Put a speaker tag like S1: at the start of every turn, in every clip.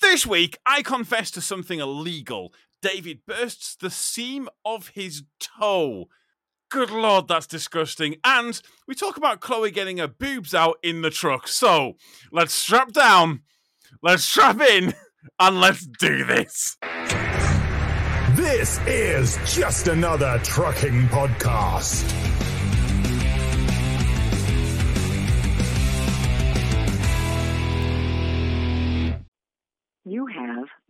S1: This week, I confess to something illegal. David bursts the seam of his toe. Good lord, that's disgusting. And we talk about Chloe getting her boobs out in the truck. So let's strap down, let's strap in, and let's do this.
S2: This is just another trucking podcast.
S3: You have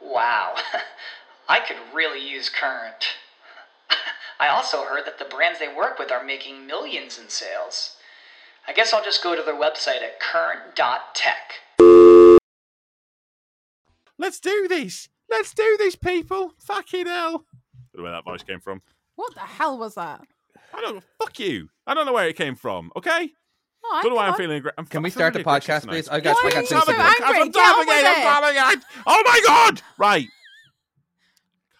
S4: Wow. I could really use Current. I also heard that the brands they work with are making millions in sales. I guess I'll just go to their website at current.tech.
S1: Let's do this. Let's do this, people. Fucking hell. I don't know where that voice came from.
S5: What the hell was that?
S1: I don't know. Fuck you. I don't know where it came from, okay?
S5: Oh,
S1: don't know why I'm
S5: come on.
S1: feeling aggra- I'm
S6: Can
S1: fe-
S6: we
S1: I'm
S6: start the
S1: feeling aggressive
S6: podcast,
S1: tonight.
S6: please? I got,
S5: Why
S6: I
S5: are
S6: got
S5: you
S6: things
S5: so
S6: to do.
S5: angry?
S1: I'm
S5: Get on with
S1: again,
S5: it.
S1: I'm again. Oh my god! Right.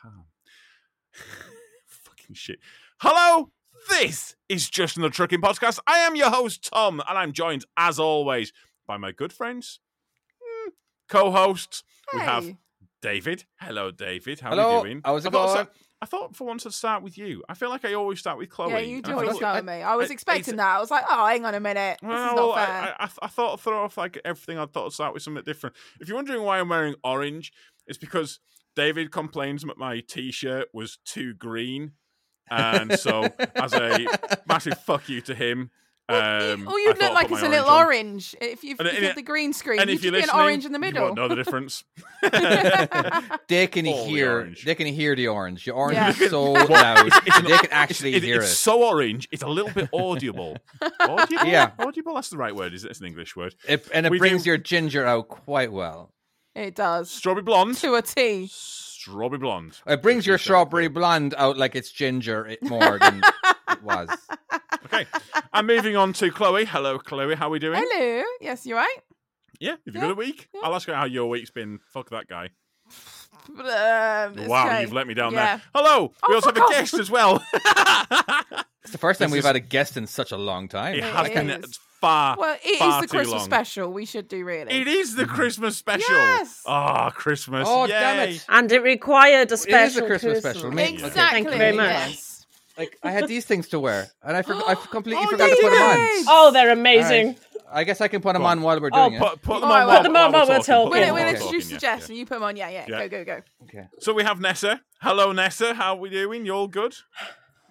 S1: Calm. Fucking shit. Hello. This is Just Another Trucking Podcast. I am your host Tom, and I'm joined, as always, by my good friends, mm, co-hosts. We have
S5: Hey.
S1: David. Hello, David. How are
S6: Hello,
S1: you doing?
S6: how's it
S1: I thought,
S6: going?
S1: I thought for once I'd start with you. I feel like I always start with Chloe.
S5: Yeah, you
S1: and
S5: do
S1: I
S5: always
S1: thought-
S5: start with me. I was
S1: I-
S5: expecting
S1: it's-
S5: that. I was like, oh, hang on a minute. this is
S1: well,
S5: not fair.
S1: I, I- I, th- I thought I'd throw off like everything. I thought I'd start with something different. If you're wondering why I'm wearing orange, it's because David complains that my t-shirt was too green, and so as a massive fuck you to him, um,
S5: oh,
S1: I
S5: you
S1: thought
S5: look
S1: I'd
S5: like
S1: put
S5: it's
S1: my
S5: a little
S1: on.
S5: orange. If you've,
S1: And-
S5: if
S1: and-
S5: you have the green screen,
S1: And
S5: you
S1: if
S5: should
S1: you're
S5: be an
S1: listening,
S5: orange in the
S1: you won't
S5: middle.
S1: know the difference.
S6: They can
S1: All the
S6: hear.
S1: orange.
S6: They can hear the orange. The orange
S5: Yeah.
S6: is so loud.
S1: an-
S6: They can actually
S1: it-
S6: hear
S1: it's
S6: it.
S1: so orange. It's a little bit audible. audible.
S6: Yeah.
S1: audible. That's the right word. Is it? It's an English word.
S6: It- and
S1: we
S6: it brings
S1: do-
S6: your ginger out quite well.
S5: It does.
S1: Strawberry blonde.
S5: To a T.
S1: Strawberry blonde.
S6: It brings
S1: If
S6: your
S1: you said it.
S6: strawberry blonde out like it's ginger it more than it was.
S1: Okay. I'm moving on to Chloe. Hello, Chloe. How are we doing?
S5: Hello. Yes, you're right.
S1: Yeah. Have you
S5: Yeah,
S1: got a week?
S5: yeah.
S1: I'll ask her how your week's been. Fuck that guy.
S5: Um, it's
S1: wow,
S5: okay.
S1: you've let me down
S5: Yeah.
S1: there. Hello. we
S5: Oh,
S1: also have
S5: fuck
S1: a
S5: off.
S1: guest as well.
S6: It's the first time
S1: This
S6: we've
S1: is-
S6: had a guest in such a long time.
S1: it
S5: It
S1: has been
S5: is.
S1: far.
S5: Well, it
S1: far
S5: is the
S1: too
S5: Christmas
S1: long.
S5: special. We should do really.
S1: It is the Christmas special.
S5: Yes.
S1: Ah, Christmas.
S6: Oh,
S1: Yay.
S6: damn it.
S7: And it required
S6: It
S7: a
S6: is
S7: special
S6: a Christmas
S7: person.
S6: special. Mate,
S5: Exactly.
S7: Thank you very much.
S5: yes.
S6: Like I had these things to wear, and I, forg I completely
S1: Oh,
S6: forgot to
S1: you
S6: put them on.
S5: did.
S7: Oh, they're
S6: All right.
S7: amazing.
S6: I guess I can put them
S1: Go on.
S6: on while we're
S7: Oh,
S6: doing
S1: Put, put them
S5: Alright,
S1: on.
S5: well- Put
S1: while-
S7: them on
S1: while
S7: while we're
S1: talking. Put
S5: We'll,
S1: them
S7: Yeah.
S1: on while
S5: we'll
S7: Okay.
S1: talking,
S5: introduce
S1: yeah,
S5: suggestions.
S1: yeah.
S5: You put them on. Yeah, yeah.
S1: Yeah.
S5: Go, go, go.
S6: it. Okay.
S1: So we have Nessa. Hello, Nessa. How are we doing? You all good?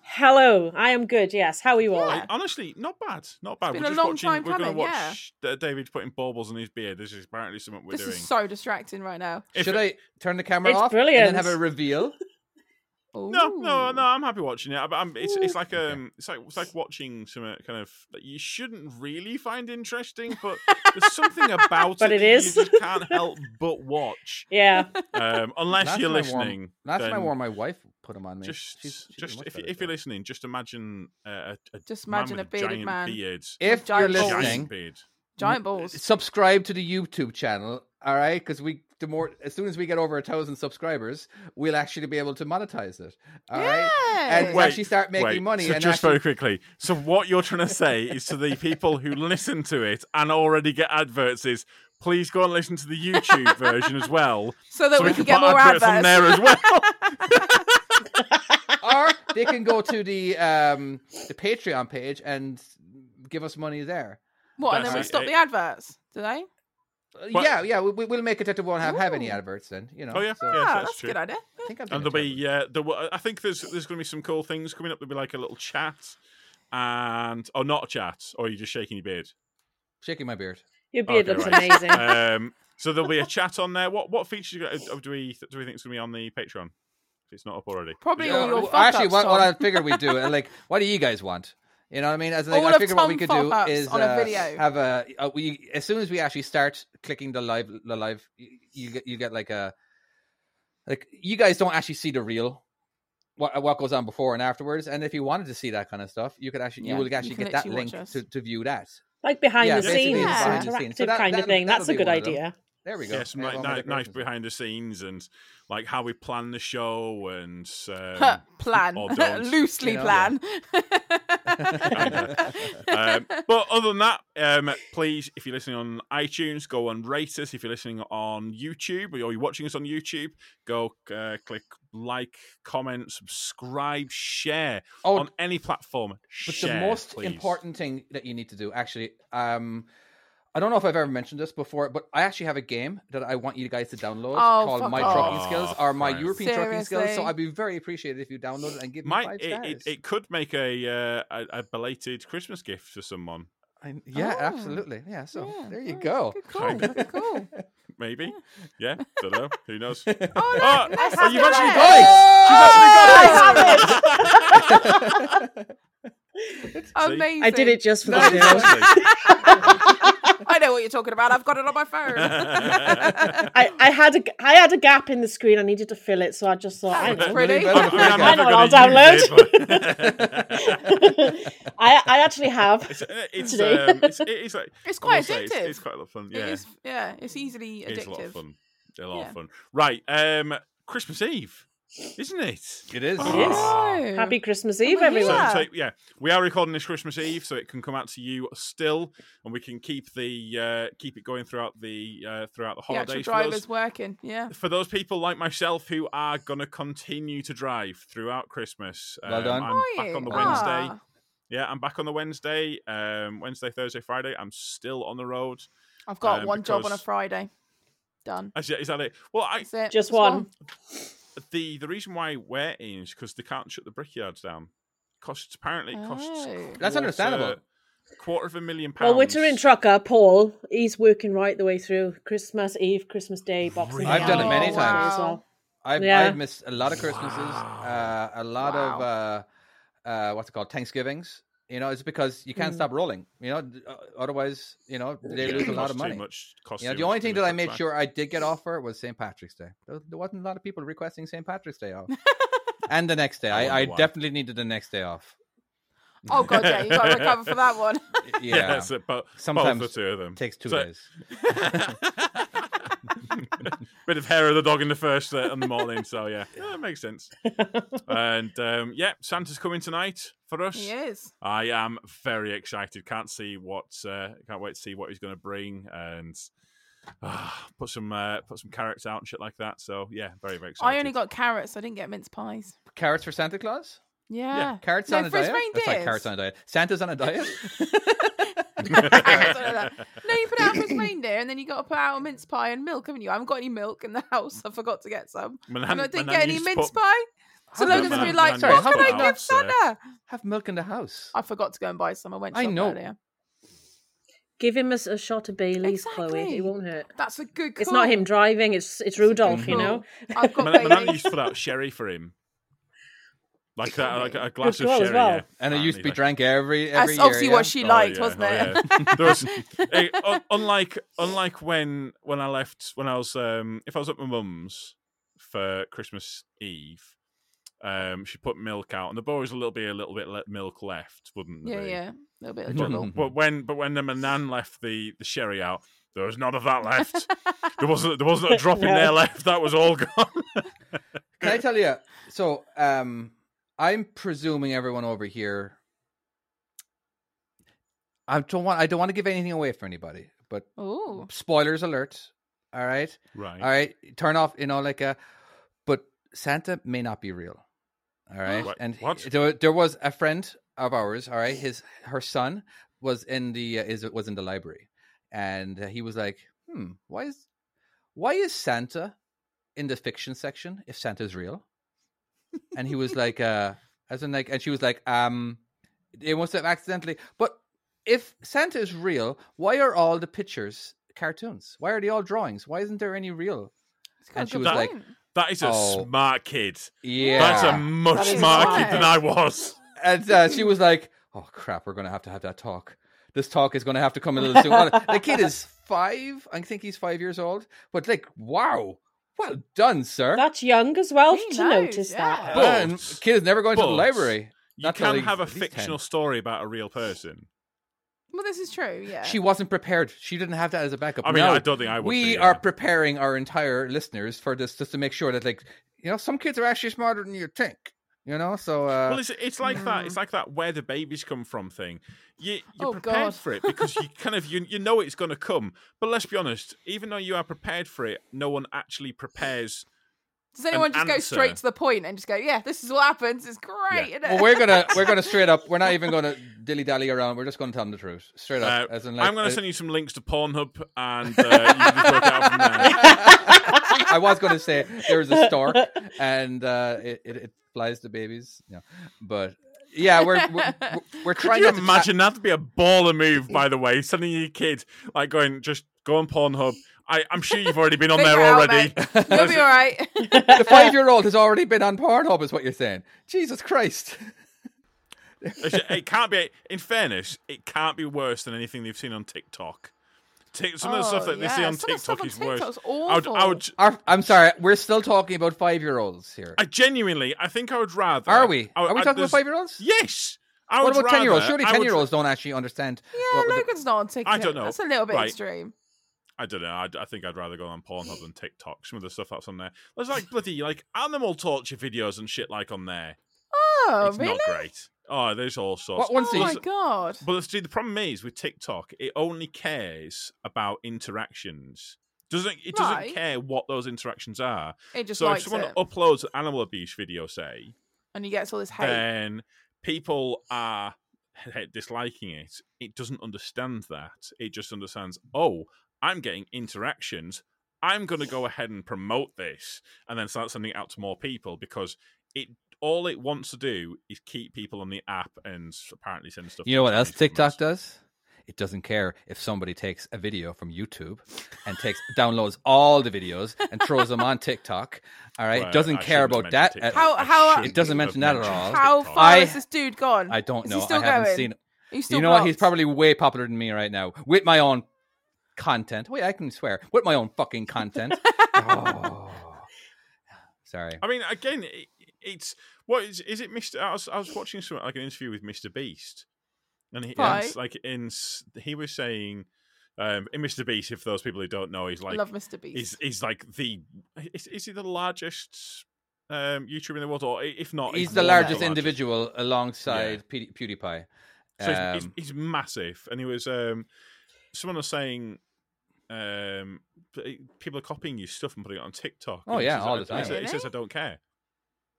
S7: Hello, I am good. Yes, how are you all?
S1: I- honestly, not bad. Not bad.
S5: been
S1: we're
S5: a
S1: just
S5: long
S1: watching.
S5: time
S1: we're going to
S5: coming,
S1: watch uh, David putting baubles on his beard. This is apparently something we're
S5: this
S1: doing.
S5: is so distracting right now.
S1: If
S6: Should
S1: it-
S6: I turn the camera
S7: It's
S6: off
S7: brilliant.
S6: and then have a reveal?
S1: No,
S5: Ooh.
S1: no, no. I'm happy watching it. I, I'm, it's, it's like
S6: Okay.
S1: um, it's like it's like watching some uh, kind of that you shouldn't really find interesting, but there's something about
S7: But
S1: it,
S7: it
S1: that
S7: is.
S1: you just can't help but watch.
S7: Yeah.
S1: Um, unless
S6: Last
S1: you're
S6: time I wore 'em-
S1: listening,
S6: Last time I
S1: then
S6: wore 'em, my wife put them on me.
S1: Just,
S6: She's- she's
S1: just
S6: much
S1: if, you-
S6: better
S1: if
S6: at
S1: you're
S6: it.
S1: listening, just imagine uh, a, a
S5: Just
S1: man
S5: imagine
S1: with
S5: a bearded
S1: giant
S5: man.
S1: beard.
S6: if
S5: Giant
S6: you're
S5: balls.
S1: Giant
S6: listening,
S1: beard.
S5: Giant balls.
S6: subscribe to the YouTube channel, all right? Because we the more as soon as we get over a thousand subscribers, we'll actually be able to monetize it, all right? And
S1: Wait,
S6: actually start making
S1: Wait,
S6: money.
S1: So
S6: and
S1: just
S6: actually,
S1: very quickly. So what you're trying to say is to the people who listen to it and already get adverts is please go and listen to the YouTube version as well.
S5: so that
S1: so
S5: we, can, get
S1: put
S5: more
S1: adverts on there as well.
S6: or they can go to the um the Patreon page and give us money there.
S5: What? And
S1: That's
S5: then we
S1: it.
S5: stop the adverts. Do they?
S6: Uh,
S1: Well-
S6: yeah, yeah, we, we'll make it that we won't have, have any
S5: Ooh.
S6: adverts then. You know.
S1: Oh, yeah.
S6: so
S1: Yeah.
S5: Ah,
S1: that's
S5: that's a good
S1: true.
S5: idea.
S6: I think I'm.
S1: and there'll be uh, there will, I think there's there's going to be some cool things coming up. There'll be like a little chat and or not a chat or you're just shaking your beard.
S6: shaking my beard.
S7: Your beard
S1: Okay,
S7: looks
S1: right.
S7: amazing.
S6: Uh,
S1: Um, so there'll be a chat on there. What what features you got- uh, do we do we think is going to be on the Patreon? If it's not up already.
S5: Probably
S6: Yeah,
S5: all your
S6: well,
S5: fuck
S6: actually,
S5: ups,
S6: what, what I
S5: Tom.
S6: figured we'd do, and, like, what do you guys want? You know what I mean? As in, like,
S5: All
S6: I
S5: of
S6: figured what we
S5: Oh, Tom
S6: could do
S5: Fop-Ups
S6: is
S5: on a
S6: uh,
S5: video.
S6: have a, uh, a we as soon as we actually start clicking the live the live, you, you get you get like a like you guys don't actually see the real what what goes on before and afterwards. And if you wanted to see that kind of stuff, you could actually
S5: Yeah,
S6: you would
S5: you
S6: actually
S5: can
S6: get that
S5: literally
S6: link
S5: watch us.
S6: to, to view that.
S7: Like behind
S6: Yeah,
S7: the
S6: basically
S7: scenes,
S5: it's behind
S6: the
S7: interactive
S6: scenes. So that-
S7: kind
S6: that-
S7: of thing.
S6: that'll
S7: That's a
S6: be
S7: good
S6: one of them.
S7: idea.
S6: There we go.
S1: Yeah, some
S6: There's
S1: like,
S6: one of
S1: ni-
S6: the
S1: nice
S6: decorations.
S1: behind the scenes and like how we plan the show and
S5: Huh,
S1: um,
S5: plan
S1: or don't.
S5: loosely
S6: You know,
S5: plan.
S1: um, but other than that, um, please, if you're listening on iTunes, go and rate us. If you're listening on YouTube or you're watching us on YouTube, go uh, click like, comment, subscribe, share
S6: Oh,
S1: on any platform.
S6: But
S1: share,
S6: the most
S1: please.
S6: important thing that you need to do, actually, um, I don't know if I've ever mentioned this before, but I actually have a game that I want you guys to download
S5: Oh,
S6: called
S5: fuck
S6: My
S5: off.
S6: Trucking Skills or My
S1: Aw,
S6: European Trucking Skills. So
S5: Seriously?
S6: I'd be very appreciated if you download it and give me
S1: Might
S6: five
S1: it,
S6: stars.
S1: it, it could make a, uh, a a belated Christmas gift for someone,
S6: I- yeah,
S5: Oh.
S6: absolutely. Yeah. So
S5: Yeah,
S6: there you
S5: oh,
S6: go.
S5: good call, good call.
S1: maybe. Yeah, don't know. Who knows?
S5: Oh, look, Oh,
S1: Oh,
S5: let's
S1: oh,
S5: have
S1: you've
S5: it
S1: actually got it. She's actually got
S5: there.
S1: it. See?
S5: Amazing.
S7: I did it just for
S1: No,
S7: that. Neil.
S1: seriously.
S5: I know what you're talking about. I've got it on my phone.
S7: I, I had a I had a gap in the screen. I needed to fill it, so I just thought, I
S5: That was
S7: know.
S5: pretty.
S1: I mean, I'm
S7: I
S1: never
S7: know,
S1: gonna
S7: I'll
S1: use it, but-
S7: I I actually have.
S1: It's, it's,
S7: Today.
S1: um, it's, it is like, I will
S5: It's quite
S1: say,
S5: addictive.
S1: it's, it's quite a lot of fun. Yeah,
S5: It is, yeah, it's easily
S1: it is a lot of
S5: addictive.
S1: fun. A lot
S5: Yeah.
S1: of fun. Right, um, Christmas Eve, isn't it?
S6: It is.
S7: It is.
S5: Oh.
S7: Happy Christmas Eve,
S5: we're
S1: So,
S7: everyone.
S5: Yeah.
S1: so, yeah, we are recording this Christmas Eve, so it can come out to you still, and we can keep the uh, keep it going throughout the uh, throughout the
S5: The actual
S1: holidays. for,
S5: driver's
S1: those,
S5: working. Yeah.
S1: for those people like myself who are gonna continue to drive throughout Christmas, um,
S6: Well done.
S1: I'm
S5: Are
S1: back
S5: you?
S1: on the
S5: Ah.
S1: Wednesday. Yeah, I'm back on the Wednesday, um, Wednesday, Thursday, Friday. I'm still on the road.
S5: I've got
S1: Um,
S5: one job on a
S1: because-
S5: Friday. Done.
S1: Actually, Is that it? Well, I,
S5: That's it.
S7: Just
S5: That's
S7: one.
S1: the the reason why we're in is because they can't shut the brickyards down. Costs apparently it costs.
S5: Oh.
S1: quarter-
S6: That's understandable.
S1: Quarter of a million pounds.
S7: Well, Wittering trucker Paul, he's working right the way through Christmas Eve, Christmas Day, Boxing
S1: Really?
S7: Day.
S6: I've done it many
S7: as
S6: times.
S7: well.
S6: I've,
S7: Yeah.
S6: I've missed a lot of Christmases,
S1: Wow.
S6: uh, a lot of uh, uh, what's it called, Thanksgivings. You know, it's because you
S5: Hmm.
S6: can't
S7: Mm.
S6: stop rolling. You know, d- uh, otherwise, you know they
S1: Yeah,
S6: lose a lot
S1: costs
S6: of money.
S1: Too much, costs
S6: You know,
S1: too
S6: the
S1: much
S6: only
S1: to
S6: thing
S1: do
S6: that I
S1: it
S6: made
S1: back.
S6: sure I did get off for was St. Patrick's Day. There there wasn't a lot of people requesting St. Patrick's Day off. and the next day,
S1: I
S6: I, I,
S1: wonder why.
S6: definitely needed the next day off.
S5: Oh god, yeah, you got to recover for that one.
S6: Y-
S1: Yeah,
S6: Yeah,
S1: that's it. But
S6: Sometimes
S1: both the two of them
S6: it takes two
S1: So-
S6: days.
S1: Bit of hair of the dog in the first uh, on the morning, so yeah, that makes sense. and um, yeah, Santa's coming tonight for us.
S5: He is.
S1: I am very excited. Can't see what. Uh, can't wait to see what he's going to bring and ah, put some uh, put some carrots out and shit like that. So yeah, very very excited.
S5: I only got carrots. I didn't get mince pies.
S6: Carrots for Santa Claus?
S5: Yeah.
S6: Carrots
S5: No,
S6: on a
S5: for his
S6: diet? That's like
S5: reindeers.
S6: carrots on a diet. Santa's on a diet?
S5: Carrots, I don't know. no, you put it out for his reindeer, and then you got to put out a mince pie and milk, haven't you? I haven't got any milk in the house. I forgot to get some.
S1: My
S5: And
S1: nan-
S5: I didn't
S1: my
S5: get
S1: nan
S5: any
S1: used to
S5: mince
S1: put-
S5: pie. So
S6: How
S1: did
S5: Logan's
S1: my
S5: gonna be
S1: nan-
S5: like,
S1: my
S6: nan
S5: "What
S6: used to
S5: can
S6: put
S5: I
S1: out,
S5: give
S1: so-
S5: Santa?"
S6: Have milk in the house.
S5: I forgot to go and buy some. I went.
S6: I
S5: shopping
S6: know.
S5: Earlier.
S7: Give him a, s- a shot of Bailey's, Chloe.
S5: Exactly.
S7: It won't hurt.
S5: That's a good. Call.
S7: It's not him driving. It's it's Rudolph. You know.
S5: Cool. I've
S1: my,
S5: got
S1: my nan
S5: Bailey's.
S1: used to put out sherry for him, like that, like a glass of
S7: call as
S1: sherry.
S7: well.
S1: Yeah,
S6: And it used to be
S1: apparently, like-
S6: drank every every
S5: That's
S6: year.
S5: obviously
S6: yeah?
S5: what she liked,
S1: oh, yeah,
S5: wasn't
S1: oh,
S5: it?
S1: yeah. There was- eh, un- unlike unlike when when I left when I was um if I was at my mum's for Christmas Eve, um she put milk out and there always a little bit a little bit le- milk left, wouldn't
S5: Yeah,
S1: there? be?
S5: yeah. A little bit of
S1: But,
S5: trouble.
S1: but when but when then my nan left the the sherry out, there was none of that left. there wasn't there wasn't a drop in
S7: No.
S1: there left. That was all gone.
S6: Can I tell you? So, um, I'm presuming everyone over here. I don't want. I don't want to give anything away for anybody, but
S5: Oh,
S6: spoilers alert. All right,
S1: Right.
S6: all right. Turn off. You know, like a. But Santa may not be real. All right,
S1: What-
S6: and
S1: what?
S6: There, there was a friend of ours. All right, his her son was in the uh, is was in the library, and uh, he was like, "Hmm, why is why is Santa in the fiction section if Santa's real?" And he was like, uh, as in like, and she was like, um, it must have accidentally. But if Santa is real, why are all the pictures cartoons? Why are they all drawings? Why isn't there any real?
S5: it's got
S6: And
S5: a
S6: she
S5: good
S6: was like,
S5: point.
S1: That is a
S6: Oh.
S1: smart kid.
S6: Yeah,
S1: That's a much
S5: That is
S1: smarter
S5: right.
S1: kid than I was.
S6: and uh, she was like, "Oh crap, we're gonna have to have that talk. This talk is gonna have to come a little soon." Well, the kid is five. I think he's five years old. But like, wow, Well done, sir.
S7: That's young as well
S5: He
S7: to
S5: knows,
S7: notice
S5: yeah.
S7: that.
S6: Man,
S1: But-
S6: kid is never going to
S1: but
S6: the library.
S1: You
S6: Not till
S1: can
S6: he's
S1: have a
S6: at least Uh, 10.
S1: fictional story about a real person.
S5: Well, this is true. Yeah.
S6: She wasn't prepared. She didn't have that as a backup.
S1: I mean,
S6: No,
S1: I don't think I would.
S6: we
S1: be,
S6: are
S1: yeah.
S6: preparing our entire listeners for this just to make sure that, like, you know, some kids are actually smarter than you think. You know, so uh,
S1: Well, it's, it's like that. It's
S5: No.
S1: like that where the babies come from thing. You, you're
S5: Oh,
S1: prepared
S5: God.
S1: for it because you kind of you, you know it's going to come. But let's be honest, even though you are prepared for it, no one actually prepares.
S5: Does anyone
S1: an
S5: just go
S1: answer.
S5: straight to the point and just go, "Yeah, this is what happens. It's great."
S1: Yeah.
S5: isn't it?"
S6: well, we're gonna we're gonna straight up. We're not even gonna dilly dally around. We're just gonna tell them the truth straight
S1: Uh,
S6: up. as in, like,
S1: I'm going
S6: uh,
S1: to send you some links to Pornhub, and uh, you can just work it out from there.
S6: I was going to say there's a stork and uh, it, it, it flies the babies. No. But yeah, we're we're, we're- we're
S1: Could
S6: trying
S1: you
S6: not to chat-
S1: imagine that'd be a baller move, by the way? Sending your kid like going, just go on Pornhub. I, I'm sure you've already been on
S5: Figure
S1: there
S5: it out,
S1: already.
S5: mate. You'll be all right.
S6: the five year old has already been on Pornhub, is what you're saying. Jesus Christ.
S1: It's- it can't be. In fairness, it can't be worse than anything they've seen on TikTok. Tik- some of the stuff
S5: Oh,
S1: that they see
S5: yeah.
S1: on
S5: Some of the
S1: TikTok
S5: stuff on
S1: is worse.
S5: TikTok's
S1: I would, I
S5: awful.
S1: would,
S6: Our, I'm sorry, we're still talking about five year olds here.
S1: I genuinely, I think I would rather.
S6: Are we?
S1: I-
S6: Are we
S1: I-
S6: talking about
S1: there's-
S6: five year olds?
S1: Yes. I
S6: What
S1: would
S6: about 10 year olds?
S1: rather-
S6: Surely
S1: I
S6: 10
S1: would-
S6: year olds don't actually understand.
S5: Yeah,
S6: what the-
S5: Logan's not on TikTok.
S1: don't know.
S5: That's a little bit
S1: Right.
S5: extreme.
S1: I don't know. I, I think I'd rather go on Pornhub than TikTok. Some of the stuff that's on there. There's like bloody like animal torture videos and shit like on there.
S5: Oh,
S1: it's
S5: really?
S1: not great. Oh, there's all sorts.
S6: What one's
S5: Oh my
S6: these?
S5: god.
S1: But see, the problem is with TikTok, it only cares about interactions. Doesn't it? Doesn't
S5: Right.
S1: care what those interactions are.
S5: It just
S1: so if
S5: likes
S1: someone
S5: it,
S1: uploads an animal abuse video, say,
S5: and he gets all this hate.
S1: then people are disliking it. It doesn't understand that. It just understands. Oh, I'm getting interactions. I'm going to go ahead and promote this, and then start sending it out to more people because it. All it wants to do is keep people on the app and apparently send stuff.
S6: You
S1: to
S6: know what
S1: Chinese
S6: else TikTok
S1: governments.
S6: does? It doesn't care if somebody takes a video from YouTube and takes downloads all the videos and throws them on TikTok. All right,
S1: Well,
S6: doesn't
S1: I
S6: care
S1: shouldn't
S6: about
S1: have
S6: that.
S1: mentioned
S6: at-
S1: TikTok.
S5: How-
S1: I
S5: how- uh,
S1: shouldn't
S6: It doesn't
S1: have
S6: mention that at
S1: mentioned
S6: all.
S5: How
S1: TikTok.
S5: far
S6: I-
S5: is this dude gone?
S6: I don't
S5: Is
S6: know.
S5: he still
S6: I haven't
S5: going?
S6: seen.
S5: He's still
S6: you know what? He's
S5: blocked?
S6: probably way popular than me right now with my own content. Wait, I can swear with my own fucking content. oh. Sorry.
S1: I mean, again, it, it's what is is it? Mr. I was, I was watching something like an interview with Mr. Beast, and he
S5: Right.
S1: and, like in s- he was saying um, in Mr. Beast. If those people who don't know, he's like
S5: Love Mr. Beast.
S1: he's he's like the is, is he the largest um, YouTuber in the world, or i- if not,
S6: Oh, He's the
S1: one of
S6: largest individual alongside Pew- PewDiePie.
S1: So he's,
S6: Um,
S1: he's, he's massive, and he was. Um, someone was saying, um, p- people are copying your stuff and putting it on TikTok.
S6: Oh,
S1: and he
S6: yeah,
S1: says,
S6: all
S1: I-
S6: the
S1: He
S6: time.
S1: says, he says, I don't care.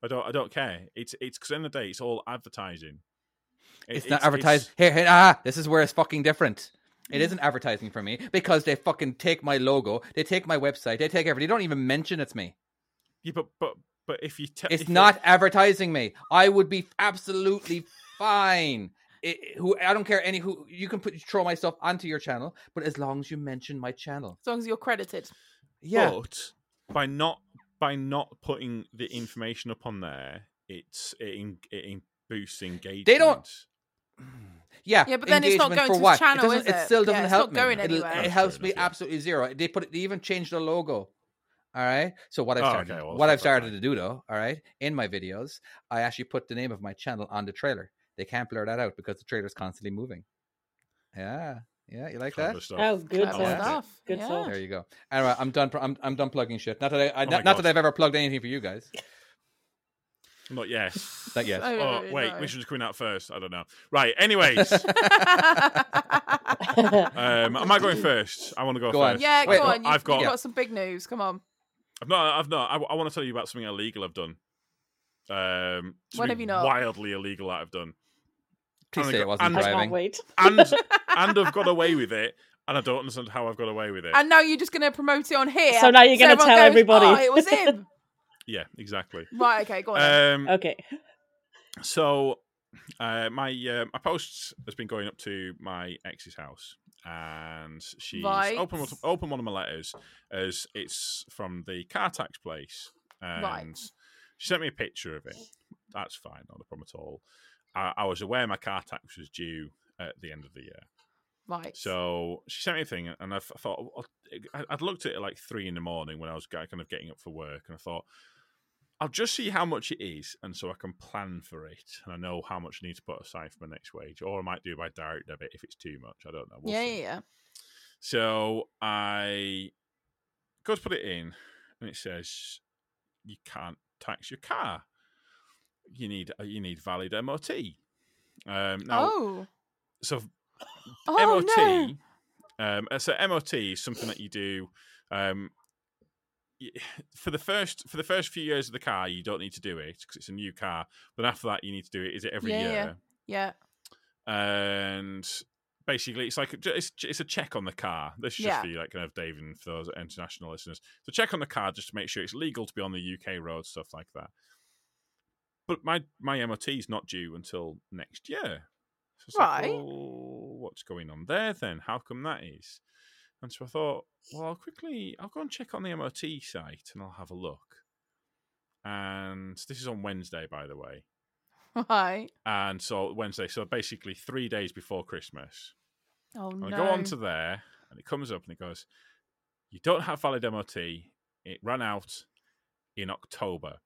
S1: I don't. I don't care. It's it's because end of the day, it's all advertising. It-
S6: It's, not advertised. Here, here, ah, this is where it's fucking different. It isn't advertising for me because they fucking take my logo, they take my website, they take everything. They don't even mention it's me.
S1: yeah, but but but if you te-
S6: It's
S1: if you-
S6: not advertising me. I would be absolutely fine. It, who I don't care any who you can put throw my stuff onto your channel, but as long as you mention my channel, Oh.
S5: as long as you're credited.
S6: yeah,
S1: But by not by not putting the information up on there, it's it, en- it en- boosts engagement.
S6: yeah,
S5: Yeah, but then it's not
S6: engagement
S5: going
S6: for
S5: to his
S6: what?
S5: channel,
S6: It,
S5: is
S6: doesn't- it
S5: it?
S6: still
S5: Yeah,
S6: doesn't
S5: it's
S6: help
S5: not going
S6: me. It'll-
S5: anywhere.
S6: It
S1: That's
S6: helps
S1: fair
S6: me
S1: enough, yeah.
S6: absolutely zero. They put it, they even changed the logo. All right. So what I've
S1: Oh,
S6: started,
S1: okay, well,
S6: what
S1: stuff
S6: I've
S1: like
S6: started
S1: that.
S6: to do though, all right, in my videos, I actually put the name of my channel on the trailer. They can't blur that out because the trailer's constantly moving. Yeah, yeah, you like
S1: Clever
S6: that?
S1: stuff.
S7: Oh, good.
S5: Clever
S1: like that.
S7: one.
S5: stuff.
S7: Good
S5: yeah.
S7: thought.
S6: Oh, There you go. Anyway, I'm done. pl- I'm I'm done plugging shit. Not that I, I
S1: Oh my
S6: not, not
S1: God.
S6: that I've ever plugged anything for you guys.
S1: Not yet.
S6: Not yet.
S5: I don't
S1: Oh,
S5: really
S1: wait,
S5: know.
S1: which one's coming out first? I don't know. Right. Anyways, um, am I going first? I want to go,
S6: Go on.
S1: first.
S5: yeah,
S6: Wait,
S5: go on. You,
S1: I've got.
S5: you've got some big news. Come on.
S1: I've not. I've not. I, want to tell you about something illegal I've done. Um,
S5: What have
S1: something
S5: you not?
S1: Wildly illegal that I've done,
S6: Please
S1: Oh my
S6: say
S1: God.
S6: it wasn't
S1: And-
S7: I can't
S6: driving.
S7: wait.
S1: and and I've got away with it, and I don't understand how I've got away with it.
S5: And now you're just going to promote it on here.
S7: So now you're gonna
S5: everyone
S7: tell
S5: goes,
S7: everybody.
S5: "Oh, it was him.
S1: yeah, exactly.
S5: right, okay, go on. then.
S1: Um,
S7: Okay.
S1: So, uh, my uh, my post has been going up to my ex's house, and she's
S5: Right.
S1: open opened opened one of my letters as it's from the car tax place, and
S5: Right.
S1: she sent me a picture of it. That's fine, not a problem at all. I, I was aware my car tax was due at the end of the year.
S5: Right.
S1: So she sent me a thing, and I th- thought well, I- I'd looked at it like three in the morning when I was kind of getting up for work, and I thought I'll just see how much it is, and so I can plan for it, and I know how much I need to put aside for my next wage, or I might do by direct debit if it's too much. I don't know. We'll
S5: yeah,
S1: see.
S5: yeah, yeah.
S1: So I go to put it in, and it says you can't tax your car. You need you need valid MOT. Um, now,
S5: oh.
S1: so
S5: Oh
S1: MOT.
S5: no.
S1: Um, uh, so MOT is something that you do um, y- for the first for the first few years of the car. You don't need to do it because it's a new car. But after that, you need to do it. Is it every
S5: Yeah, yeah, yeah.
S1: year?
S5: Yeah.
S1: And basically, it's like a, it's it's a check on the car. This is just
S5: Yeah.
S1: for you, like kind of Dave and for those international listeners. So check on the car just to make sure it's legal to be on the UK road, stuff like that. But my my MOT is not due until next year. So it's like,
S5: Right.
S1: "Well, what's going on there then? How come that is? And so I thought, well, I'll quickly, I'll go and check on the MOT site and I'll have a look. And this is on Wednesday, by the way.
S5: Right.
S1: And so Wednesday, so basically three days before Christmas.
S5: Oh
S1: And
S5: no.
S1: I go on to there and it comes up and it goes, you don't have valid MOT. It ran out in October.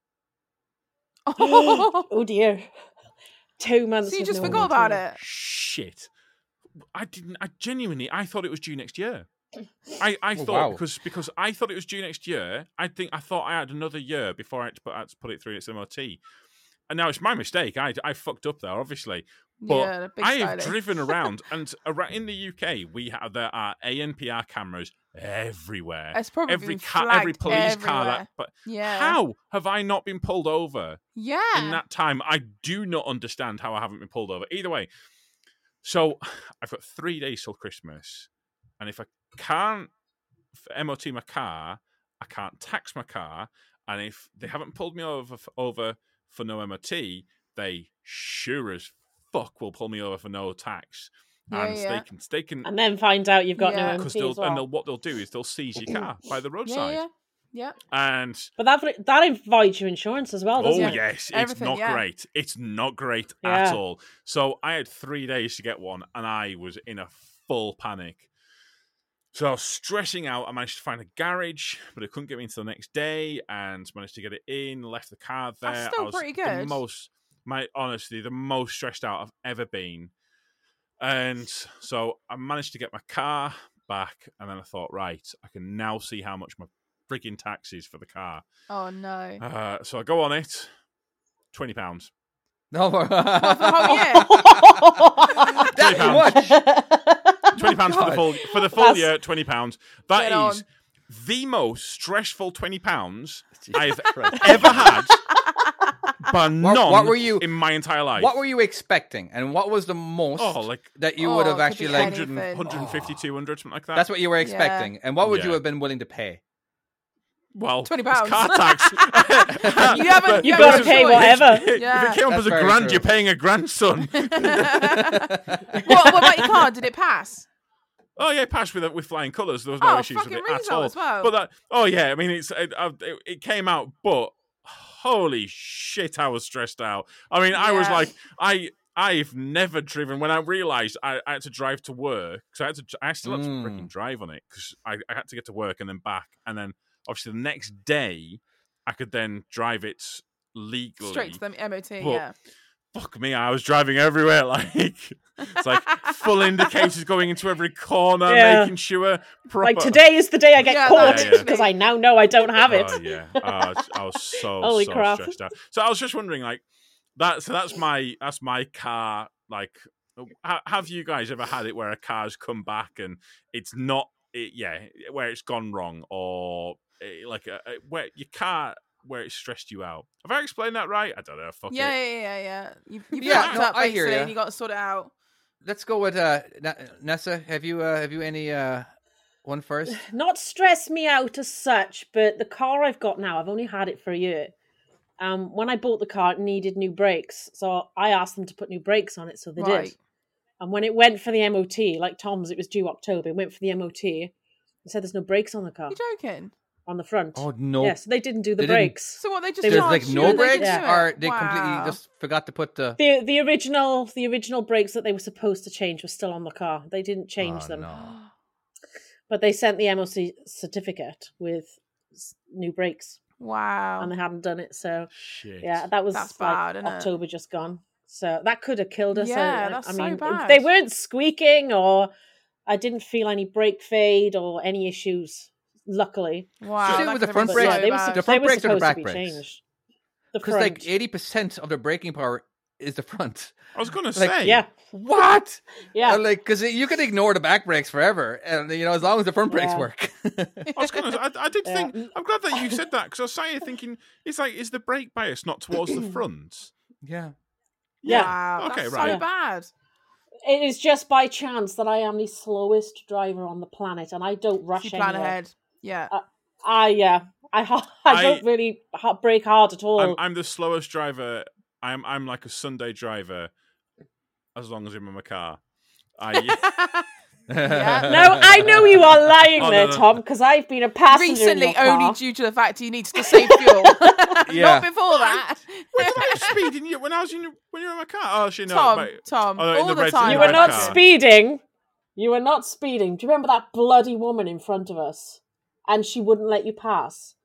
S5: oh,
S7: oh dear. Two months.
S5: so you
S7: of
S5: just
S7: no
S5: forgot about
S7: water.
S5: it.
S1: Shit. I didn't, I genuinely, I thought it was due next year. I, I
S6: Oh,
S1: thought
S6: wow.
S1: because because I thought it was due next year. I think I thought I had another year before I had to put, I had to put it through its MOT. And now it's my mistake. I, I fucked up there, obviously. But
S5: yeah, the big
S1: I have
S5: stylo.
S1: driven around, and ara- in the UK, we have there are ANPR cameras everywhere.
S5: It's probably
S1: every
S5: been
S1: car, every
S5: flagged
S1: police car. That,
S5: everywhere.
S1: but
S5: Yeah.
S1: how have I not been pulled over
S5: Yeah.
S1: in that time? I do not understand how I haven't been pulled over. Either way, so I've got three days till Christmas, and if I can't f- MOT my car, I can't tax my car, and if they haven't pulled me over f- over for no MOT, they sure as fuck will pull me over for no tax,
S5: Yeah,
S1: and
S5: yeah.
S1: they can they can
S7: And then find out you've got
S5: Yeah.
S7: no
S1: because
S7: empty
S1: they'll
S7: as well.
S1: and they'll, what they'll do is they'll seize your car by the
S5: yeah,
S1: roadside,
S5: yeah. Yeah.
S1: and
S7: But that that invites your insurance as well,
S1: Oh
S7: doesn't it?
S5: yeah.
S1: yes, it's
S5: Everything,
S1: not
S5: yeah.
S1: great. It's not great at
S7: Yeah.
S1: all. So I had three days to get one, and I was in a full panic. So I was stressing out. I managed to find a garage, but it couldn't get me into the next day, and managed to get it in. Left the car there.
S5: That's still
S1: I was
S5: pretty
S1: The
S5: good.
S1: most, my honestly, the most stressed out I've ever been. And so I managed to get my car back, and then I thought, right, I can now see how much my frigging tax is for the car.
S5: Oh no.
S1: Uh, so I go on it, twenty pounds.
S6: No, for
S5: What, for the whole year?
S1: Twenty
S6: That's
S1: pounds.
S6: what.
S5: Oh
S1: Twenty pounds for the
S6: God.
S1: full for the full
S7: That's-
S1: year. Twenty pounds. That is
S5: Get on.
S1: the most stressful twenty pounds I've
S6: Christ.
S1: ever had. But none.
S6: what were you-
S1: in my entire life?
S6: What were you expecting, and what was the most
S1: Oh, like
S6: that you
S5: Oh,
S6: would have
S5: could be
S6: actually like?
S5: anything.
S1: 100, 150, 200, something like that.
S6: That's what you were
S5: Yeah.
S6: expecting, and what would you
S1: Yeah.
S6: have been willing to pay?
S1: well,
S5: £20.
S1: it's car tax.
S5: You haven't-
S1: But
S5: you
S1: if
S5: gotta
S1: it's-
S5: pay
S1: if-
S7: whatever.
S5: Yeah.
S1: If it came up
S6: That's
S1: as a
S6: very
S1: grand,
S6: true.
S1: you're paying a grandson.
S5: what, what about your car? Did it pass?
S1: Oh yeah, it passed with with flying colours. There was no
S5: Oh,
S1: issues with
S5: fucking
S1: it at
S5: Rizzo
S1: all.
S5: as well.
S1: But that, oh yeah, I mean, it's it, I- it, it came out, but holy shit, I was stressed out. I mean, I was
S5: Yeah.
S1: like, I I've never driven. When I realised I, I had to drive to work, because I had to, dr- I still had to
S6: Mm.
S1: freaking drive on it because I, I had to get to work and then back, and then obviously the next day I could then drive it legally
S5: Straight to the MOT.
S1: Well,
S5: yeah.
S1: fuck me, I was driving everywhere. Like it's like full indicators going into every corner,
S7: Yeah.
S1: making sure proper.
S7: Like today is the day I get
S5: Yeah, that
S7: caught
S1: literally-
S7: because I now know I don't have it.
S1: Oh, yeah, Oh, I was- I was so
S7: Holy
S1: so
S7: crap.
S1: stressed out. So I was just wondering, like that. So that's my that's my car. Like, uh, ha- have you guys ever had it where a car's come back and it's not? It, yeah, where it's gone wrong or eh, like a, a- where your car where it stressed you out. Have I explained that right? I don't know. Fuck
S5: yeah,
S1: it.
S5: yeah, yeah, yeah. You've, you've
S6: Yeah,
S5: fucked
S6: no,
S5: up
S6: I hear
S5: basically,
S6: ya.
S5: and you got to sort it out.
S6: Let's go with uh, Na- Nessa. Have you uh, have you any uh, one first?
S7: Not stress me out as such, but the car I've got now, I've only had it for a year. Um, when I bought the car, it needed new brakes, so I asked them to put new brakes on it, so they
S5: right.
S7: did. And when it went for the MOT, like Tom's, it was due October. It went for the MOT. They said there's no brakes on the car.
S5: You're joking.
S7: on the front.
S6: Oh no!
S7: Yes, they didn't do the
S6: They didn't-
S7: brakes.
S5: So what they just
S7: They
S6: There's
S7: were-
S5: charged
S6: like
S5: you
S6: no
S5: and they
S6: brakes,
S5: didn't do
S6: or
S5: it?
S6: they
S5: Wow.
S6: completely just forgot to put the.
S7: The the original the original brakes that they were supposed to change were still on the car. They didn't change
S6: Oh,
S7: them,
S6: no.
S7: but they sent the MOC certificate with s- new brakes,
S5: wow.
S7: and they hadn't done it. So
S1: Shit.
S7: yeah, that was
S5: That's
S7: like
S5: bad, innit?
S7: October just gone. So that could have killed us. I-
S5: Yeah,
S7: I,
S5: that's
S7: I
S5: so
S7: mean,
S5: bad.
S7: they weren't squeaking, or I didn't feel any brake fade or any issues. Luckily,
S5: Wow.
S6: So
S5: that
S6: with the
S5: could've
S6: front
S5: been
S7: But,
S6: brakes-
S7: yeah,
S5: so
S7: they were,
S5: bad.
S6: the
S7: sup- they
S6: front
S7: were
S6: brakes or the
S7: supposed
S6: back
S7: to be
S6: brakes?
S7: changed. The
S6: Because
S7: front,
S6: like eighty percent of the braking power is the front.
S1: I was gonna
S6: Like,
S1: say.
S7: yeah,
S6: What?
S7: yeah.
S6: And, like, because you can ignore the back brakes forever, and you know as long as the front brakes
S7: Yeah.
S6: work.
S1: I was gonna. I, I did
S7: Yeah.
S1: think. I'm glad that you said that because I was sat here thinking, it's like, is the brake bias not towards the front?
S6: yeah.
S7: Yeah.
S5: Wow.
S1: Okay,
S5: that's
S1: right.
S5: So bad.
S7: It is just by chance that I am the slowest driver on the planet, and I don't rush
S5: You plan
S7: anywhere.
S5: ahead. Yeah.
S7: I yeah, I ha- I,
S1: I-
S7: don't really ha- break hard at all.
S1: I'm, I'm the slowest driver. I'm I'm like a Sunday driver, as long as I'm in my car. I
S7: no, I know you are lying
S1: Oh, no,
S7: there,
S1: no.
S7: Tom, because I've been a passenger in
S5: Recently,
S7: your car.
S5: only due to the fact he needs to save fuel.
S6: Yeah.
S5: Not before that.
S1: when I was speeding you when I was in your- when you were in my car. Oh, she no,
S5: Tom,
S1: mate.
S5: Tom,
S1: Oh, no, in
S5: all
S1: the
S5: the,
S1: red-
S5: time.
S1: in
S7: you
S1: the
S7: were
S1: red
S7: not
S1: car.
S7: speeding. You were not speeding. Do you remember that bloody woman in front of us? And she wouldn't let you pass.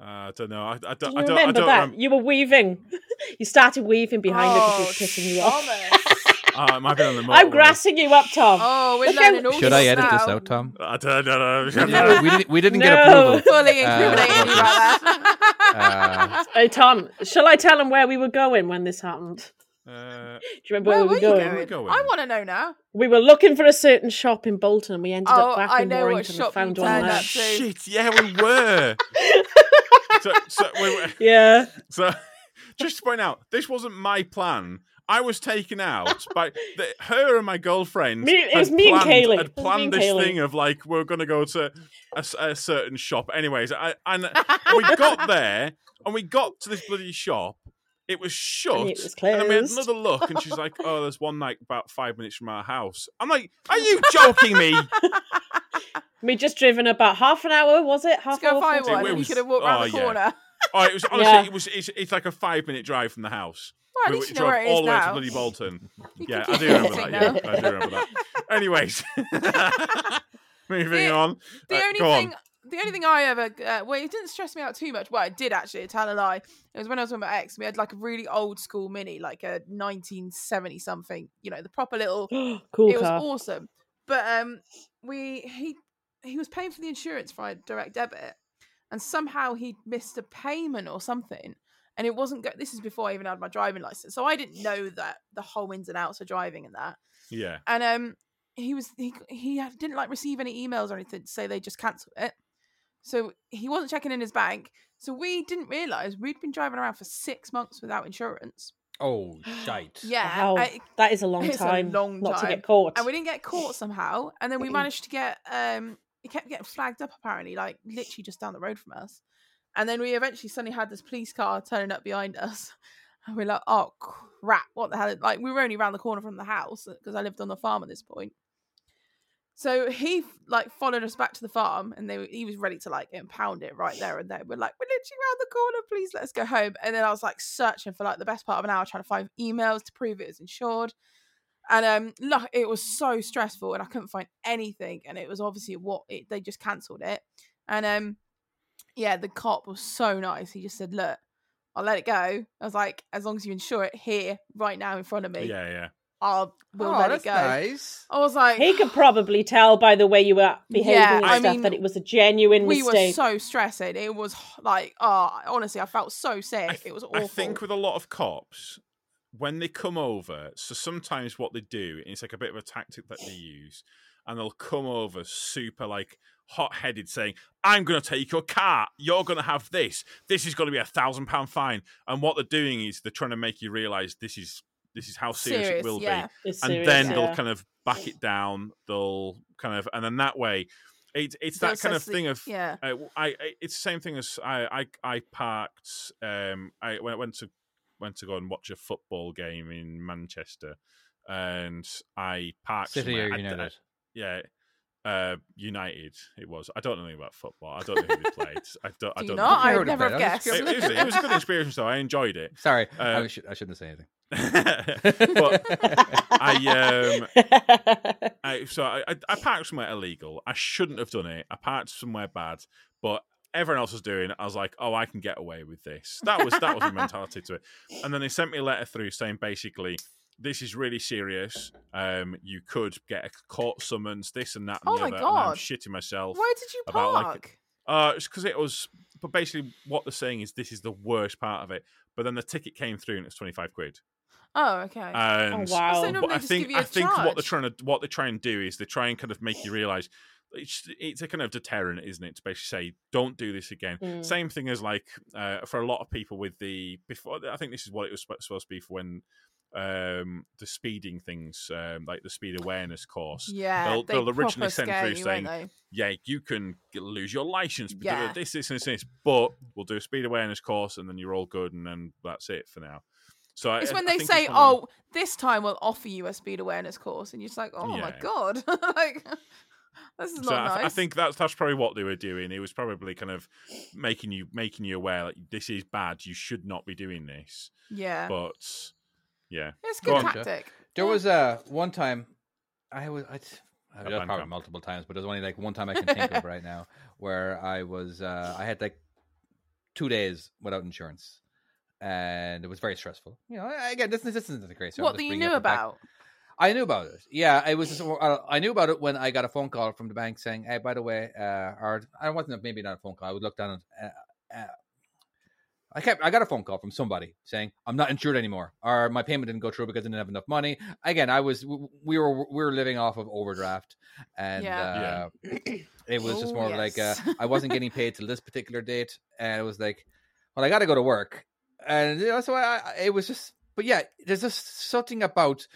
S1: Uh, I don't know. I, I
S7: Do
S1: don't.
S7: you
S1: I don't, I
S7: remember
S1: don't
S7: that?
S1: remember.
S7: You were weaving. you started weaving behind her
S5: Oh,
S7: because she was pissing you off.
S1: Oh, it might be on the motorway.
S7: I'm grassing you up, Tom.
S5: Oh, we're
S7: Look how-
S5: learning all
S6: Should I edit
S5: now.
S6: this out, Tom?
S1: I don't know.
S6: We didn't, we didn't, we didn't get
S7: No.
S6: approval.
S5: Fully incriminating
S6: Uh,
S5: you about that.
S6: Uh,
S7: Hey Oh, Tom, shall I tell him where we were going when this happened?
S1: Uh,
S7: Do you remember
S5: Where
S7: where,
S5: were you
S7: we were going?
S5: going?
S1: going?
S5: I want to know now.
S7: We were looking for a certain shop in Bolton, and we ended
S5: Oh,
S7: up back
S5: I
S7: in
S5: know what
S7: Warrington
S5: shop you
S7: and found one
S5: turned
S7: there.
S5: up. too.
S1: shit! Yeah, we were. so, so, we were-
S7: Yeah,
S1: so, just to point out, this wasn't my plan. I was taken out by the, her and my girlfriend.
S7: Me- it
S1: had
S7: was me and
S1: planned-
S7: Kaylee.
S1: Had
S7: It was me
S1: planned
S7: and
S1: this
S7: Kaylee.
S1: thing of like we're going to go to a, s- a certain shop. Anyways, I, and we got there and we got to this bloody shop. It was shut.
S7: And it was
S1: and then we had
S7: closed.
S1: another look, and she's like, "Oh, there's one like about five minutes from our house." I'm like, "Are you joking me?"
S7: we just driven about half an hour, was it? Half
S5: Let's go buy
S7: hour, 40?
S5: one.
S1: It
S5: and You
S1: was-
S5: could have walked round
S1: oh,
S5: the
S1: yeah.
S5: corner.
S1: Oh, it was honestly,
S7: Yeah.
S1: it was it's, it's like a five minute drive from the house.
S5: Well, at
S1: We-
S5: least
S1: we
S5: you know where
S1: drove
S5: it is
S1: all the way to
S5: now.
S1: bloody Bolton.
S5: You
S1: yeah,
S5: can
S1: I do
S5: keep
S1: remember that.
S5: guessing
S1: Yeah,
S5: now.
S1: I do remember that. Anyways, moving
S5: The-
S1: on.
S5: the
S1: Uh,
S5: only
S1: go on.
S5: thing the only thing I ever uh, well it didn't stress me out too much well it did actually tell a lie it was when I was with my ex we had like a really old school mini like a 1970 something you know the proper little
S7: cool
S5: it was
S7: car.
S5: awesome but um we he he was paying for the insurance via direct debit and somehow he missed a payment or something and it wasn't go- this is before I even had my driving license so I didn't know that the whole ins and outs of driving and that
S1: Yeah.
S5: and um he was he he had- didn't like receive any emails or anything to say they just cancelled it so he wasn't checking in his bank so we didn't realize we'd been driving around for six months without insurance
S6: oh, shite.
S5: yeah
S7: Wow,
S5: I-
S7: that is a long
S5: it's a
S7: time.
S5: long
S7: not to
S5: time.
S7: get caught.
S5: and we didn't get caught somehow and then we managed to get um it kept getting flagged up apparently like literally just down the road from us and then we eventually suddenly had this police car turning up behind us and we're like oh crap what the hell like we were only around the corner from the house because i lived on the farm at this point so he like followed us back to the farm, and they were, he was ready to like impound it right there and then. We're like, we're literally round the corner. Please let us go home. And then I was like searching for like the best part of an hour trying to find emails to prove it was insured. And um, luck it was so stressful, and I couldn't find anything. And it was obviously what it, they just cancelled it. And um, yeah, the cop was so nice. He just said, "Look, I'll let it go." I was like, "As long as you insure it here, right now, in front of
S1: Yeah,
S5: me,
S1: yeah.
S5: I'll we'll
S6: oh,
S5: let
S6: that's
S5: it go."
S6: nice.
S5: I was like,
S7: he could probably tell by the way you were behaving
S5: Yeah,
S7: and
S5: I
S7: stuff
S5: mean,
S7: that it was a genuine
S5: we were
S7: mistake.
S5: so stressing. It was h- like, oh, honestly, I felt so sick.
S1: I th-
S5: it was awful.
S1: I think with a lot of cops, when they come over, so sometimes what they do, and it's like a bit of a tactic that they use, and they'll come over super like hot headed saying, I'm going to take your car. You're going to have this. This is going to be a thousand pound fine. And what they're doing is they're trying to make you realize this is. This is how serious,
S5: Serious,
S1: it will be.
S5: yeah.
S7: It's
S1: and
S7: serious,
S1: then
S7: yeah.
S1: they'll kind of back it down. They'll kind of, and then that way, it, it's that
S5: Those
S1: kind of
S5: sensi-
S1: thing of,
S5: yeah.
S1: uh, w- I, I- it's the same thing as I, I, I parked. Um, I went, went to went to go and watch a football game in Manchester, and I parked.
S6: City
S1: somewhere.
S6: are
S1: I d- I-
S6: united.
S1: yeah, uh, United. It was. I don't know anything about football. I don't know who they played. I don't. I
S5: Do
S1: don't
S5: you
S1: know.
S5: not?
S6: I
S5: I
S6: heard
S5: would
S6: of
S5: never have
S6: that. I was
S5: guessed.
S1: It, it was, it was a good experience, though. I enjoyed it.
S6: Sorry, I,
S1: Uh,
S6: should, I shouldn't say anything.
S1: but I, um, I, so I, I, I parked somewhere illegal. I shouldn't have done it. I parked somewhere bad, but everyone else was doing. it. I was like, oh, I can get away with this. That was that was my mentality to it. And then they sent me a letter through saying basically, this is really serious. Um, you could get a court summons, this and that. And
S5: Oh
S1: the
S5: my
S1: other, And I'm
S5: God.
S1: shitting myself.
S5: Where did you
S1: about, like,
S5: park?
S1: Uh, it's because it was. But basically, what they're saying is this is the worst part of it. But then the ticket came through and it's twenty five quid.
S5: oh, okay.
S1: And
S7: oh wow!
S5: So no-
S1: uh, but
S5: normally
S1: I
S5: just
S1: think
S5: give you a
S1: I think what they're
S5: charge.
S1: trying to what they try and do is they try and kind of make you realize it's it's a kind of deterrent, isn't it? To basically say don't do this again.
S7: Mm.
S1: Same thing as like uh, for a lot of people with the before I think this is what it was sp- supposed to be for when um the speeding things um like the speed awareness course
S5: yeah,
S1: they'll-
S5: they
S1: they'll originally
S5: proper
S1: send
S5: scare
S1: through
S5: you, won't
S1: saying,
S5: they?
S1: yeah you can g- lose your license because
S5: Yeah.
S1: of this this and this but we'll do a speed awareness course and then you're all good and then that's it for now so I-
S5: it's
S1: I-
S5: when
S1: I
S5: they
S1: think
S5: say,
S1: one of them-
S5: "Oh, this time we'll offer you a speed awareness course," and you're just like, "Oh my
S1: Yeah.
S5: god, like this is
S1: So
S5: not
S1: I, th-
S5: nice."
S1: I think that's that's probably what they were doing. It was probably kind of making you making you aware like this is bad. You should not be doing this.
S5: yeah,
S1: But yeah,
S5: it's a
S1: go
S5: good
S1: on, Jeff.
S5: tactic.
S6: There was uh, one time I was I, I
S1: At
S6: did probably
S1: Bandcamp.
S6: multiple times, but there's only like one time I can think of right now where I was uh, I had like two days without insurance, and it was very stressful. You know, I- again, this, this isn't the great. so I'm
S5: what
S6: just
S5: that you
S6: bringing it
S5: knew
S6: up the fact-
S5: about?
S6: I knew about it. Yeah, I was. Just, uh, I knew about it when I got a phone call from the bank saying, "Hey, by the way, uh, our I wasn't maybe not a phone call. I would look down at." Uh, uh, I kept. I got a phone call from somebody saying, "I'm not insured anymore, or my payment didn't go through because I didn't have enough money." Again, I was. w- We were we were living off of overdraft, and
S1: Yeah.
S6: uh, it was just
S5: Oh,
S6: more like uh,
S5: yes.
S6: I wasn't getting paid till this particular date, and it was like, "Well, I got to go to work," and you know, so I, I- it was just. But yeah, there's just something about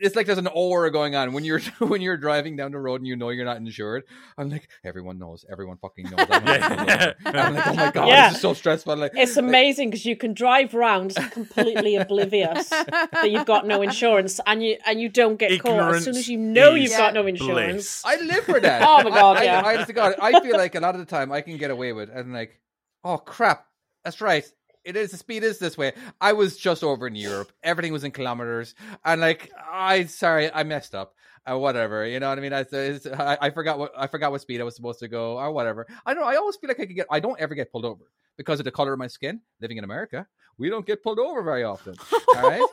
S6: it's like there's an aura going on when you're when you're driving down the road and you know you're not insured. I'm like, everyone knows, everyone fucking knows. I'm, not insured.
S1: yeah.
S6: I'm like, oh my god,
S7: Yeah.
S6: this is so stressful. Like,
S7: It's amazing because you can drive round completely oblivious that you've got no insurance, and you and you don't get caught as soon
S1: Ignorance
S7: as you know
S1: is
S7: you've got no
S1: bliss.
S7: insurance.
S6: I live for that.
S7: Oh my God,
S6: I, I,
S7: yeah.
S6: I, honest to God, I feel like a lot of the time I can get away with, it. and like, oh crap, that's right. It is the speed is this way. I was just over in Europe. Everything was in kilometers, and like, I sorry, I messed up. Uh, whatever, you know what I mean. I, it's- I, I forgot what I forgot what speed I was supposed to go, or whatever. I don't. I always feel like I could get. I don't ever get pulled over because of the color of my skin. Living in America, we don't get pulled over very often. All right.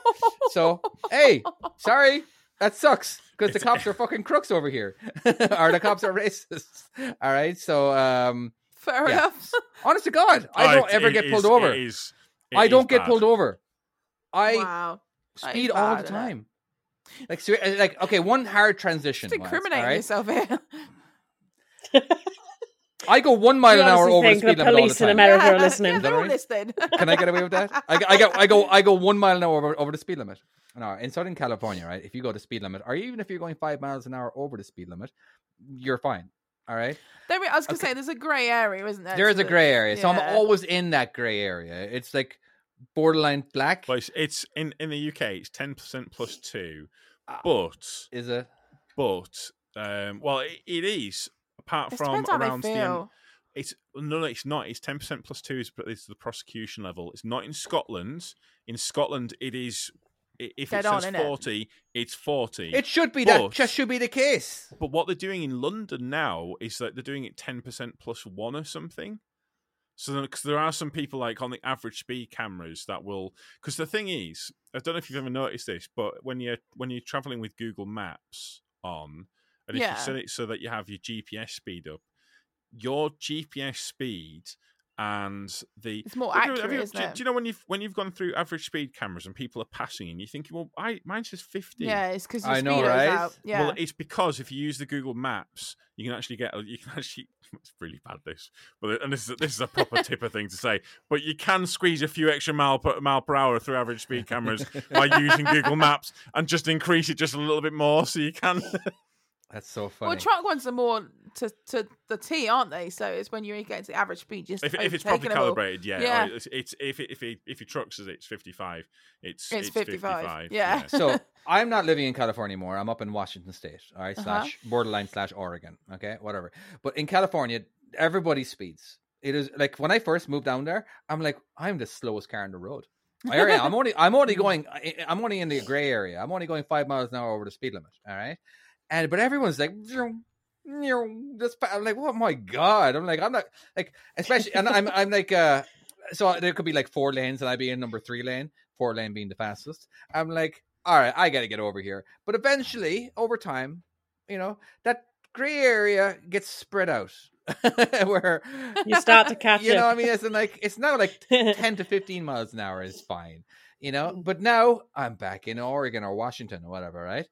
S6: So hey, sorry, that sucks because the
S1: It's-
S6: cops are fucking crooks over here, or the cops are racists. All right, so um,
S5: Fair
S6: Yeah.
S5: enough.
S6: honest to God, I
S1: Oh,
S6: don't
S1: it-
S6: ever
S1: it
S6: get pulled
S1: is-
S6: over.
S1: It is, it
S6: I
S1: is
S6: don't get
S1: bad.
S6: pulled over. I
S5: wow, that is
S6: speed all
S5: bad,
S6: the
S5: isn't it?
S6: time. Like, ser- like okay, one hard transition.
S5: Just
S6: Miles,
S5: incriminating
S6: all right?
S5: yourself here.
S6: I go one mile
S7: You
S6: an hour
S7: obviously
S6: over the
S7: think the
S6: speed limit all the
S7: police in
S6: time.
S7: America- Erica are
S5: yeah,
S7: listening.
S5: yeah,
S6: that
S7: Is
S5: they're all
S6: right?
S5: listening.
S6: Can I get away with that? I, I go, I go, I go one mile an hour over, over the speed limit. An hour in Southern California, right? If you go to speed limit, or even if you're going five miles an hour over the speed limit, you're fine. All right.
S5: There, I was gonna say, there's a grey area, isn't there?
S6: there is
S5: to
S6: a
S5: the-
S6: gray area, so
S5: yeah.
S6: I'm always in that gray area. It's like borderline black.
S1: But it's, it's in in the UK. It's ten percent plus two,
S6: Ah.
S1: but
S6: Is it?
S1: but um, well, it, it is apart
S5: It
S1: from
S5: depends how
S1: around
S5: they
S1: the. um,
S5: feel.
S1: It's no, no, it's not. It's ten percent plus two is is the prosecution level. It's not in Scotland. In Scotland, it is i- if
S5: Dead
S1: it
S5: on,
S1: says
S5: innit?
S1: forty, it's forty.
S6: It should be that.
S1: But-
S6: Just should be the case.
S1: But what they're doing in London now is that they're doing it ten percent plus one or something. So then, because there are some people like on the average speed cameras that will. Because the thing is, I don't know if you've ever noticed this, but when you're when you're traveling with Google Maps on, and if
S5: Yeah.
S1: you set it so that you have your GPS speed up, your GPS speed and the
S5: It's more
S1: have you- have
S5: accurate,
S1: you-
S5: isn't
S1: do,
S5: it?
S1: do you know when you've when you've gone through average speed cameras and people are passing and you're thinking, well, I mine says fifty.
S5: Yeah, it's because your
S6: I know,
S5: speedo's
S6: right?
S5: out. Yeah.
S1: Well, it's because if you use the Google Maps, you can actually get you can actually. It's really bad this, but and this is this is a proper tipper thing to say. But you can squeeze a few extra mile per mile per hour through average speed cameras by using Google Maps and just increase it just a little bit more, so you can.
S6: That's so funny.
S5: well, truck ones are more to to the T, aren't they? So it's when you're getting to the average speed, just
S1: If, if it's
S5: overtaking
S1: properly
S5: them all.
S1: calibrated, yeah.
S5: Yeah.
S1: Or It's, it's if it, if it, if your truck says it's fifty five, it's
S5: It's 55, yeah.
S6: So I'm not living in California anymore. I'm up in Washington State, all right,
S5: Uh-huh.
S6: slash borderline slash Oregon, okay, whatever. But in California, everybody speeds. It is like when I first moved down there, I'm like, I'm the slowest car on the road. I already, I'm only, I'm only going, I- I'm only in the gray area. I'm only going five miles an hour over the speed limit, all right. And but everyone's like, "Vroom, vroom," this. pa- I'm like, oh my god! I'm like, I'm not like, especially, and I'm, I'm like, uh, so there could be like four lanes, and I'd be in number three lane, four lane being the fastest. I'm like, all right, I got to get over here. But eventually, over time, you know, that gray area gets spread out, where
S7: You start to catch
S6: you
S7: up.
S6: know, what I mean, it's in like it's now like ten to fifteen miles an hour is fine, you know. But now I'm back in Oregon or Washington or whatever, right?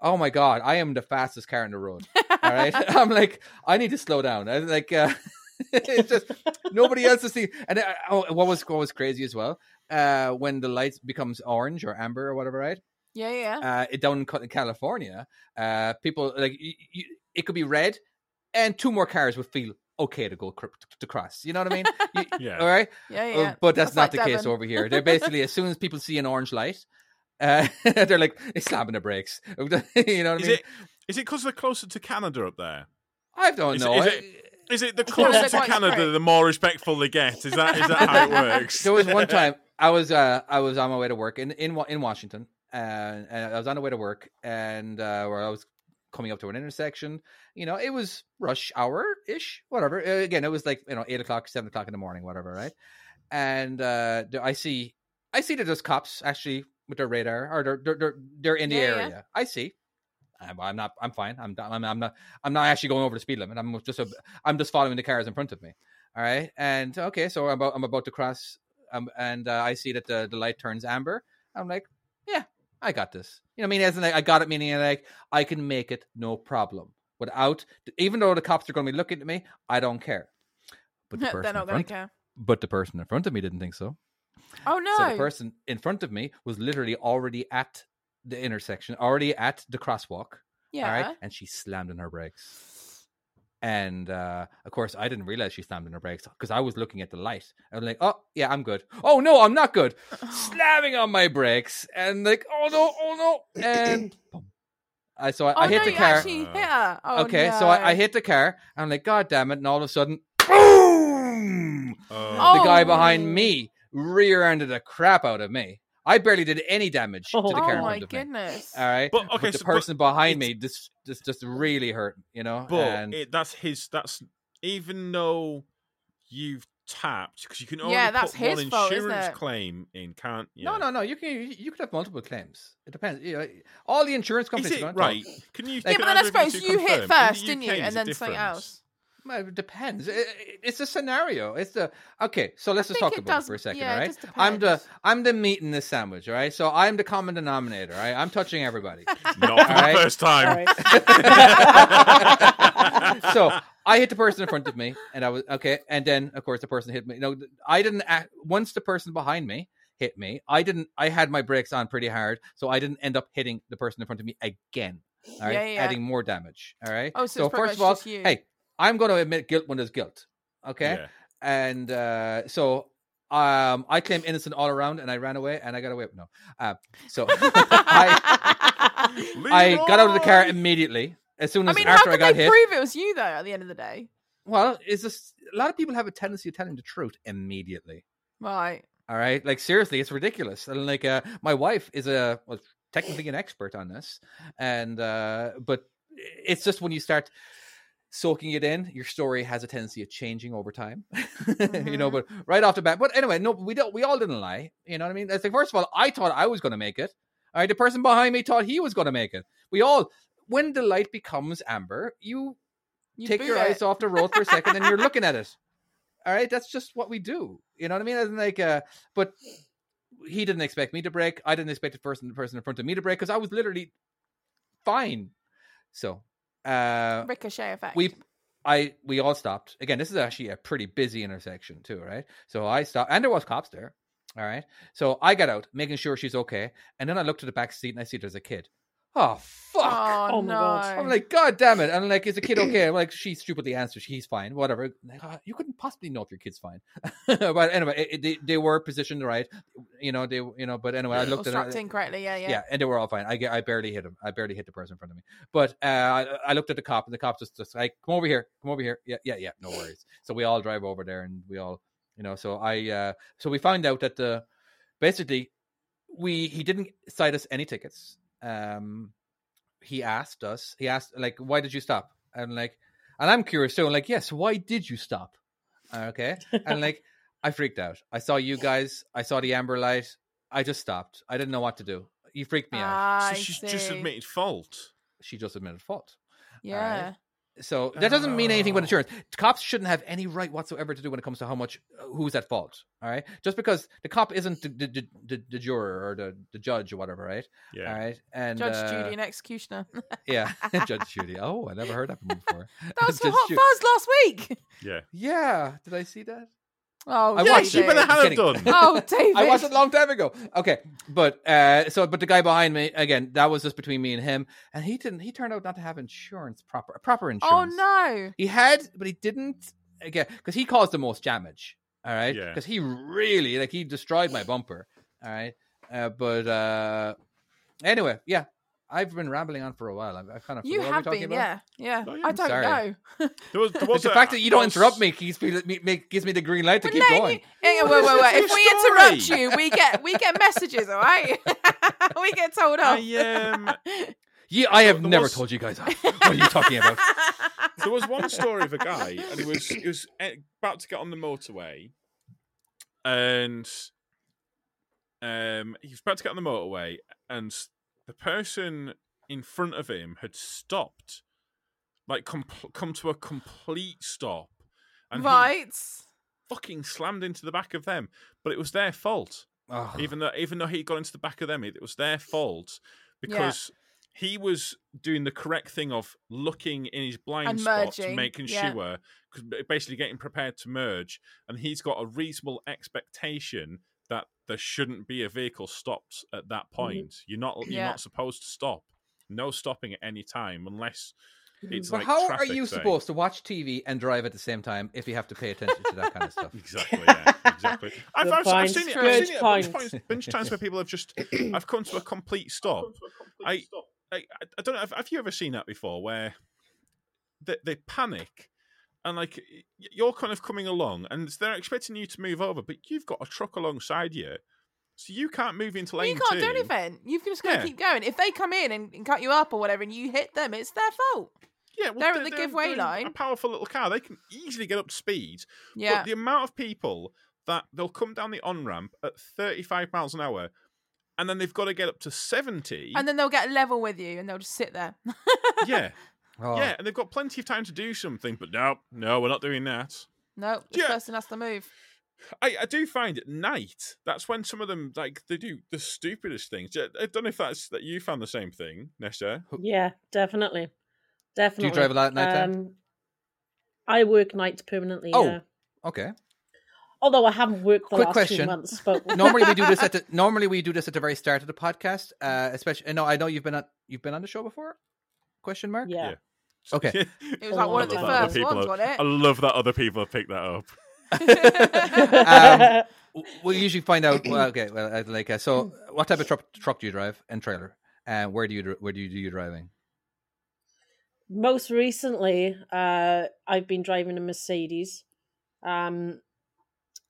S6: Oh my god, I am the fastest car on the road. All right, I'm like, I need to slow down. I like, uh, it's just nobody else to see. And uh, oh, what was what was crazy as well? Uh, when the lights becomes orange or amber or whatever, right?
S5: Yeah, yeah.
S6: Uh, it- down in Ca- California, uh, people like y y it could be red, and two more cars would feel okay to go cr- to cross. You know what I mean? You-
S1: Yeah.
S6: All right,
S5: Yeah,
S6: Uh,
S5: yeah.
S6: but that's, not
S5: like
S6: the case
S5: Devon.
S6: over here. They're basically as soon as people see an orange light, uh, they're like they're slamming the brakes. you know what I
S1: Is
S6: mean?
S1: it is it because they're closer to Canada up there?
S6: I don't
S1: is-
S6: know.
S1: is
S6: I-
S1: it- Is it the
S5: Yeah,
S1: closer
S5: they're
S1: to
S5: quite
S1: Canada,
S5: straight.
S1: the more respectful they get? Is that is that how it works?
S6: there was one time I was uh, I was on my way to work in in Wa- in Washington, and, and I was on the way to work, and uh, where I was coming up to an intersection. You know, it was rush hour ish, whatever. Uh, Again, it was like you know eight o'clock, seven o'clock in the morning, whatever, right? And uh, th- I see I see that there's cops actually with their radar, or they're they're they're, they're in the
S5: Yeah, yeah.
S6: area. I see. I'm, I'm not. I'm fine. I'm, not- I'm. I'm not. I'm not actually going over the speed limit. I'm just. A, I'm just following the cars in front of me. All right. And okay, so I'm about. I'm about to cross. Um, and uh, I see that the, the light turns amber. I'm like, yeah, I got this. You know, what I mean, as in, like, I got it. Meaning, like, I can make it, no problem. Without, even though the cops are going to be looking at me, I don't care. But the person
S5: They're
S6: in
S5: not going
S6: front,
S5: to care.
S6: but the person in front of me didn't think so.
S5: Oh
S6: So the
S5: no!
S6: person in front of me was literally already at the intersection, already at the crosswalk.
S5: yeah.
S6: All right. And she slammed on her brakes. And uh, of course, I didn't realize she slammed on her brakes because I was looking at the light. I'm like, oh, yeah, I'm good. Oh, no, I'm not good. Slamming on my brakes. And like, oh, no, oh, no. And boom. I, so I,
S5: Oh
S6: I hit
S5: no!
S6: the
S5: you
S6: car.
S5: actually hit her. Oh,
S6: okay.
S5: no.
S6: So I, I hit the car. I'm like, God damn it. And all of a sudden, boom
S1: Oh,
S6: the guy behind
S5: Oh.
S6: me rear-ended the crap out of me. I barely did any damage to the
S5: Oh
S7: Oh.
S6: car in
S5: my
S6: front of me.
S5: goodness!
S6: All right,
S1: But, okay,
S6: the
S1: so- but
S6: person behind
S1: it's-
S6: me this this just really hurt, you know.
S1: but
S6: and
S1: it, that's his. That's even though you've tapped because you can only
S5: Yeah, that's
S1: put one
S5: his fault, isn't
S1: insurance
S5: it?
S1: claim in, can't you?
S6: no, no, no. You can you- you could have multiple claims. It depends. You know, all the insurance
S1: Is
S6: companies are
S1: it
S6: gonna tell-
S1: right? Can you?
S5: yeah,
S1: can
S5: but then I
S1: either of
S5: suppose
S1: two
S5: you hit
S1: confirm? In the
S5: first, didn't you?
S1: UK,
S5: And
S1: there's a
S5: then something
S1: difference.
S5: else.
S6: Well, It depends. It, it- it's a scenario. It's the okay. So let's
S5: I
S6: just
S5: think
S6: talk
S5: it
S6: about
S5: does-
S6: it for a second,
S5: yeah, it
S6: all right?
S5: just
S6: I'm the
S5: depends.
S6: I'm the meat in the sandwich, all right? So I'm the common denominator, all right? I'm touching everybody.
S1: Not for
S6: Alright.
S1: the first time.
S7: Sorry.
S6: so I hit the person in front of me, and I was okay. And then, of course, the person hit me. No, I didn't. Act, once the person behind me hit me, I didn't. I had my brakes on pretty hard, so I didn't end up hitting the person in front of me again. All right,
S5: Yeah, yeah.
S6: adding more damage. All right.
S5: Oh, so it's pretty
S6: first of
S5: much
S6: all,
S5: just you.
S6: hey, I'm going to admit guilt when there's guilt. Okay,
S1: Yeah.
S6: and uh, so. Um, I claim innocent all around, and I ran away, and I got away. No, uh, so I, I got out of the car
S5: Oh,
S1: Leroy!
S6: immediately as soon
S5: I
S6: as
S5: mean, how
S6: after
S5: can
S6: I got
S5: they
S6: hit.
S5: prove it was you though? At the end of the day,
S6: Well, it's just a lot of people have a tendency of telling the truth immediately.
S5: right?
S6: All right, like seriously, it's ridiculous. And like, uh, my wife is a well, technically an expert on this, and uh, but it's just when you start soaking it in, your story has a tendency of changing over time. you know,
S5: Mhm.
S6: but right off the bat, but anyway, no, we don't. We all didn't lie. You know what I mean? It's like first of all, I thought I was going to make it. All right, the person behind me thought he was going to make it. We all, when the light becomes amber, you
S5: You
S6: take
S5: boot
S6: your
S5: it.
S6: eyes off the road for a second and you're looking at it. All right, that's just what we do. You know what I mean? And like, uh, but he didn't expect me to break. I didn't expect the person, the person in front of me to break because I was literally fine. So, uh,
S5: Ricochet effect.
S6: we, I, we all stopped. Again, this is actually a pretty busy intersection too, right? So I stopped, and there was cops there. All right, so I got out, making sure she's okay, and then I looked to the back seat and I see there's a kid. oh fuck.
S5: Oh,
S7: Oh
S5: no.
S7: my God.
S6: I'm like, God damn it. And like, is the kid okay? I'm like, she stupidly answers, he's fine, whatever. I'm Like, "Ah, you couldn't possibly know if your kid's fine. but anyway, it, it- they, they were positioned right. You know, they, you know, but anyway, I
S5: Or
S6: looked at
S5: strapped
S6: it.
S5: in correctly. Yeah, yeah.
S6: Yeah, and they were all fine. I get, I barely hit him. I barely hit the person in front of me. But uh, I, I looked at the cop, and the cop just, just like, "Come over here, come over here." Yeah, yeah, yeah. No worries. So we all drive over there, and we all, you know. So I, uh, so we found out that the, basically, we he didn't cite us any tickets. Um, he asked us. He asked like, "Why did you stop?" And like, and I'm curious too. I'm like, "Yes, why did you stop?" Okay, and like, I freaked out. I saw you guys. I saw the amber light. I just stopped. I didn't know what to do. You freaked me out.
S5: I
S1: Ah, so she's just
S5: see.
S1: admitted fault.
S6: She just admitted fault.
S5: Yeah.
S6: So that doesn't mean anything
S5: Oh.
S6: about insurance. Cops shouldn't have any right whatsoever to do when it comes to how much uh, who's at fault. All right, just because the cop isn't the, the, the- the, the juror or the, the judge or whatever, right?
S1: Yeah.
S6: All right, and
S5: Judge
S6: uh,
S5: Judy and Executioner.
S6: yeah, Judge Judy. Oh, I never heard that one before.
S5: That was for
S6: Judge
S5: Hot
S6: Ju-
S5: Fuzz last week.
S1: Yeah.
S6: Yeah, did I see that?
S5: Oh,
S6: I
S1: yeah,
S6: watched
S1: you
S6: it.
S1: better
S6: I'm
S1: have it
S6: kidding.
S1: done.
S5: Oh, David.
S6: I watched it a long time ago. Okay, but uh, so but the guy behind me again, that was just between me and him, and he didn't. He turned out not to have insurance proper proper
S5: Oh
S6: insurance.
S5: no.
S6: He had, but he didn't again because he caused the most damage. All right,
S1: Yeah.
S6: because he really like he destroyed my bumper. All right, uh, but uh, anyway, yeah, I've been rambling on for a while. I've, I've kind of
S5: You
S6: what were we
S5: have
S6: talking
S5: been,
S6: about?
S5: yeah. Yeah.
S1: Oh, yeah,
S5: I
S1: I'm
S5: don't
S6: sorry.
S5: know.
S1: There was, there
S6: But
S1: was
S6: the
S1: a-
S6: fact that you don't
S1: I'll
S6: interrupt
S1: s-
S6: me keeps me, me, me gives me the green light to
S5: We're
S6: keep
S5: letting
S6: going.
S5: you- Hang on, wait, wait, wait. If we interrupt you, we get we get messages, all right? we get told off.
S1: I, um,
S6: Yeah, I have
S1: There
S6: never
S1: was-
S6: told you guys. off. what are you talking about?
S1: there was one story of a guy, and he was he was eh, about to get on the motorway, and um, he was about to get on the motorway, and the person in front of him had stopped, like com- come to a complete stop, and he
S5: right.
S1: fucking slammed into the back of them. But it was their fault,
S6: Oh.
S1: even though even though he got into the back of them, it, it was their fault because. He was doing the correct thing of looking in his blind
S5: And
S1: spots,
S5: merging,
S1: making
S5: yeah.
S1: sure, because basically getting prepared to merge. And he's got a reasonable expectation that there shouldn't be a vehicle stopped at
S6: Mm-hmm.
S1: that point. You're not you're
S5: Yeah.
S1: not supposed to stop. No stopping at any time unless it's
S6: Mm-hmm. But
S1: like
S6: how are
S1: traffic,
S6: you
S1: say.
S6: supposed to watch TV and drive at the same time if you have to pay attention to that kind of stuff?
S1: Exactly. Yeah, exactly. I've,
S7: Good
S1: I've, I've
S7: point.
S1: seen it. I've
S7: Good
S1: seen it a bunch, of
S7: point.
S1: times, bunch of times where people have just. I've come to a complete stop. I, I, I- I don't know. Have, have you ever seen that before? Where they, they panic and like y- you're kind of coming along, and they're expecting you to move over, but you've got a truck alongside you, so you can't move into lane
S5: You
S1: two.
S5: can't do anything. You've just got to
S1: Yeah.
S5: keep going. If they come in and, and cut you up or whatever and you hit them, it's their fault.
S1: Yeah, well,
S5: They're at the giveaway
S1: they're in A
S5: line.
S1: powerful little car. They can easily get up to speed.
S5: Yeah.
S1: But the amount of people that they'll come down the on ramp at 35 miles an hour and then they've got to get up to 70.
S5: and then they'll get level with you and they'll just sit there.
S1: yeah.
S6: Oh,
S1: Yeah. And they've got plenty of time to do something. But no, no, we're not doing that.
S5: no, this
S1: Yeah.
S5: person has to move.
S1: I, I do find at night, that's when some of them, like, they do the stupidest things. Yeah, I don't know if that's that you found the same thing, Nesta.
S7: Yeah, definitely.
S6: Do
S7: Definitely.
S6: you drive a lot at night time?
S7: Um, I work nights permanently.
S6: Oh.
S7: yeah.
S6: okay.
S7: Although I haven't worked the
S6: Quick
S7: last two
S6: question.
S7: months, but
S6: Normally we do this at the normally we do this at the very start of the podcast. Uh, especially, and no, I know you've been on you've been on the show before. Question mark.
S7: yeah.
S1: Yeah.
S6: Okay.
S5: It was like
S7: Oh,
S5: one of the
S7: I love that.
S5: first ones, wasn't
S1: I love that other people have picked that up.
S5: it?
S6: Um, w- we usually find out. Well, okay. Well, uh, like, uh, so what type of truck truck do you drive and trailer? And where do you dri- where do you do your driving?
S7: most recently uh i've been driving a mercedes um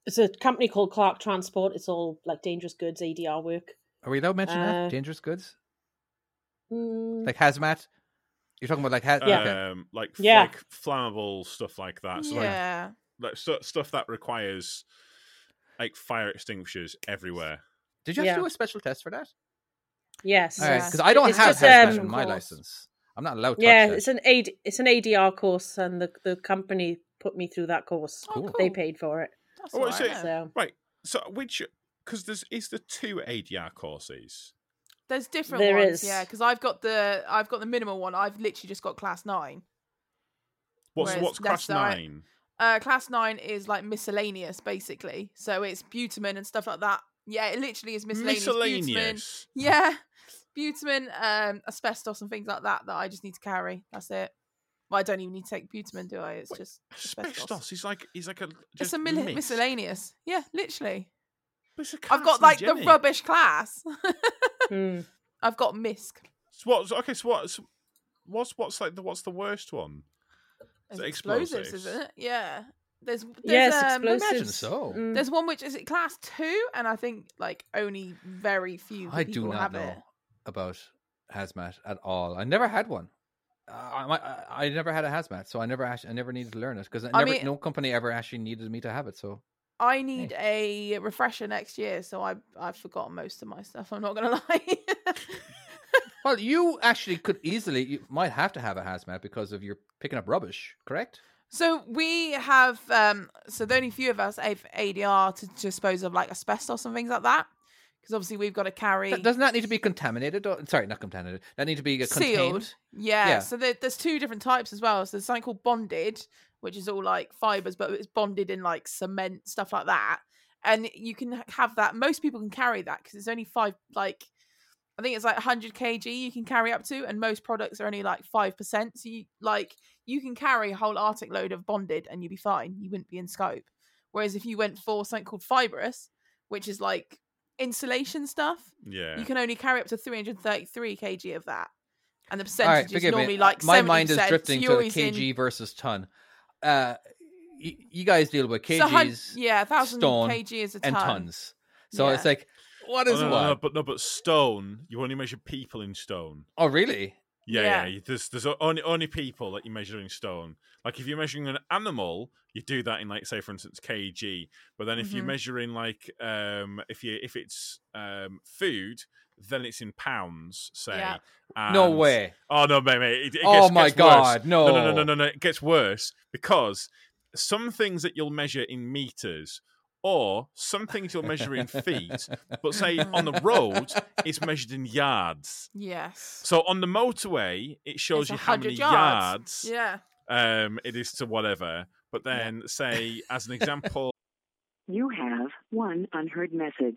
S7: it's a company called clark transport it's all like dangerous goods adr work
S6: Are we allowed to mention
S7: Uh,
S6: that dangerous goods
S7: Mm,
S6: like hazmat? You're talking about like ha-
S7: Uh, Yeah.
S6: okay.
S1: Um, like,
S7: Yeah.
S1: like flammable stuff like that. So, like,
S5: yeah.
S1: like stu- stuff that requires like fire extinguishers everywhere.
S6: Did you have to
S7: Yeah.
S6: do a special test for that?
S7: yes
S6: All right,
S5: Yeah.
S6: because I don't
S7: It's
S6: have
S7: just,
S6: hazmat
S7: um,
S6: on my
S7: course.
S6: license. I'm not allowed. To
S7: yeah
S6: touch that.
S7: it's an AD, it's an adr course and the the company put me through that course
S5: Oh, cool.
S7: they paid for it
S5: That's
S1: Oh,
S5: all
S1: is
S5: right,
S1: it?
S5: then.
S7: so
S1: Right. So which because there's is the two ADR courses.
S5: There's different
S7: There
S5: ones,
S7: is.
S5: yeah. Because I've got the I've got the minimal one. I've literally just got class nine.
S1: What's
S5: Whereas
S1: what's
S5: that's
S1: class
S5: all right.
S1: nine?
S5: Uh, class nine is like miscellaneous, basically. So it's butamin and stuff like that. Yeah, it literally is miscellaneous. butamin.
S1: Miscellaneous.
S5: Yeah, butamin, um, asbestos, and things like that that I just need to carry. That's it. Well, I don't even need to take butamin, do I? It's
S1: Wait,
S5: just asbestos.
S1: Asbestos is like is like a
S5: It's
S1: just
S5: a mil-
S1: mist.
S5: miscellaneous. Yeah, literally.
S1: But it's a
S5: I've got like the
S1: carcinogenic.
S5: rubbish class.
S7: Hmm.
S5: I've got misc.
S1: So what? so- Okay, so what? So what's what's like the what's the worst one?
S5: It's
S1: it
S5: explosives,
S1: explosives?
S5: isn't it? Yeah. There's, there's
S7: Yes,
S5: um,
S7: explosives.
S6: Imagine so.
S7: Mm.
S5: There's one which is it class two, and I think like only very few
S6: I
S5: people
S6: do not
S5: have
S6: know
S5: it.
S6: about hazmat at all. I never had one. Uh, I, I I never had a hazmat, so I never actually, I never needed to learn it because I
S5: I
S6: never
S5: mean-
S6: no company ever actually needed me to have it. So
S5: I need a refresher next year, so I I've forgotten most of my stuff. I'm not gonna lie.
S6: well, you actually could easily you might have to have a hazmat because of your picking up rubbish, correct?
S5: so we have um so the only few of us have ADR to dispose of like asbestos and things like that. Because obviously we've got to carry
S6: Th- Doesn't that need to be contaminated? Or, sorry, not contaminated. That need to be uh, contained.
S5: sealed. Yeah.
S6: Yeah.
S5: So there, there's two different types as well. So there's something called bonded, which is all like fibers, but it's bonded in like cement stuff like that. And you can h- have that. Most people can carry that because it's only five. Like I think it's like 100 kg you can carry up to, and most products are only like five percent. So you like you can carry a whole Arctic load of bonded, and you'd be fine. You wouldn't be in scope. Whereas if you went for something called fibrous, which is like insulation stuff,
S1: Yeah.
S5: you can only carry up to 333 kg of that. And the
S6: All right,
S5: percentage is
S6: forgive
S5: normally
S6: me.
S5: like
S6: My
S5: 70%.
S6: mind is
S5: so
S6: drifting to
S5: you're
S6: the
S5: always in-
S6: kg versus ton. Uh, y- you guys deal with
S5: it's a hun-
S6: kgs
S5: yeah, 1,000
S6: stone,
S5: kg is a ton.
S6: and tons, so
S5: Yeah.
S6: it's like what
S1: Oh,
S6: is
S1: no, no,
S6: what?
S1: no, but no, but stone. You only measure people in stone.
S6: Oh, really?
S1: Yeah,
S5: Yeah.
S1: yeah. you- There's there's o- only only people that you measure in stone. Like if you're measuring an animal, you do that in like say for instance kg. But then if you're
S5: Mhm.
S1: measuring like um if you if it's um food, then it's in pounds. Say
S5: Yeah.
S6: No
S1: And-
S6: way.
S1: Oh no, mate, mate. It, it
S6: Oh
S1: gets,
S6: my
S1: gets worse.
S6: God, Oh.
S1: No, no, no,
S6: no.
S1: no, no, no. It gets worse because some things that you'll measure in meters. Or some things you'll measure in feet, but say on the road, it's measured in yards.
S5: Yes.
S1: So on the motorway, it shows
S5: It's
S1: you how
S5: 100
S1: many
S5: yards.
S1: yards,
S5: Yeah.
S1: um, it is to whatever. But then, say, as an example,
S3: You have one unheard message.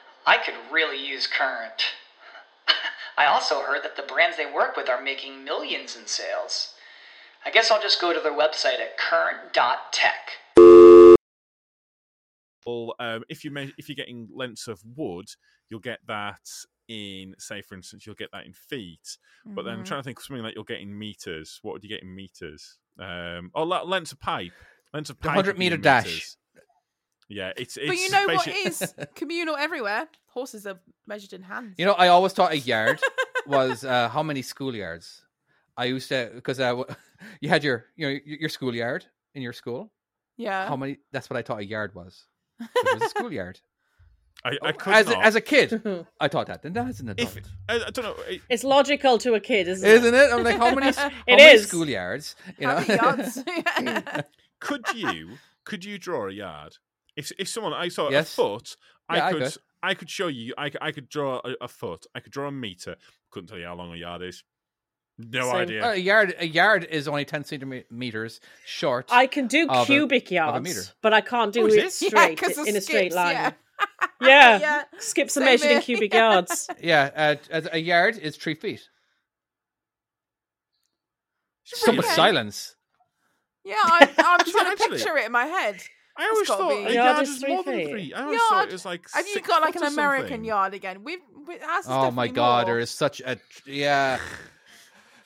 S4: I could really use Current. I also heard that the brands they work with are making millions in sales. I guess I'll just go to their website at current.tech.
S1: um, if you measure, if you're getting lengths of wood, you'll get that in, say, for instance, you'll get that in feet. But then I'm
S5: Mhm.
S1: trying to think of something that you'll get in meters. What would you get in meters? Um, oh, le- lengths of pipe, lengths of
S6: The
S1: pipe,
S6: 100
S1: would be in
S6: meter dash.
S1: meters. Yeah, it's it's.
S5: But you know what
S1: basic-
S5: is communal everywhere? Horses are measured in hands.
S6: You know, I always thought a yard was uh, how many schoolyards. I used to because uh, w- you had your you know your, your schoolyard in your school.
S5: yeah.
S6: how many? That's what I thought a yard was. It was a schoolyard. Oh,
S1: I, I could
S6: as
S1: not.
S6: a, as a kid, I thought that. And now as an adult,
S1: if, I, I don't know. It,
S7: It's logical to a kid, isn't,
S6: isn't it? I'm like, how many? s- How
S7: It
S6: many
S7: is.
S6: schoolyards. You
S5: How
S6: know,
S5: many yards? Yeah.
S1: could you could you draw a yard if if someone i saw
S6: Yes.
S1: a foot
S6: Yeah, I
S1: i could I
S6: could.
S1: could. show you I, c- I could draw a, a foot i could draw a meter couldn't tell you how long a yard is no
S7: Same.
S1: idea
S5: Oh,
S6: a yard. A yard is only ten centimeters short.
S7: I can do
S6: Of a-
S7: cubic
S6: of a
S7: yards,
S6: meter.
S7: but I can't do
S1: Oh, is
S7: it
S1: it?
S7: straight
S5: Yeah, 'cause of
S7: in a straight
S5: skips,
S7: line.
S5: yeah.
S7: Yeah.
S5: Yeah.
S7: Skips are
S5: Same
S7: measured in
S5: here.
S7: cubic yards.
S6: yeah, uh, as a yard is three feet. So much
S1: Really?
S6: silence.
S5: yeah, I'm, I'm
S1: it
S5: trying to
S1: actually?
S5: picture it in my head.
S1: i always
S5: gotta
S1: thought
S5: be-
S1: a
S7: Yard
S1: yard
S7: is
S1: is
S7: three
S1: more than
S7: feet.
S1: three i always thought
S5: Yard?
S1: it was like
S5: Have you
S1: six
S5: got like an
S1: foot or
S5: American
S1: something.
S5: yard again? We've, we ours is
S6: Oh my
S5: definitely
S6: god,
S5: more.
S6: there is such a yeah.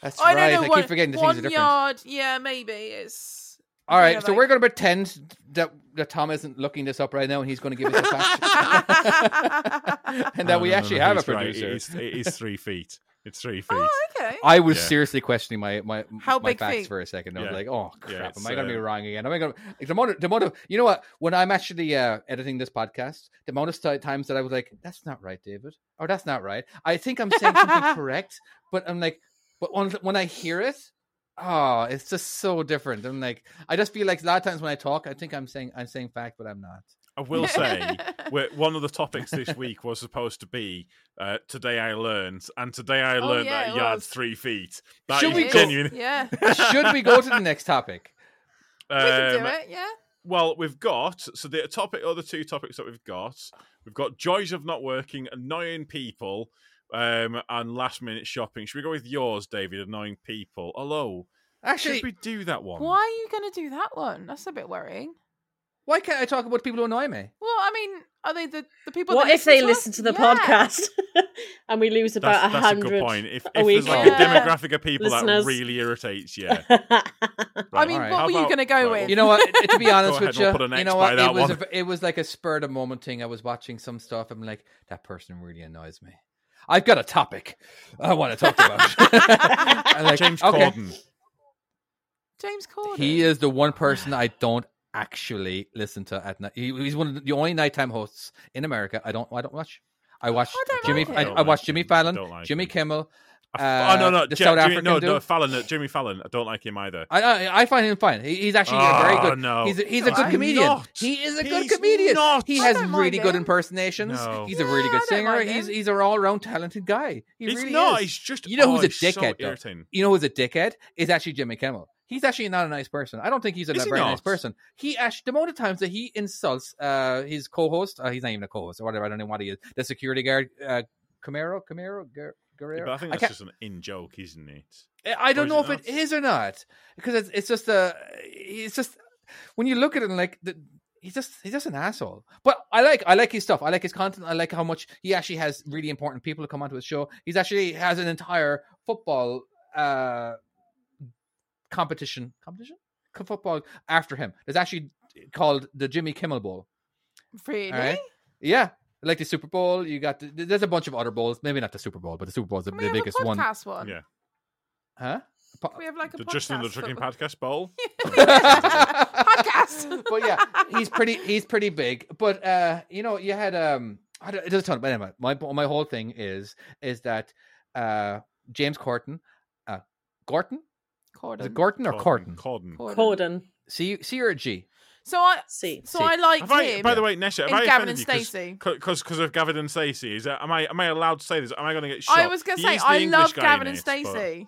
S6: That's
S5: Oh, I
S6: right.
S5: don't know.
S6: I
S5: one,
S6: keep forgetting the
S5: one
S6: things are different.
S5: yard. Yeah, maybe it's.
S6: All right,
S5: Yeah,
S6: so
S5: like-
S6: we're going to pretend that that Tom isn't looking this up right now, and he's going to give us a fact, and
S5: I
S6: that
S1: No,
S6: we
S1: no, no,
S6: actually
S1: no,
S6: have a
S1: he's right, it
S6: producer.
S1: is- it is three feet It's three feet.
S5: Oh, okay.
S6: I was
S1: Yeah.
S6: seriously questioning my my,
S5: How
S6: my
S5: big
S6: facts
S5: feet?
S6: for a second. I
S1: Yeah.
S6: was like, "Oh
S1: Yeah,
S6: crap, am
S1: it's,
S6: I going to be
S1: uh,
S6: wrong again? Am I going to like, the amount of, the amount of, you know what? When I'm actually uh, editing this podcast, the amount of ti- times that I was like, "That's not right, David," or "That's not right," I think I'm saying something correct, but I'm like, but when, when I hear it, oh, it's just so different. I'm like, I just feel like a lot of times when I talk, I think I'm saying I'm saying fact, but I'm not.
S5: Oh,
S1: I will say, we one of the topics this week was supposed to be uh, today I learned, and today I
S5: Oh,
S1: learned
S5: yeah,
S1: that
S5: it
S1: a yard's
S5: was.
S1: three feet. That
S6: Should
S1: is
S6: we
S5: It
S6: go-
S5: is,
S1: genuine.
S5: Yeah. We
S6: Should we go to the next topic?
S5: can
S1: Um,
S5: do it, yeah.
S1: Well, we've got so the topic, other two topics that we've got, we've got joys of not working, annoying people, um, and last minute shopping. Should we go with yours, David? Annoying people. Hello.
S6: Actually,
S1: Should we do that one?
S5: Why are you going to do that one? That's a bit worrying.
S6: why can't I talk about people who annoy me?
S5: Well, I mean, are they the, the people
S7: what
S5: that
S7: if they
S5: to us?
S7: listen to the
S5: Yeah.
S7: podcast and we lose
S1: That's,
S7: about a
S1: that's a good
S7: hundred?
S1: point. If,
S7: a
S1: if
S7: week
S1: there's like a
S5: on Yeah.
S1: demographic of people
S7: listeners.
S1: that really irritates you, right.
S5: I mean,
S6: Alright.
S5: what
S1: How
S5: were you
S1: about-
S5: going to go
S1: right,
S5: with?
S6: You know what? To be honest
S1: ahead,
S6: with
S1: we'll
S6: you,
S1: put an
S6: you
S1: X
S6: know
S1: by
S6: what?
S1: that
S6: It was
S1: one.
S6: a, it was like a spur of the moment thing. I was watching some stuff. I'm like, that person really annoys me. I've got a topic I want to talk about. I'm like,
S1: James
S6: okay.
S1: Corden.
S5: James Corden.
S6: He is the one person I don't actually listen to at night. He, he's one of the only nighttime hosts in America. I don't. I don't watch. I watch
S5: don't
S6: Jimmy.
S5: like
S6: I,
S5: him.
S6: I watch Jimmy Fallon,
S1: Don't like
S6: Jimmy
S1: him.
S6: Kimmel.
S1: I
S6: Uh,
S1: f- oh no, no,
S6: the
S1: Jim- Jimmy,
S6: South
S1: no,
S6: African
S1: no,
S6: dude.
S1: Fallon, no, Jimmy Fallon. I don't like him either.
S6: I, I I find him fine. He, he's actually a very
S1: Oh,
S6: good.
S1: no.
S6: He's a, he's a
S5: No,
S6: good
S5: I'm
S6: comedian.
S1: not.
S6: He is a good
S1: He's
S6: comedian.
S1: not.
S6: He
S5: I
S6: has
S5: don't
S6: really
S5: mind
S6: good
S5: him.
S6: impersonations.
S1: No.
S6: He's a
S5: Yeah,
S6: really
S5: I
S6: good
S5: don't
S6: singer.
S5: mind
S6: He's
S5: him.
S6: he's an all round talented guy. He
S1: He's
S6: really
S1: not.
S6: is.
S1: He's just.
S6: You know
S1: oh,
S6: who's a
S1: he's so
S6: dickhead, though?
S1: irritating.
S6: You know who's a dickhead? Is actually Jimmy Kimmel. He's actually not a nice person. I don't think he's a
S1: Is he
S6: very nice
S1: not?
S6: person. He actually the amount of times that he insults uh, his co-host, uh, he's not even a co-host or whatever. I don't know what he is. The security guard, uh, Camaro, Camaro, Guer-
S1: Yeah,
S6: Guerrero.
S1: but I think
S6: I
S1: that's
S6: can't-
S1: just an in joke, isn't it?
S6: I- I
S1: is
S6: don't
S1: it
S6: know if
S1: not?
S6: it is or not because it's, it's just a it's just when you look at him like the, he's just he's just an asshole. But I like I like his stuff. I like his content. I like how much he actually has really important people who come onto his show. He's actually has an entire football uh competition competition Co- football after him. It's actually called the Jimmy Kimmel Bowl.
S5: Really?
S6: All right. Yeah. Like the Super Bowl, you got the, there's a bunch of other bowls. Maybe not the Super Bowl, but the Super Bowl is the,
S5: Can we
S6: the
S5: have
S6: biggest
S5: a
S6: one.
S5: podcast one?
S1: Yeah.
S6: Huh? Po-
S5: Can we have like a
S1: The
S5: podcast?
S1: Justin and the Trucking
S5: that-
S1: Podcast Bowl.
S5: podcast.
S6: but yeah, he's pretty. He's pretty big. But uh, you know, you had um. I don't, it doesn't tell. But anyway, my my whole thing is is that uh James Corton, uh, Gorton, is it
S5: Corden.
S6: Gorton or Corton?
S1: Corden.
S5: Corden.
S7: Corden.
S6: C C or a G?
S5: So I,
S7: See.
S5: so
S6: See.
S5: I liked
S1: Have I,
S5: him.
S1: by the way, Nesha, have
S5: in
S1: I offended
S5: Gavin and
S1: you 'cause-
S5: Stacey.
S1: Because because of Gavin and Stacey, is that, am I am I allowed to say this? Am I going to get shot?
S5: I was going to
S1: He
S5: say
S1: is the
S5: I
S1: English
S5: love
S1: guy
S5: Gavin
S1: in
S5: and
S1: it, but-
S5: Stacey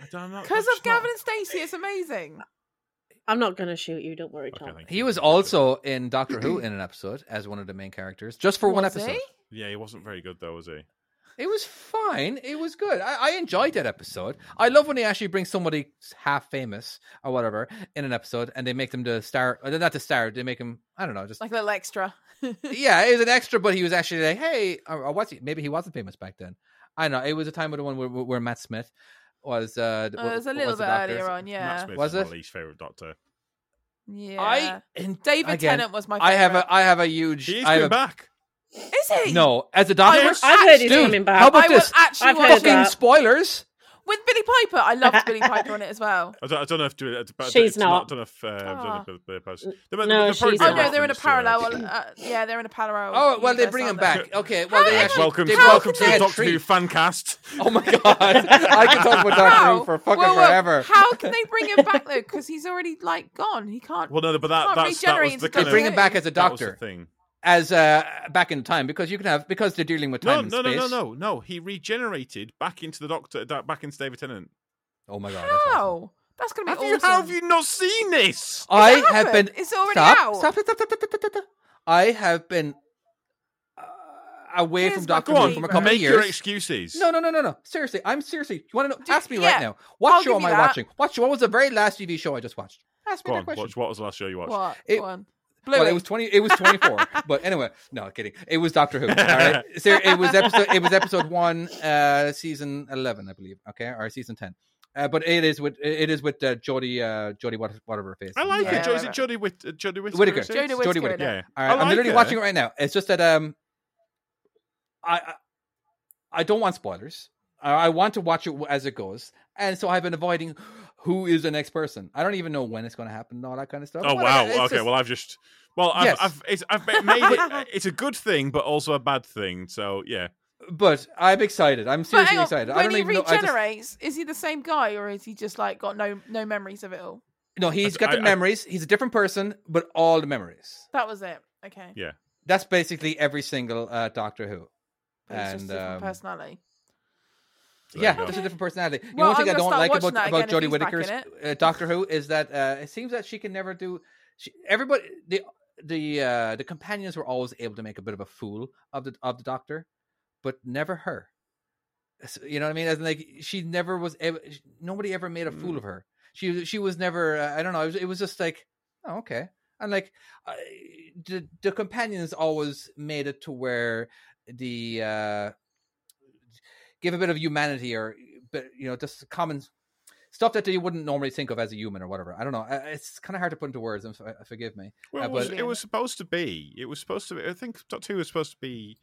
S1: I don't know,
S5: because
S1: that's
S5: of Gavin
S1: not-
S5: and Stacey. It's amazing.
S7: I'm not going to shoot you. Don't worry, Tom.
S1: Okay, thank
S6: He
S1: you.
S6: was also in Doctor Who in an episode as one of the main characters, just for one
S5: Was he?
S6: episode.
S1: Yeah, he wasn't very good though, was he?
S6: It was fine. It was good. I, I enjoyed that episode. I love when they actually bring somebody half famous or whatever in an episode, and they make them the star. Or not the star. They make him. I don't know. Just
S5: Like a little extra.
S6: yeah, it was an extra, but he was actually like, hey, or, or what's he? Maybe he wasn't famous back then. I don't know. It was a time with the one where, where Matt Smith was. Uh,
S5: Oh, it was a
S6: what
S5: little
S6: the
S5: bit
S6: doctor.
S5: earlier on.
S1: Matt
S5: Yeah.
S1: Smith
S6: Was
S1: is
S6: it?
S1: my least favorite Doctor.
S5: Yeah.
S6: I and
S5: David
S6: again,
S5: Tennant was my. Favorite.
S6: I have a I have a huge.
S1: He's
S6: I have
S1: been back.
S5: Is
S6: a-
S5: he?
S6: no as a doctor.
S5: I was
S7: I've heard he's
S6: Dude,
S7: coming back.
S6: How about
S5: I was
S6: this?
S5: actually
S7: I've heard
S5: watching-
S6: Fucking
S7: that.
S6: spoilers.
S5: with Billy Piper. I loved Billy Piper on it as well.
S1: I don't, I don't know if do it. but
S7: She's
S1: it's not.
S7: not.
S1: I don't know if uh, I don't know
S5: Ah.
S1: if they're- they're post- They- they-
S7: No,
S1: they're
S7: she's
S1: probably
S7: not.
S5: Oh
S1: doing
S5: no, they're in a
S1: reference to it.
S5: parallel. Uh, yeah, they're in a parallel.
S6: Oh well, they
S5: universe,
S6: bring him
S5: aren't
S6: back.
S5: they?
S6: Okay, well they
S5: How
S6: actually
S1: Welcome,
S6: they
S5: How
S1: welcome
S5: can
S1: to the
S5: they-
S1: Doctor Who
S6: treat-
S1: fan cast.
S6: Oh my god, I could talk about Doctor
S5: How?
S6: Who for fucking
S5: Well, well,
S6: forever.
S5: How can they bring him back though? Because he's already like gone. He can't.
S1: Well, no, but that
S5: Can't
S1: that's, that
S5: regenerate
S1: was the
S5: into
S1: kind
S6: they
S1: of
S6: bring him back as a
S1: that was the
S6: doctor,
S1: thing.
S6: as uh, back in time, because you can have because they're dealing with
S1: No,
S6: time
S1: no,
S6: and
S1: no,
S6: space.
S1: no, no, no. He regenerated back into the Doctor, da- back into David Tennant.
S6: Oh my god, that's awesome.
S5: How? That's gonna be
S1: Have
S5: awesome.
S1: you, how have you not seen this?
S5: It
S6: I have been.
S5: happened. It's already
S6: stop,
S5: out.
S6: Stop, stop, stop, stop, stop, stop, stop. I have been uh, away
S5: Here's
S6: from
S5: my
S6: Doctor
S1: Go
S6: Who
S1: on,
S5: Completely
S6: for a
S5: right.
S6: couple
S1: make
S6: of
S1: your
S6: years.
S1: excuses.
S6: No, no, no, no, no. Seriously, I'm seriously. You want to know?
S5: Do-
S6: ask me
S5: yeah.
S6: right now. What
S5: I'll
S6: show
S5: give
S6: am
S5: you
S6: I
S5: that.
S6: watching? What show? What was the very last TV show I just watched? Ask me
S1: Go
S6: that
S1: on,
S6: question.
S1: watch. What was the last show you watched?
S5: What?
S6: It-
S5: Go on. Bluey.
S6: Well, it was twenty. It was twenty-four. but anyway, no kidding. It was Doctor Who. All right. So it was episode. It was episode one, uh, season eleven, I believe. Okay, or season ten. Uh, but it is with it is with uh, Jodie uh, Jodie what- whatever her face.
S1: I
S6: is.
S1: like
S5: Yeah,
S1: it. Jo- Is it
S5: right, right.
S1: Jodie Whit- uh, Jodie Whittaker?
S6: Whittaker.
S1: is it?
S5: Jodie
S6: Jodie
S5: Whittaker.
S6: Whittaker.
S1: Yeah.
S6: All
S1: I
S6: right, I'm
S1: like
S6: literally
S1: her.
S6: watching it right now. It's just that um, I I, I don't want spoilers. I I want to watch it as it goes, and so I've been avoiding who is the next person. I don't even know when it's going to happen, and all that kind of stuff.
S1: Oh
S6: Whatever,
S1: wow.
S6: it's
S1: Okay.
S6: just-
S1: Well, I've just. Well, I've,
S6: Yes.
S1: I've, it's, I've ma- made it. It's a good thing, but also a bad thing. So yeah,
S6: but I'm excited. I'm seriously
S5: hang on,
S6: excited.
S5: When
S6: I don't
S5: he
S6: even know. I just-
S5: regenerates, is he the same guy or is he just like got no no memories of it all?
S6: no, he's
S1: I-
S6: got the
S1: I-
S6: memories. He's a different person, but all the memories.
S5: That was it. Okay.
S1: Yeah.
S6: That's basically every single uh, Doctor Who.
S5: But it's just
S6: And,
S5: a different
S6: um,
S5: personality.
S1: So there
S6: yeah,
S1: you go.
S6: just a different personality. You
S5: Well,
S6: know one thing
S5: I'm
S6: I
S5: gonna
S6: don't
S5: start
S6: like
S5: watching
S6: about
S5: that
S6: about
S5: again if
S6: Jodie
S5: he's back in
S6: Whittaker's uh, Doctor Who is that uh, it seems that she can never do. She, everybody, the the uh, the companions were always able to make a bit of a fool of the of the Doctor, but never her. So, you know what I mean? As in, like she never was. Ever, sh- nobody ever made a
S5: Mm.
S6: fool of her. She she was never. Uh, I don't know. It was, it was just like oh, okay. And like uh, the the companions always made it to where the uh give a bit of humanity or but you know just common stuff that you wouldn't normally think of as a human or whatever i don't know I- it's kind of hard to put into words and f- forgive me
S1: Well,
S6: Uh,
S1: it, was,
S5: but-
S1: it was supposed to be. It was supposed to be. I think Doctor Who was supposed to be.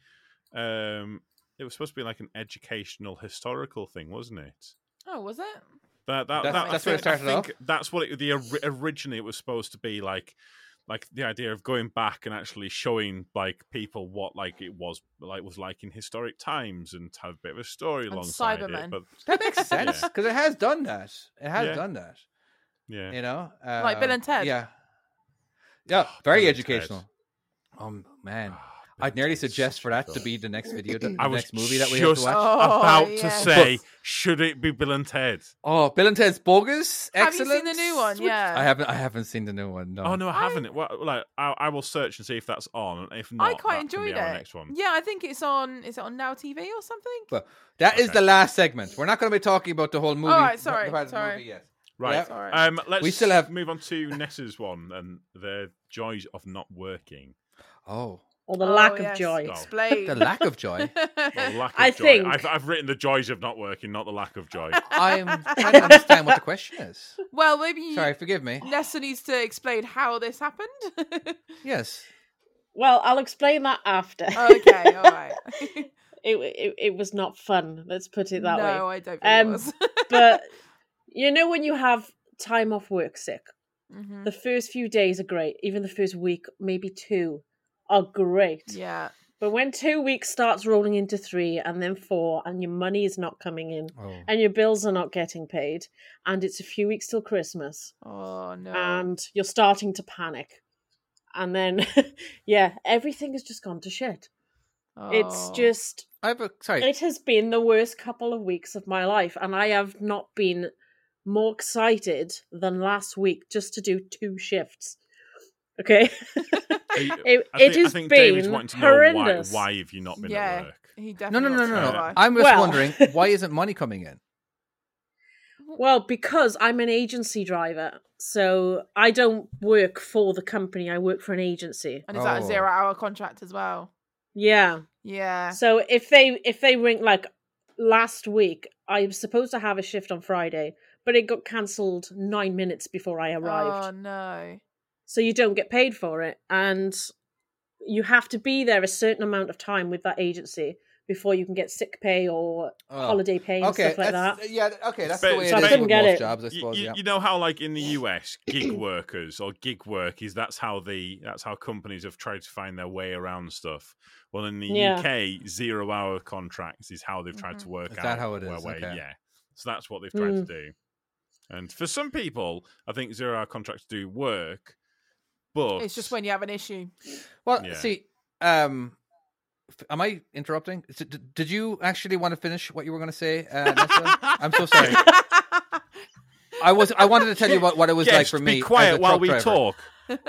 S1: Um, it was supposed to be like an educational, historical thing, wasn't it?
S5: Oh, was it?
S1: That that,
S6: That's-
S1: that
S6: that's
S1: I think,
S6: where it
S1: I
S6: started off.
S1: think That's what it, the ori- originally it was supposed to be like. Like the idea of going back and actually showing like people what like it was like was like in historic times and have a bit of a story
S5: And
S1: alongside
S5: Cybermen.
S1: it. But
S6: that makes sense
S1: Yeah.
S6: because it has done that it has
S1: Yeah.
S6: done that
S1: yeah,
S6: you know
S5: Like Bill
S6: Um,
S5: and Ted.
S6: yeah yeah
S1: Oh,
S6: very
S1: Bill and Ted.
S6: educational oh man
S1: Ah,
S6: i'd nearly
S1: Bill Ted is
S6: suggest
S1: such
S6: for
S1: a
S6: that to
S1: film.
S6: be the next video the
S1: I
S6: the
S1: was
S6: next movie that we have to
S1: just
S6: watch
S5: Oh,
S1: about to
S5: yes.
S1: say, should it be Bill and Ted?
S6: oh bill and ted's bogus
S5: Have you seen the
S6: Excellence,
S5: new one?
S6: which-
S5: Yeah.
S6: i haven't i haven't seen the new one no
S1: Oh no, I haven't. It. Well, like I, I will search and see if that's on. and If not,
S5: I quite
S1: that can be
S5: enjoyed it.
S1: Our next one.
S5: Yeah, I think it's on. Is it on Now TV or something?
S6: But that is
S1: Okay.
S6: the last segment. We're not going to be talking about the whole movie.
S5: right,
S6: the-
S5: sorry,
S6: the part of the
S5: sorry.
S6: movie yet.
S1: Right.
S5: Yeah. Alright.
S1: Um, let's
S6: We still have-
S1: move on to Ness's one and the joys of not working.
S6: Oh,
S7: Or the
S5: Oh,
S7: lack
S5: yes.
S7: of joy.
S1: Oh.
S5: Explain.
S6: the lack of joy.
S1: Or the lack of
S7: I
S1: joy.
S7: think-
S1: I've, I've written the joys of not working, not the lack of joy.
S6: I'm trying to understand what the question is.
S5: well, maybe you,
S6: Sorry, forgive me.
S5: Nessa needs to explain how this happened.
S6: Yes.
S7: Well, I'll explain that after.
S5: okay, all right.
S7: it, it it was not fun. Let's put it that way.
S5: no, I don't think it
S7: Um,
S5: was.
S7: but you know when you have time off work sick
S5: Mhm.
S7: the first few days are great even the first week maybe two are great
S5: Yeah.
S7: but when two weeks starts rolling into three and then four and your money is not coming in
S6: Oh.
S7: and your bills are not getting paid and it's a few weeks till christmas
S5: Oh no.
S7: and you're starting to panic and then yeah everything has just gone to shit it's
S5: Oh.
S7: just
S6: I have a sorry.
S7: it has been the worst couple of weeks of my life, and I have not been more excited than last week just to do two shifts. Okay,
S1: Are you-
S7: it,
S1: I
S7: it
S1: think, I
S7: has
S1: think David's
S7: been
S1: wanting to
S7: horrendous.
S1: know why, why have you not been
S5: Yeah.
S1: at work?
S5: He
S6: No,
S5: definitely.
S6: no, no, no,
S5: wants to know
S1: Uh,
S6: no.
S5: why.
S6: I'm just
S7: Well-
S6: wondering why isn't money coming in?
S7: Well, because I'm an agency driver, so I don't work for the company. I work for an agency.
S5: and is that a
S6: Oh.
S5: zero-hour contract as well?
S7: Yeah.
S5: Yeah.
S7: So if they if they ring like last week, I was supposed to have a shift on Friday, but it got cancelled nine minutes before I arrived.
S5: Oh no.
S7: so you don't get paid for it and you have to be there a certain amount of time with that agency before you can get sick pay or
S6: Oh.
S7: holiday pay and
S6: Okay,
S7: stuff like
S6: that's-
S7: that
S6: yeah, okay, that's
S1: But-
S6: the way
S1: so I
S6: it is
S1: couldn't
S6: with
S7: get
S6: most
S7: it.
S6: jobs, I
S1: You-
S6: suppose.
S1: you,
S6: yeah.
S1: you know how like in the US gig workers or gig work is that's how the that's how companies have tried to find their way around stuff. Well in the
S7: Yeah.
S1: UK zero hour contracts is how they've tried to work
S6: Is
S1: out.
S6: that how it
S1: where
S6: is?
S1: way-
S6: Okay.
S1: Yeah. So that's what they've tried to do. And for some people, I think zero hour contracts do work, but
S5: It's just when you have an issue.
S6: Well,
S1: Yeah.
S6: see, um, f- am I interrupting? Is it- d- Did you actually want to finish what you were going to say? Uh, Nessa? I'm so sorry. I was. I wanted to tell you what, what it was like
S1: Guest,
S6: for me.
S1: be
S6: as a
S1: quiet while
S6: truck
S1: we
S6: driver.
S1: talk.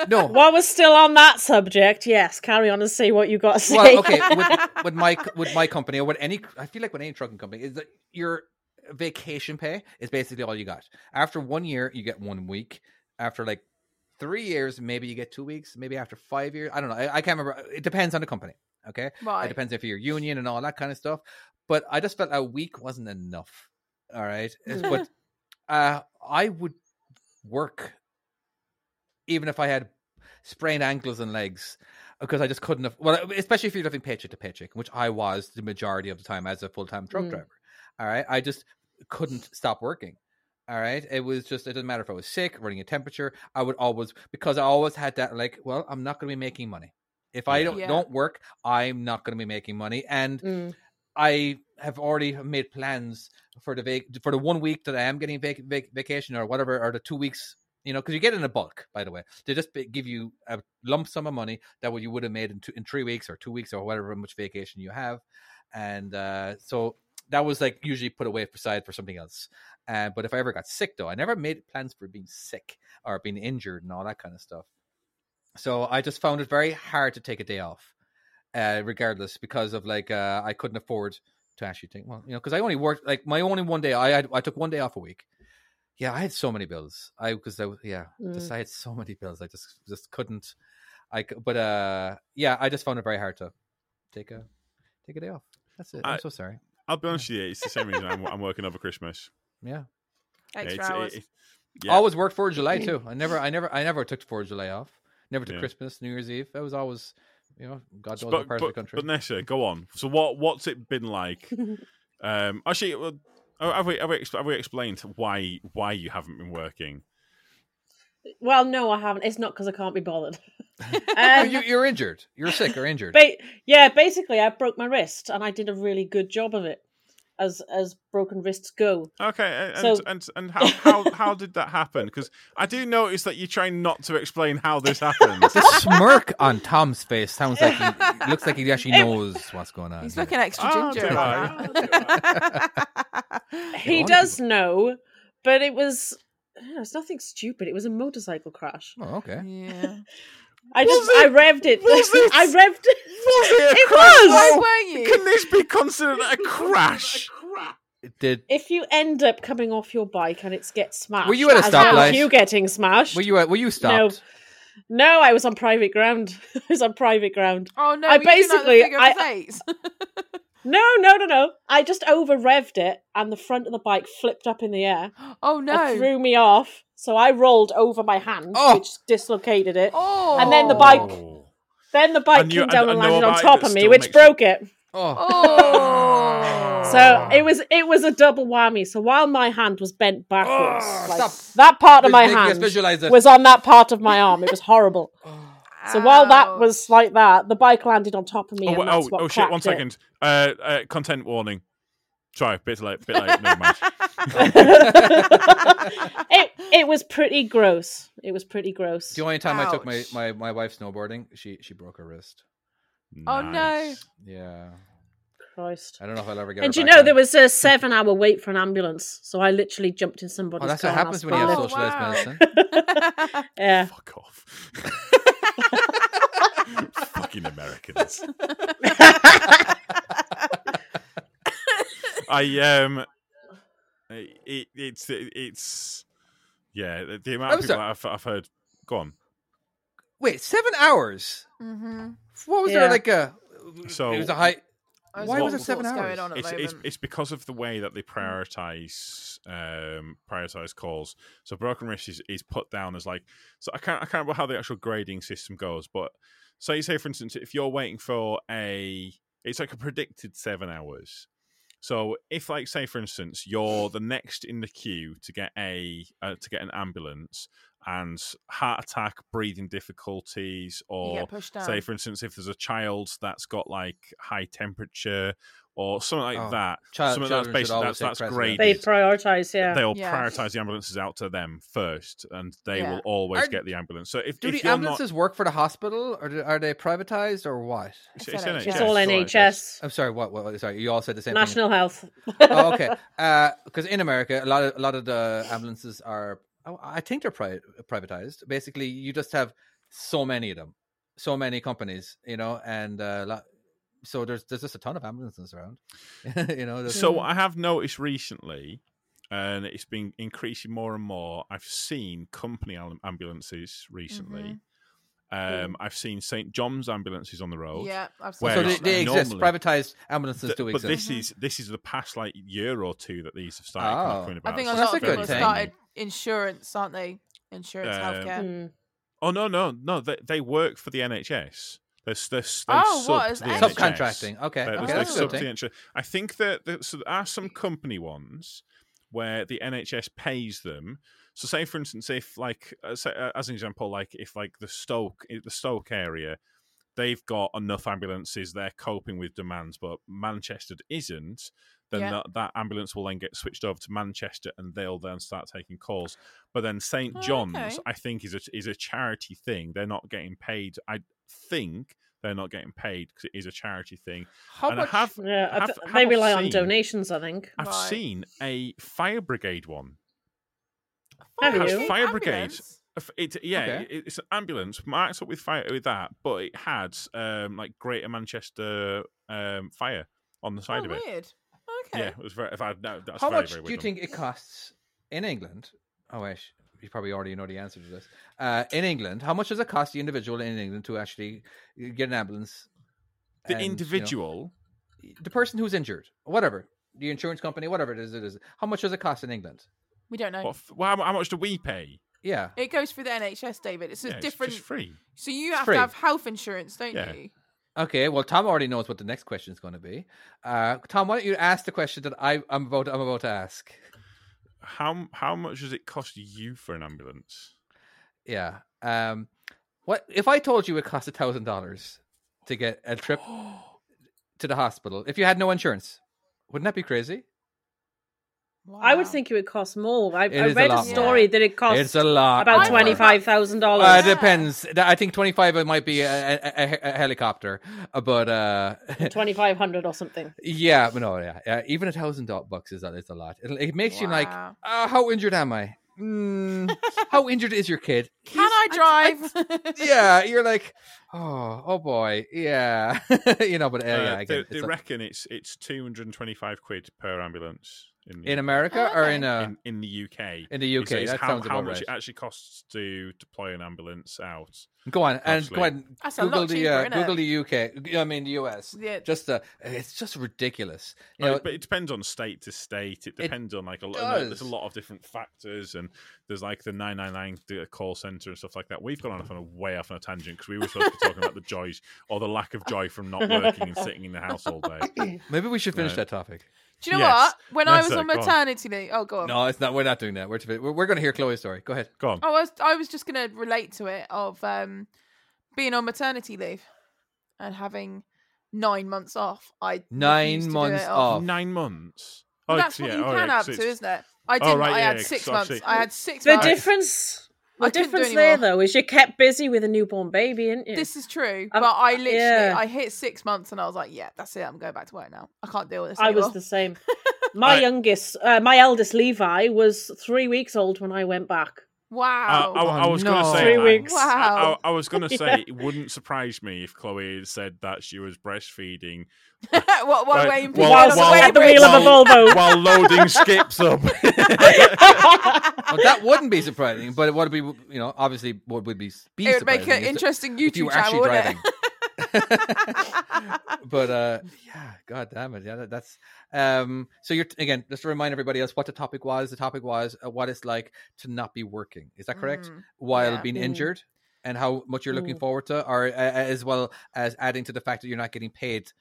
S6: No,
S7: while we're still on that subject yes carry on and see what you got to say
S6: well, okay, with, with my with my company or with any, I feel like with any trucking company is that your vacation pay is basically all you got. After one year, you get one week. After like three years, maybe you get two weeks. Maybe after five years, I don't know. I, I can't remember. It depends on the company. Okay,
S5: Right.
S6: it depends if you're union and all that kind of stuff. But I just felt a week wasn't enough. All right, It's- but uh, I would work even if I had sprained ankles and legs. because I just couldn't have. Well, especially if you're living paycheck to paycheck, which I was the majority of the time as a full time truck
S7: Mm.
S6: driver. All right, I just couldn't stop working. All right, it was just it didn't matter if I was sick, running a temperature. I would always because I always had that like, well, I'm not going to be making money if I
S1: Yeah.
S6: don't
S5: Yeah.
S6: don't work. I'm not going to be making money, and
S7: Mm.
S6: I have already made plans for the vac- for the one week that I am getting vac- vac- vacation or whatever, or the two weeks. You know, because you get it in a bulk, by the way. They just b- give you a lump sum of money that what you would have made in, two, in three weeks or two weeks or whatever much vacation you have, and uh, so that was like usually put away aside for something else. Uh, but if I ever got sick, though, I never made plans for being sick or being injured and all that kind of stuff. So I just found it very hard to take a day off, uh, regardless, because of like uh, I couldn't afford to actually take well, you know, because I only worked like my only one day. I had, I took one day off a week. Yeah, I had so many bills. I because I was- yeah, just I had so many bills. I just just couldn't. I c- but uh yeah, I just found it very hard to take a take a day off. That's it. I,
S1: I-
S6: am so sorry.
S1: I'll be honest with you, it's the same reason I'm, I'm working over Christmas.
S6: Yeah.
S5: Extra
S1: it's,
S5: hours.
S1: it- it- yeah.
S6: always worked for July too. I never, I never, I never took for July off. Never took
S1: Yeah.
S6: Christmas, New Year's Eve. I was always, you know, God knows
S1: but,
S6: what part
S1: but,
S6: of the country.
S1: but Nessa, go on. So what what's it been like? um, actually, well, have we have we, exp- have we explained why why you haven't been working?
S7: Well, no, I haven't. It's not because I can't be bothered.
S6: Oh,
S7: um,
S6: you, you're injured. You're sick or injured.
S7: ba- yeah, basically, I broke my wrist, and I did a really good job of it, as as broken wrists go.
S1: Okay, a- and
S7: So-
S1: and and how how, how did that happen? Because I do notice that you're trying not to explain how this happened.
S6: the smirk on Tom's face sounds like he looks like he actually knows what's going on.
S5: He's
S6: here.
S5: looking extra
S1: Oh,
S7: Ah,
S5: ginger.
S1: do
S5: about
S1: I?
S5: that.
S7: He
S6: honestly.
S7: does know, but it was it was nothing stupid. It was a motorcycle crash.
S6: Oh, okay.
S5: yeah.
S7: I
S1: Was
S7: just I
S1: it?
S7: revved it.
S1: Was it?
S7: I revved it.
S1: Was it a
S7: It
S1: crash?
S7: was!
S5: Why
S1: Oh,
S5: were you?
S1: Can this be considered a crash?
S6: Did
S7: If you end up coming off your bike and it's gets smashed,
S6: Were you at a
S7: as well as
S6: stoplight?
S7: You getting smashed?
S6: were you uh, were you stopped?
S7: No, I was on private ground. I was on private ground.
S5: Oh no!
S7: I
S5: I basically like the
S7: basically-
S5: figure
S7: I-
S5: of eights.
S7: No, no, no, no. I just over revved it, and the front of the bike flipped up in the air.
S5: Oh
S7: and
S5: no!
S7: threw me off. So I rolled over my hand,
S6: Oh.
S7: which dislocated it.
S5: Oh,
S7: And then the bike-
S1: Oh.
S7: Then the bike
S1: And you-
S7: came down
S1: and-
S7: and,
S1: and
S7: landed
S1: your
S7: on
S1: bike
S7: top
S1: that
S7: of me,
S1: still
S7: which
S1: makes you-
S7: broke it.
S6: Oh,
S5: Oh.
S6: Ah.
S7: So it was it was a double whammy. So while my hand was bent backwards,
S6: Oh,
S7: like,
S6: stop.
S7: that part of my
S6: Visualize-
S7: hand
S6: visualize it.
S7: was on that part of my arm. It was horrible. So while that was
S5: Oh. Ouch.
S7: like that, the bike landed on top of me,
S1: Oh,
S7: and
S1: wait,
S7: that's
S1: oh,
S7: what
S1: oh shit!
S7: cracked
S1: One
S7: it.
S1: second. Uh, uh, content warning. Sorry, bit late. Bit late. Never mind.
S7: It it was pretty gross. It was pretty gross.
S6: the only time I took my,
S5: Ouch.
S6: my my wife snowboarding, she she broke her wrist.
S5: Oh, no.
S1: Nice.
S6: Yeah,
S7: Christ.
S6: I don't know if I'll ever get.
S7: And
S6: her
S7: you
S6: back
S7: know
S6: on.
S7: there was a seven-hour wait for an ambulance, so I literally jumped in somebody's
S6: Oh, that's
S7: car.
S6: what
S7: and I
S6: happens when you have
S5: hospital.
S7: spun
S5: Oh,
S6: socialized
S5: wow.
S6: medicine.
S7: it. Yeah.
S1: Fuck off. Fucking Americans. I um, I- it, it's it's yeah. The, the amount
S6: I'm
S1: of people
S6: sorry.
S1: I've, I've heard. Go on.
S6: Wait, seven hours.
S5: mm-hmm.
S6: What was
S7: Yeah.
S6: there like a?
S1: So-
S6: it was a high.
S5: There's
S6: Why was it
S5: lots
S6: seven
S5: of
S6: hours?
S5: Going on at
S1: It's,
S5: the
S1: it's
S5: moment.
S1: it's because of the way that they prioritize um prioritize calls. So broken wrist is, is put down as like so I can't I can't remember how the actual grading system goes, but say say for instance if you're waiting for a it's like a predicted seven hours. So if like say for instance you're the next in the queue to get a uh, to get an ambulance and heart attack, breathing difficulties,
S5: you
S1: or
S5: get pushed down.
S1: say for instance if there's a child that's got like high temperature or something like
S6: Oh,
S1: that
S6: child-
S1: something that's
S6: children should
S1: basically
S6: always
S1: that's,
S6: take
S1: that's
S6: precedence.
S1: graded
S7: They prioritize, yeah.
S1: they'll
S5: Yeah.
S1: prioritize the ambulances out to them first and they
S5: Yeah.
S1: will always
S6: Are-
S1: get the ambulance so if,
S6: Do
S1: if
S6: the
S1: you're
S6: ambulances work for the hospital, or do, are they privatized, or what?
S1: not
S5: It's NHS.
S7: It's
S5: Yes,
S7: all
S1: it's
S7: NHS,
S6: I'm sorry. What? what sorry, you all said the same thing.
S7: national health.
S6: oh, okay. Because in America, a lot of a lot of the ambulances are, oh, I think they're pri- privatized. Basically, you just have so many of them, so many companies, you know, and uh, lot, so there's there's just a ton of ambulances around. you know, there's-
S5: Mm.
S1: So I have noticed recently, and it's been increasing more and more. I've seen company am- ambulances recently. Um, I've seen St John's ambulances on the road.
S5: Mm-hmm. Yeah, I've seen
S1: Where
S6: so
S5: that.
S6: they,
S1: it's
S6: they exist.
S1: normally-
S6: Privatized ambulances
S1: Th-
S6: do
S1: but
S6: exist.
S1: this is this is the past like year or two that these have started coming-
S6: Oh.
S1: coming
S5: I
S1: about.
S5: think
S1: So
S5: a
S6: Well,
S1: it's
S5: lot
S6: that's
S5: of
S6: a
S5: people
S1: very
S5: have
S6: good
S5: started
S6: thing.
S5: insurance,
S7: Hmm.
S5: aren't they? Insurance,
S1: Um,
S5: healthcare.
S7: Mm.
S1: Oh no, no, no! They, they work for the NHS. There's this.
S5: Oh, what, as NHS?
S6: Subcontracting. Okay.
S1: Uh,
S6: okay,
S1: there's
S5: okay,
S1: no
S5: that's a
S6: that's a
S1: sub
S6: good
S1: to the
S6: thing.
S1: NHS. I think that that- so there are some company ones where the NHS pays them. So, say for instance, if like uh, say, uh, as an example, like if like the Stoke i- the Stoke area, they've got enough ambulances, they're coping with demands, but Manchester isn't. Then
S5: Yeah.
S1: that, that ambulance will then get switched over to Manchester, and they'll then start taking calls. But then St
S5: Oh,
S1: John's,
S5: okay.
S1: I think, is a is a charity thing. They're not getting paid. I think they're not getting paid because it is a charity thing.
S6: How
S1: and I
S6: much?
S1: have
S7: Yeah, I
S1: Have-
S7: th-
S1: have
S7: they
S1: I
S7: rely on
S1: seen-
S7: donations, I think.
S1: I've
S5: Right.
S1: seen a fire brigade one.
S7: Have
S1: Has
S7: you?
S1: fire brigade-
S5: Ambulance?
S1: If It, yeah,
S6: Okay.
S1: it- it's an ambulance marked up with fire with that, but it had um, like Greater Manchester um, fire on the side
S5: Oh,
S1: of it.
S5: weird. Okay.
S1: Yeah, it was very. If I, no, that's
S6: How
S1: very,
S6: much
S1: very
S6: do you
S1: weird
S6: think it costs in England? Oh, I sh- you probably already know the answer to this. Uh, in England, how much does it cost the individual in England to actually get an ambulance?
S1: one. The
S6: and, you know,
S1: individual.
S6: the person who's injured, whatever the insurance company, whatever it is, it is. How much does it cost in England?
S5: We don't know.
S1: What, f- well, how, how much do we pay?
S6: Yeah,
S5: It goes through the NHS, David. It's a
S1: Yeah,
S5: different.
S1: It's just free.
S5: so you
S6: It's
S5: have
S6: free.
S5: to have health insurance, don't
S1: Yeah.
S5: you?
S6: Okay, well, Tom already knows what the next question is going to be. Uh, Tom, why don't you ask the question that I, I'm about I'm about to ask?
S1: How how much does it cost you for an ambulance?
S6: Yeah. Um, what if I told you it cost a thousand dollars to get a trip to the hospital if you had no insurance? Wouldn't that be crazy?
S7: I would
S5: Wow.
S7: think it would cost more. I,
S6: It
S7: I
S6: is a
S7: read a,
S6: lot
S5: more.
S7: story that it costs
S6: it's a lot.
S7: about
S5: more.
S7: twenty five
S6: Uh,
S7: thousand
S6: it
S7: dollars.
S5: Yeah.
S6: depends. I think twenty five might be a, a, a, a helicopter, uh, but uh,
S7: Twenty five hundred or something.
S6: yeah, but no, yeah, yeah, even a thousand do- bucks is that is a lot. It, it makes you like,
S5: Wow.
S6: uh, how injured am I? Mm, how injured is your kid?
S5: Can I drive?
S6: yeah, you're like, oh, oh boy, yeah, you know. But uh, yeah,
S1: Uh,
S6: I
S1: they,
S6: get,
S1: they
S6: it's a-
S1: reckon it's it's two hundred and twenty five quid per ambulance in the
S6: in
S1: UK.
S6: America
S5: Oh,
S6: or
S5: okay.
S6: in uh,
S1: in, in the UK.
S6: in the UK.
S1: is, is
S6: that
S1: how,
S6: sounds
S1: how
S6: about
S1: much
S6: right.
S1: it actually costs to deploy an ambulance out.
S6: Go on and
S1: Actually.
S6: go on.
S5: That's a lot
S6: Google the
S5: cheaper,
S6: uh,
S5: innit?
S6: Google the UK. I mean the US.
S5: Yeah.
S6: Just uh, it's just ridiculous. You
S1: I mean,
S6: know,
S1: but it depends on state to state. It depends on like a lot. and There's a
S6: does.
S1: lot of different factors, and there's like the 999 d- uh, call center and stuff like that. We've gone off on a way off on a tangent because we were supposed to be talking about the joys or the lack of joy from not working and sitting in the house all day.
S6: maybe we should finish
S1: Right.
S6: that topic.
S5: Do you know
S1: Yes.
S5: what? When I
S1: That's
S5: was
S1: it,
S5: on
S1: go on.
S5: maternity leave, oh, go on.
S6: No, it's not. We're not doing that. We're we're, we're going to hear Chloe's story. Go ahead.
S1: Go on.
S5: Oh, I was I was just gonna relate to it of um being on maternity leave and having nine months off. I
S6: Nine
S5: refused to do
S6: months
S5: it
S6: off.
S1: Nine months.
S5: Well,
S1: Oh,
S5: that's
S1: it's-
S5: what
S1: yeah,
S5: you
S1: oh,
S5: can
S1: yeah,
S5: up
S1: 'cause
S5: to,
S1: it's-
S5: isn't it? I
S1: Oh,
S5: didn't.
S1: right,
S5: I
S1: yeah,
S5: had
S1: yeah,
S5: six
S1: 'cause
S5: months.
S1: obviously-
S5: I had six
S7: The
S5: months.
S7: difference, the
S5: I couldn't do
S7: difference there
S5: anymore.
S7: though is you're kept busy with a newborn baby, aren't you?
S5: This is true,
S7: Um,
S5: but I literally
S7: yeah.
S5: I hit six months and I was like, yeah, that's it. I'm going back to work now. I can't deal with this.
S7: I was
S5: anymore.
S7: the same. My
S1: I-
S7: youngest, uh, my eldest Levi, was three weeks old when I went back.
S1: I,
S5: wow.
S1: Uh, I, I
S6: Oh,
S1: was going to
S6: no.
S1: say
S7: Three
S1: that.
S7: weeks.
S5: Wow.
S1: I, I, I was going to
S7: Yeah.
S1: say it wouldn't surprise me if Chloe had said that she was breastfeeding
S5: what? What?
S1: Right.
S5: Waiting for
S1: Well,
S5: you on
S1: Whilst
S5: the
S1: well,
S5: weigh
S7: at the
S5: bridge?
S7: wheel of a
S1: well-
S7: Volvo.
S1: while loading skips up.
S6: Well, that wouldn't be surprising, but it would be you know obviously what would be be
S5: It would make
S6: surprising
S5: an
S6: is that-
S5: interesting
S6: if
S5: YouTube
S6: you were
S5: channel,
S6: actually
S5: wouldn't it?
S6: driving. but uh
S7: Mm.
S6: yeah god damn it yeah that, that's um so you're again just to remind everybody else what the topic was the topic was uh, what it's like to not be working is that correct
S5: Mm,
S6: while
S5: yeah.
S6: being
S7: Mm.
S6: injured and how much you're looking
S7: Mm.
S6: forward to or uh, as well as adding to the fact that you're not getting paid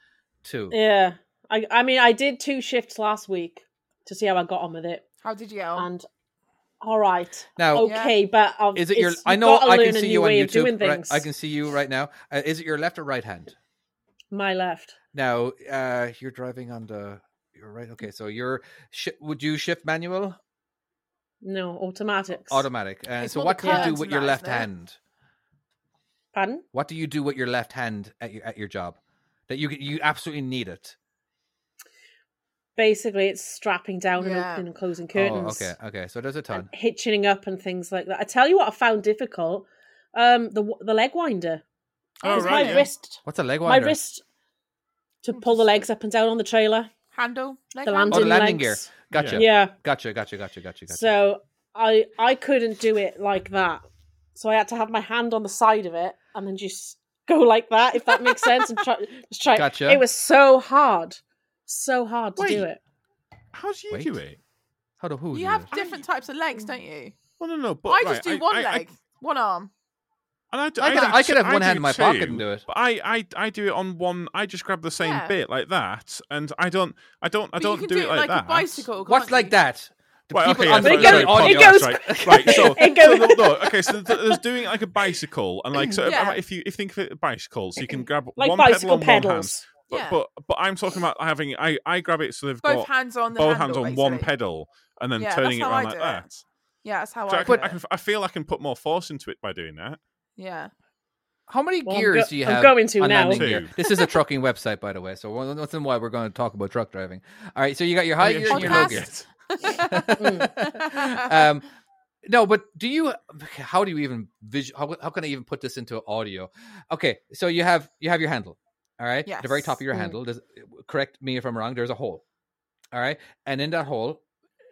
S6: too
S7: Yeah, I, I mean, I did two shifts last week to see how I got on with it,
S5: How did you get on?
S7: and all right,
S6: now
S5: Yeah.
S7: okay, but I've,
S6: is it your
S7: oh, it's-
S6: i
S7: you've
S6: know
S7: gotta
S6: i can
S7: learn a
S6: see
S7: new
S6: you on
S7: way of doing
S6: youtube right?
S7: things.
S6: i can see you right now uh, is it your left or right hand
S7: My left.
S6: now uh you're driving on the you're right okay so you're sh- would you shift manual
S7: No, automatics.
S6: automatic. And
S5: It's
S6: so,
S5: more the
S6: what do you do
S5: curves
S6: with
S5: and
S6: your
S5: that,
S6: left
S5: isn't it?
S6: hand?
S7: Pardon?
S6: What do you do with your left hand at your at your job? That you you absolutely need it. Oh,
S7: Basically, it's strapping down and
S5: Yeah.
S7: opening and closing
S6: Oh,
S7: curtains.
S6: okay, okay. So there's a ton.
S7: and hitching up and things like that. I tell you what, I found difficult. Um, the w- the leg winder.
S1: Oh,
S7: 'Cause
S1: right,
S7: my
S1: yeah.
S7: wrist,
S6: What's a leg
S7: my
S6: winder?
S7: wrist, to pull the legs up and down on the trailer,
S5: Handle? Leg handle?
S7: the landing,
S6: Oh, the landing
S7: legs.
S6: Gotcha,
S7: Yeah.
S6: gotcha, gotcha, gotcha, gotcha, gotcha.
S7: So I I couldn't do it like that. So I had to have my hand on the side of it and then just go like that, if that makes sense. And try, just try.
S6: Gotcha.
S7: It was so hard, so hard to do
S1: Wait.
S7: it.
S1: How do you
S6: Wait.
S1: do it?
S6: How do who?
S5: You
S6: do
S5: have
S6: this?
S5: different types of legs, don't you?
S1: Well, no, no, but
S5: I
S1: right,
S5: just do one
S1: I- I-
S5: leg, one arm.
S1: And I, do,
S6: I could-
S1: do
S6: I could have
S1: t-
S6: one hand
S1: do
S6: in my
S1: too,
S6: pocket and do it.
S1: But I, I, I do it on one. I just grab the same
S5: Yeah.
S1: bit like that, and I don't, I don't, I
S5: But
S1: don't
S5: you can
S1: do, it like
S5: like
S1: that.
S5: a bicycle.
S6: What's
S5: can't
S6: like
S5: you?
S6: that? The
S1: Right,
S6: people
S1: okay,
S6: on
S1: yeah,
S6: the
S1: sorry, sorry,
S7: It goes- it
S1: podcast,
S7: goes-
S1: right, right, so,
S7: It goes-
S1: so look, look, okay, so th- there's doing it like a bicycle, and like, so
S5: Yeah.
S1: if you if you think of it as bicycle, so you can grab
S7: Like
S1: one pedal on
S7: bicycle
S1: one hand,
S7: pedals.
S1: but,
S5: Yeah.
S1: but but I'm talking about having I I grab it so they've
S5: Both
S1: got
S5: hands on the
S1: both hands
S5: handle,
S1: on one
S5: basically.
S1: pedal and then
S5: Yeah,
S1: turning it
S5: that's how
S1: around
S5: I
S1: like
S5: do it.
S1: that.
S5: Yeah, that's how
S1: So
S5: I.
S1: I, can,
S5: do
S1: I,
S5: it.
S1: can, I feel I can put more force into it by doing that.
S5: Yeah.
S6: How many
S7: Well, I'm
S6: gears
S7: go-
S6: do you
S7: I'm
S6: have?
S7: going to
S6: on
S7: now.
S6: landing
S1: Two.
S6: gear? This is a trucking website, by the way. So one- once in a while, we're going to talk about truck driving. All right. So you got your high
S1: Oh, yeah,
S6: gear and your
S1: sure.
S6: low
S5: Podcast.
S6: gear.
S5: Mm.
S6: um, no, but do you? How do you even visual? How, how can I even put this into audio? Okay, so you have you have your handle. All right, the very top of your
S7: Yes. Mhm.
S6: handle. Does, correct me if I'm wrong. There's a hole. All right, and in that hole,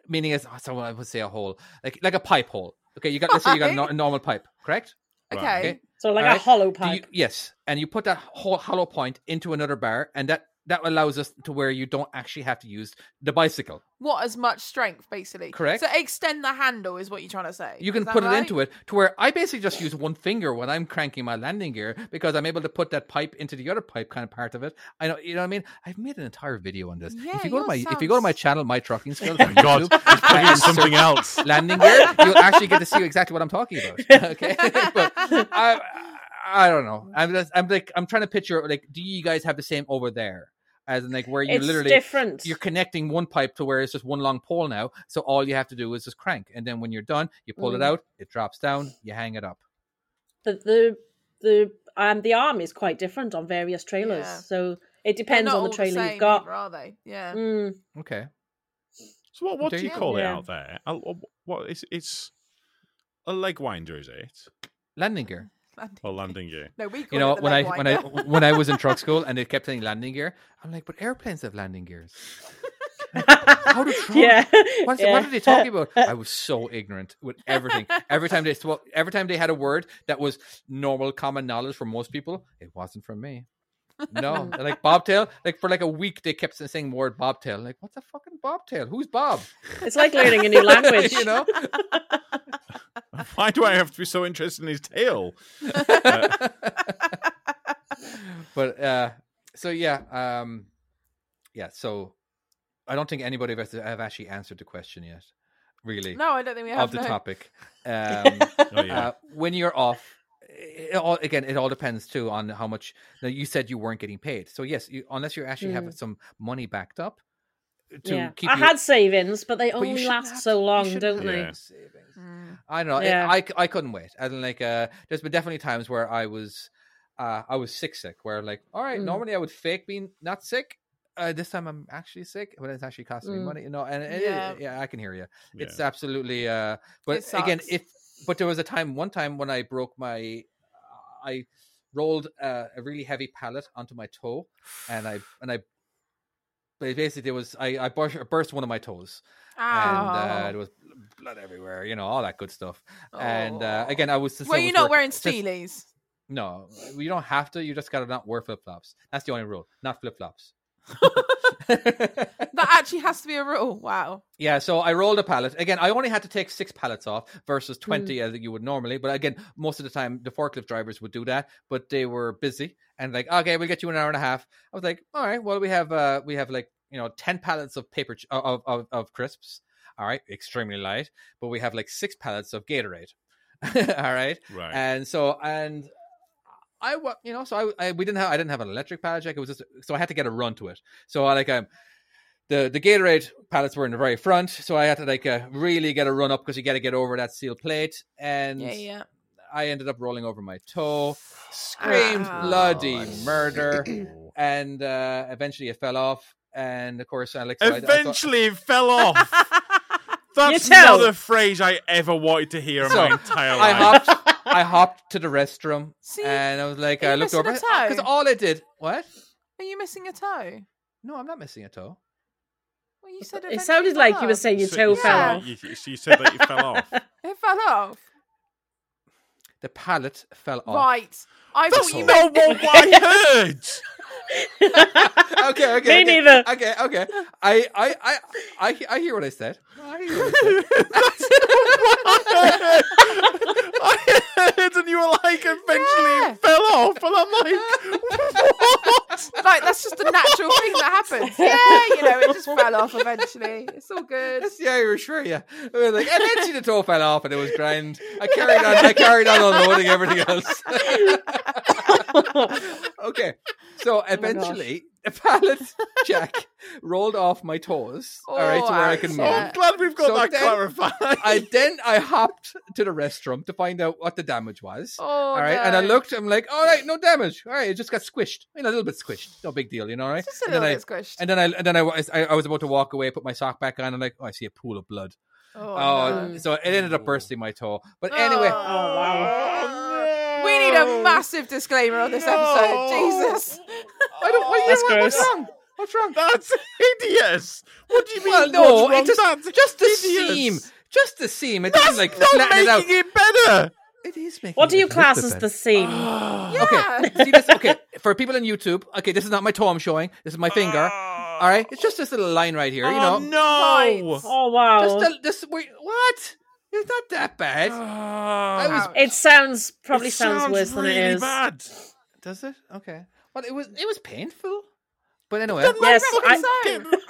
S6: meaning as someone would say a hole, like like a pipe hole. Okay, you got let's say you got a no-
S5: Right.
S6: normal pipe. Correct.
S1: Right.
S5: okay.
S7: So like a
S6: Alright.
S7: hollow
S6: Do you,
S7: pipe.
S6: yes, and you put that whole hollow point into another bar, and that that allows us to where you don't actually have to use the bicycle.
S5: What as much strength, basically.
S6: Correct.
S5: So extend the handle is what you're trying to say.
S6: You can
S5: Is that
S6: put it
S5: right?
S6: into it to where I basically just use one finger when I'm cranking my landing gear because I'm able to put that pipe into the other pipe kind of part of it. I know, you know what I mean. I've made an entire video on this.
S5: Yeah,
S6: if you go to
S5: yours
S6: my if you go to my
S5: sounds-
S6: channel, my trucking skills, on
S1: God,
S6: YouTube,
S1: it's putting
S6: I
S1: in something
S6: insert
S1: else.
S6: landing gear, you'll actually get to see exactly what I'm talking about. Okay, but I, I don't know. I'm just, I'm like I'm trying to picture like, do you guys have the same over there? As in, like where you
S7: It's
S6: literally
S7: different.
S6: you're connecting one pipe to where it's just one long pole now. So all you have to do is just crank, and then when you're done, you pull it
S7: Mm.
S6: out, it drops down, you hang it up.
S7: the the the um the arm is quite different on various trailers.
S5: Yeah.
S7: So it
S5: They're
S7: depends
S5: not
S7: on the
S5: all
S7: trailer
S5: same
S7: you've got.
S5: either, are they? Yeah.
S7: Mm,
S6: Okay,
S1: So what, what
S6: There
S1: do you
S6: you go.
S1: call it
S7: Yeah.
S1: out there? A- a- What is it's a leg winder, is it?
S6: landing gear.
S5: Landing
S1: Or
S5: gear.
S1: landing gear?
S5: No, we. Call
S6: You know
S5: it the
S6: when I
S5: leg
S6: when I
S5: winder.
S6: when I was in truck school and they kept saying landing gear, I'm like, but airplanes have landing gears. How do trucks?
S7: yeah.
S6: What, is-
S7: yeah.
S6: what are they talking about? I was so ignorant with everything. Every time they sw- every time they had a word that was normal common knowledge for most people, it wasn't from me. No, they're like bobtail. Like for like a week, they kept saying the word bobtail. Like, what's a fucking bobtail? Who's Bob?
S7: It's like learning a new language.
S6: you know.
S1: Why do I have to be so interested in his tail?
S6: but uh, so yeah, um, yeah. So I don't think anybody has have actually answered the question yet, really,
S5: no, I don't think we have
S6: of the
S5: no.
S6: topic. Um,
S1: Oh yeah.
S6: uh, when you're off it all again it all depends too on how much now you said you weren't getting paid so yes you, unless you actually have some money backed up to
S7: Mm. yeah.
S6: keep
S7: I
S6: you,
S7: had savings, but they
S6: but you
S7: only
S6: shouldn't have
S7: last
S6: to-
S7: so
S6: you
S7: long,
S6: shouldn't
S7: don't
S6: have
S7: they?
S1: Yeah.
S6: to savings.
S5: Mm.
S6: I don't know.
S7: Yeah.
S6: I, I, I couldn't wait. And like, uh, there's been definitely times where I was, uh, I was sick, sick. Where like, all right,
S7: Mm.
S6: normally I would fake being not sick. Uh, this time I'm actually sick, but it's actually costing me
S7: Mm.
S6: money. You know, and it-
S5: Yeah.
S6: yeah, I can hear you.
S1: yeah.
S6: It's absolutely. Uh, but
S5: It
S6: again,
S5: sucks.
S6: if but there was a time, one time when I broke my, I rolled uh, a really heavy pallet onto my toe, and I and I. But basically, there was I, I burst, burst one of my toes, and uh,
S5: Ow.
S6: there was blood everywhere, you know, all that good stuff. And uh,
S5: Oh.
S6: again, I was. since I
S5: Were you
S6: was
S5: not
S6: work-
S5: wearing
S6: since-
S5: steelies?
S6: No, you don't have to. You just gotta not wear flip flops. That's the only rule. Not flip flops.
S5: That actually has to be a rule. Wow.
S6: yeah, so I rolled a pallet. Again, I only had to take six pallets off versus 20 as you would normally. But again, most of the time, the forklift drivers would do that, but they were busy and like, okay, we'll get you an hour and a half. I was like, all right, well, we have, uh, we have like, you know, 10 pallets of paper, ch- of, of, of crisps. All right, extremely light, but we have like six pallets of Gatorade. all right.
S1: Right.
S6: And so, and I, wa- you know, so I, I, we didn't have, I didn't have an electric pallet jack. It was just, so I had to get a run to it. So I like, um, the, the Gatorade pallets were in the very front. So I had to like, uh, really get a run up because you got to get over that steel plate. And
S5: Yeah, yeah.
S6: I ended up rolling over my toe, screamed
S5: Ah.
S1: Oh,
S6: bloody murder. And, uh, eventually it fell off. And of course, I like, so I- I thought-
S1: Eventually, it fell off. That's
S7: You tell.
S1: not a phrase I ever wanted to hear in my
S6: So,
S1: entire
S6: I
S1: life.
S6: hopped, I hopped to the restroom
S5: See,
S6: and I was like,
S5: are
S6: I
S5: you
S6: looked
S5: missing
S6: over
S5: a
S6: because
S5: toe?
S6: all I did, what?
S5: Are you missing a toe?
S6: No, I'm not missing a toe.
S5: Well, you said
S7: It sounded like you were saying your
S1: So-
S7: toe
S1: so
S7: fell
S5: Yeah.
S7: off.
S1: You, you- so you said that you fell off.
S5: it fell off.
S6: The pallet fell off.
S5: Right. I
S1: That's
S5: thought you
S1: not
S5: meant.
S1: what I heard.
S6: okay, okay.
S7: Me
S6: okay.
S7: neither.
S6: Okay, okay. I, I, I, I, I hear what I said. I hear what I said.
S1: I heard and you were like, eventually
S5: Yeah.
S1: it fell off, and I'm like, what?
S5: Like that's just a natural thing that happens. Yeah, you know, it just fell off eventually. It's all good.
S6: That's the Irish for you. We were like, and then see the toe fell off, and it was grand. I carried on. I carried on unloading everything else. okay, so eventually, a pallet jack rolled off my toes. all right, to where I can
S5: Oh,
S1: So
S6: move.
S1: I'm glad we've got
S6: So
S1: that
S6: then-
S1: clarified.
S6: I then I hopped to the restroom to find out what the damage was.
S5: Oh,
S6: all right, and I looked. I'm like, all right, no damage. All right, it just got squished. You know, a little bit squished. No big deal, you know. All right,
S5: Just a
S6: and then
S5: little
S6: I
S5: bit squished.
S6: and then I and then I, was- I I was about to walk away, put my sock back on, and like, oh, I see a pool of blood.
S5: oh,
S6: Oh,
S5: no.
S6: so it ended up bursting my toe. But anyway, Oh.
S7: Oh, wow.
S5: we need a massive disclaimer on this episode.
S1: No.
S5: Jesus.
S6: I don't. What,
S7: That's
S6: yeah, what-
S7: gross.
S6: What's wrong? What's wrong?
S1: That's hideous. What do you mean?
S6: well, no,
S1: what's wrong?
S6: it just
S1: That's
S6: just the
S1: hideous.
S6: seam, just the seam. It
S1: That's
S6: doesn't like
S1: not
S6: flatten
S1: making
S6: it out.
S1: it, better.
S6: It is making.
S7: What do
S6: it
S7: you
S6: look
S7: class
S6: bit
S7: as
S6: better.
S7: the seam?
S5: Yeah.
S6: Okay, see this. Okay, for people on YouTube, okay, this is not my toe I'm showing. This is my finger.
S5: Ah.
S6: All right, it's just this little line right here. You know,
S1: Oh, no.
S5: Right.
S7: Oh wow!
S6: just the, this. Wait, what? It's not that bad,
S1: I
S6: was-
S5: Ouch.
S7: it sounds probably
S1: it
S7: sounds, worse
S1: really
S7: than it is.
S1: Bad.
S6: does it? Okay, well, it was it was painful, but anyway,
S1: Then, like,
S7: Yes,
S1: fucking
S7: I-
S1: get-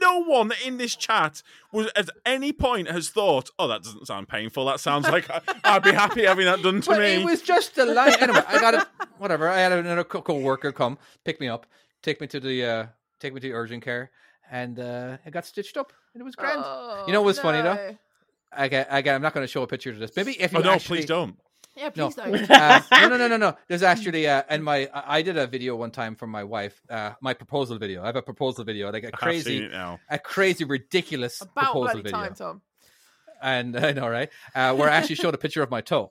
S1: No one in this chat was at any point has thought, "Oh, that doesn't sound painful. That sounds like I, I'd be happy having that done to
S6: But
S1: me."
S6: it was just a line. Anyway, I got it. Whatever. I had another co- co-worker come pick me up, take me to the uh, take me to urgent care, and uh, I got stitched up. And it was grand.
S1: Oh.
S6: You know what's funny, though?
S5: Oh, no.
S6: I got, I got, I'm not going to show a picture of this. Maybe if you
S1: oh no,
S6: actually,
S1: please don't.
S5: Yeah,
S6: No.
S5: please don't.
S6: Uh, no, no, no, no, no. There's actually, uh, and my, I I did a video one time for my wife, uh, my proposal video. I have a proposal video, like a
S1: I have seen
S6: crazy,
S1: it now.
S6: a crazy, ridiculous
S5: About
S6: proposal
S5: bloody
S6: video
S5: time, Tom.
S6: and I know, right? Uh, where I actually showed a picture of my toe.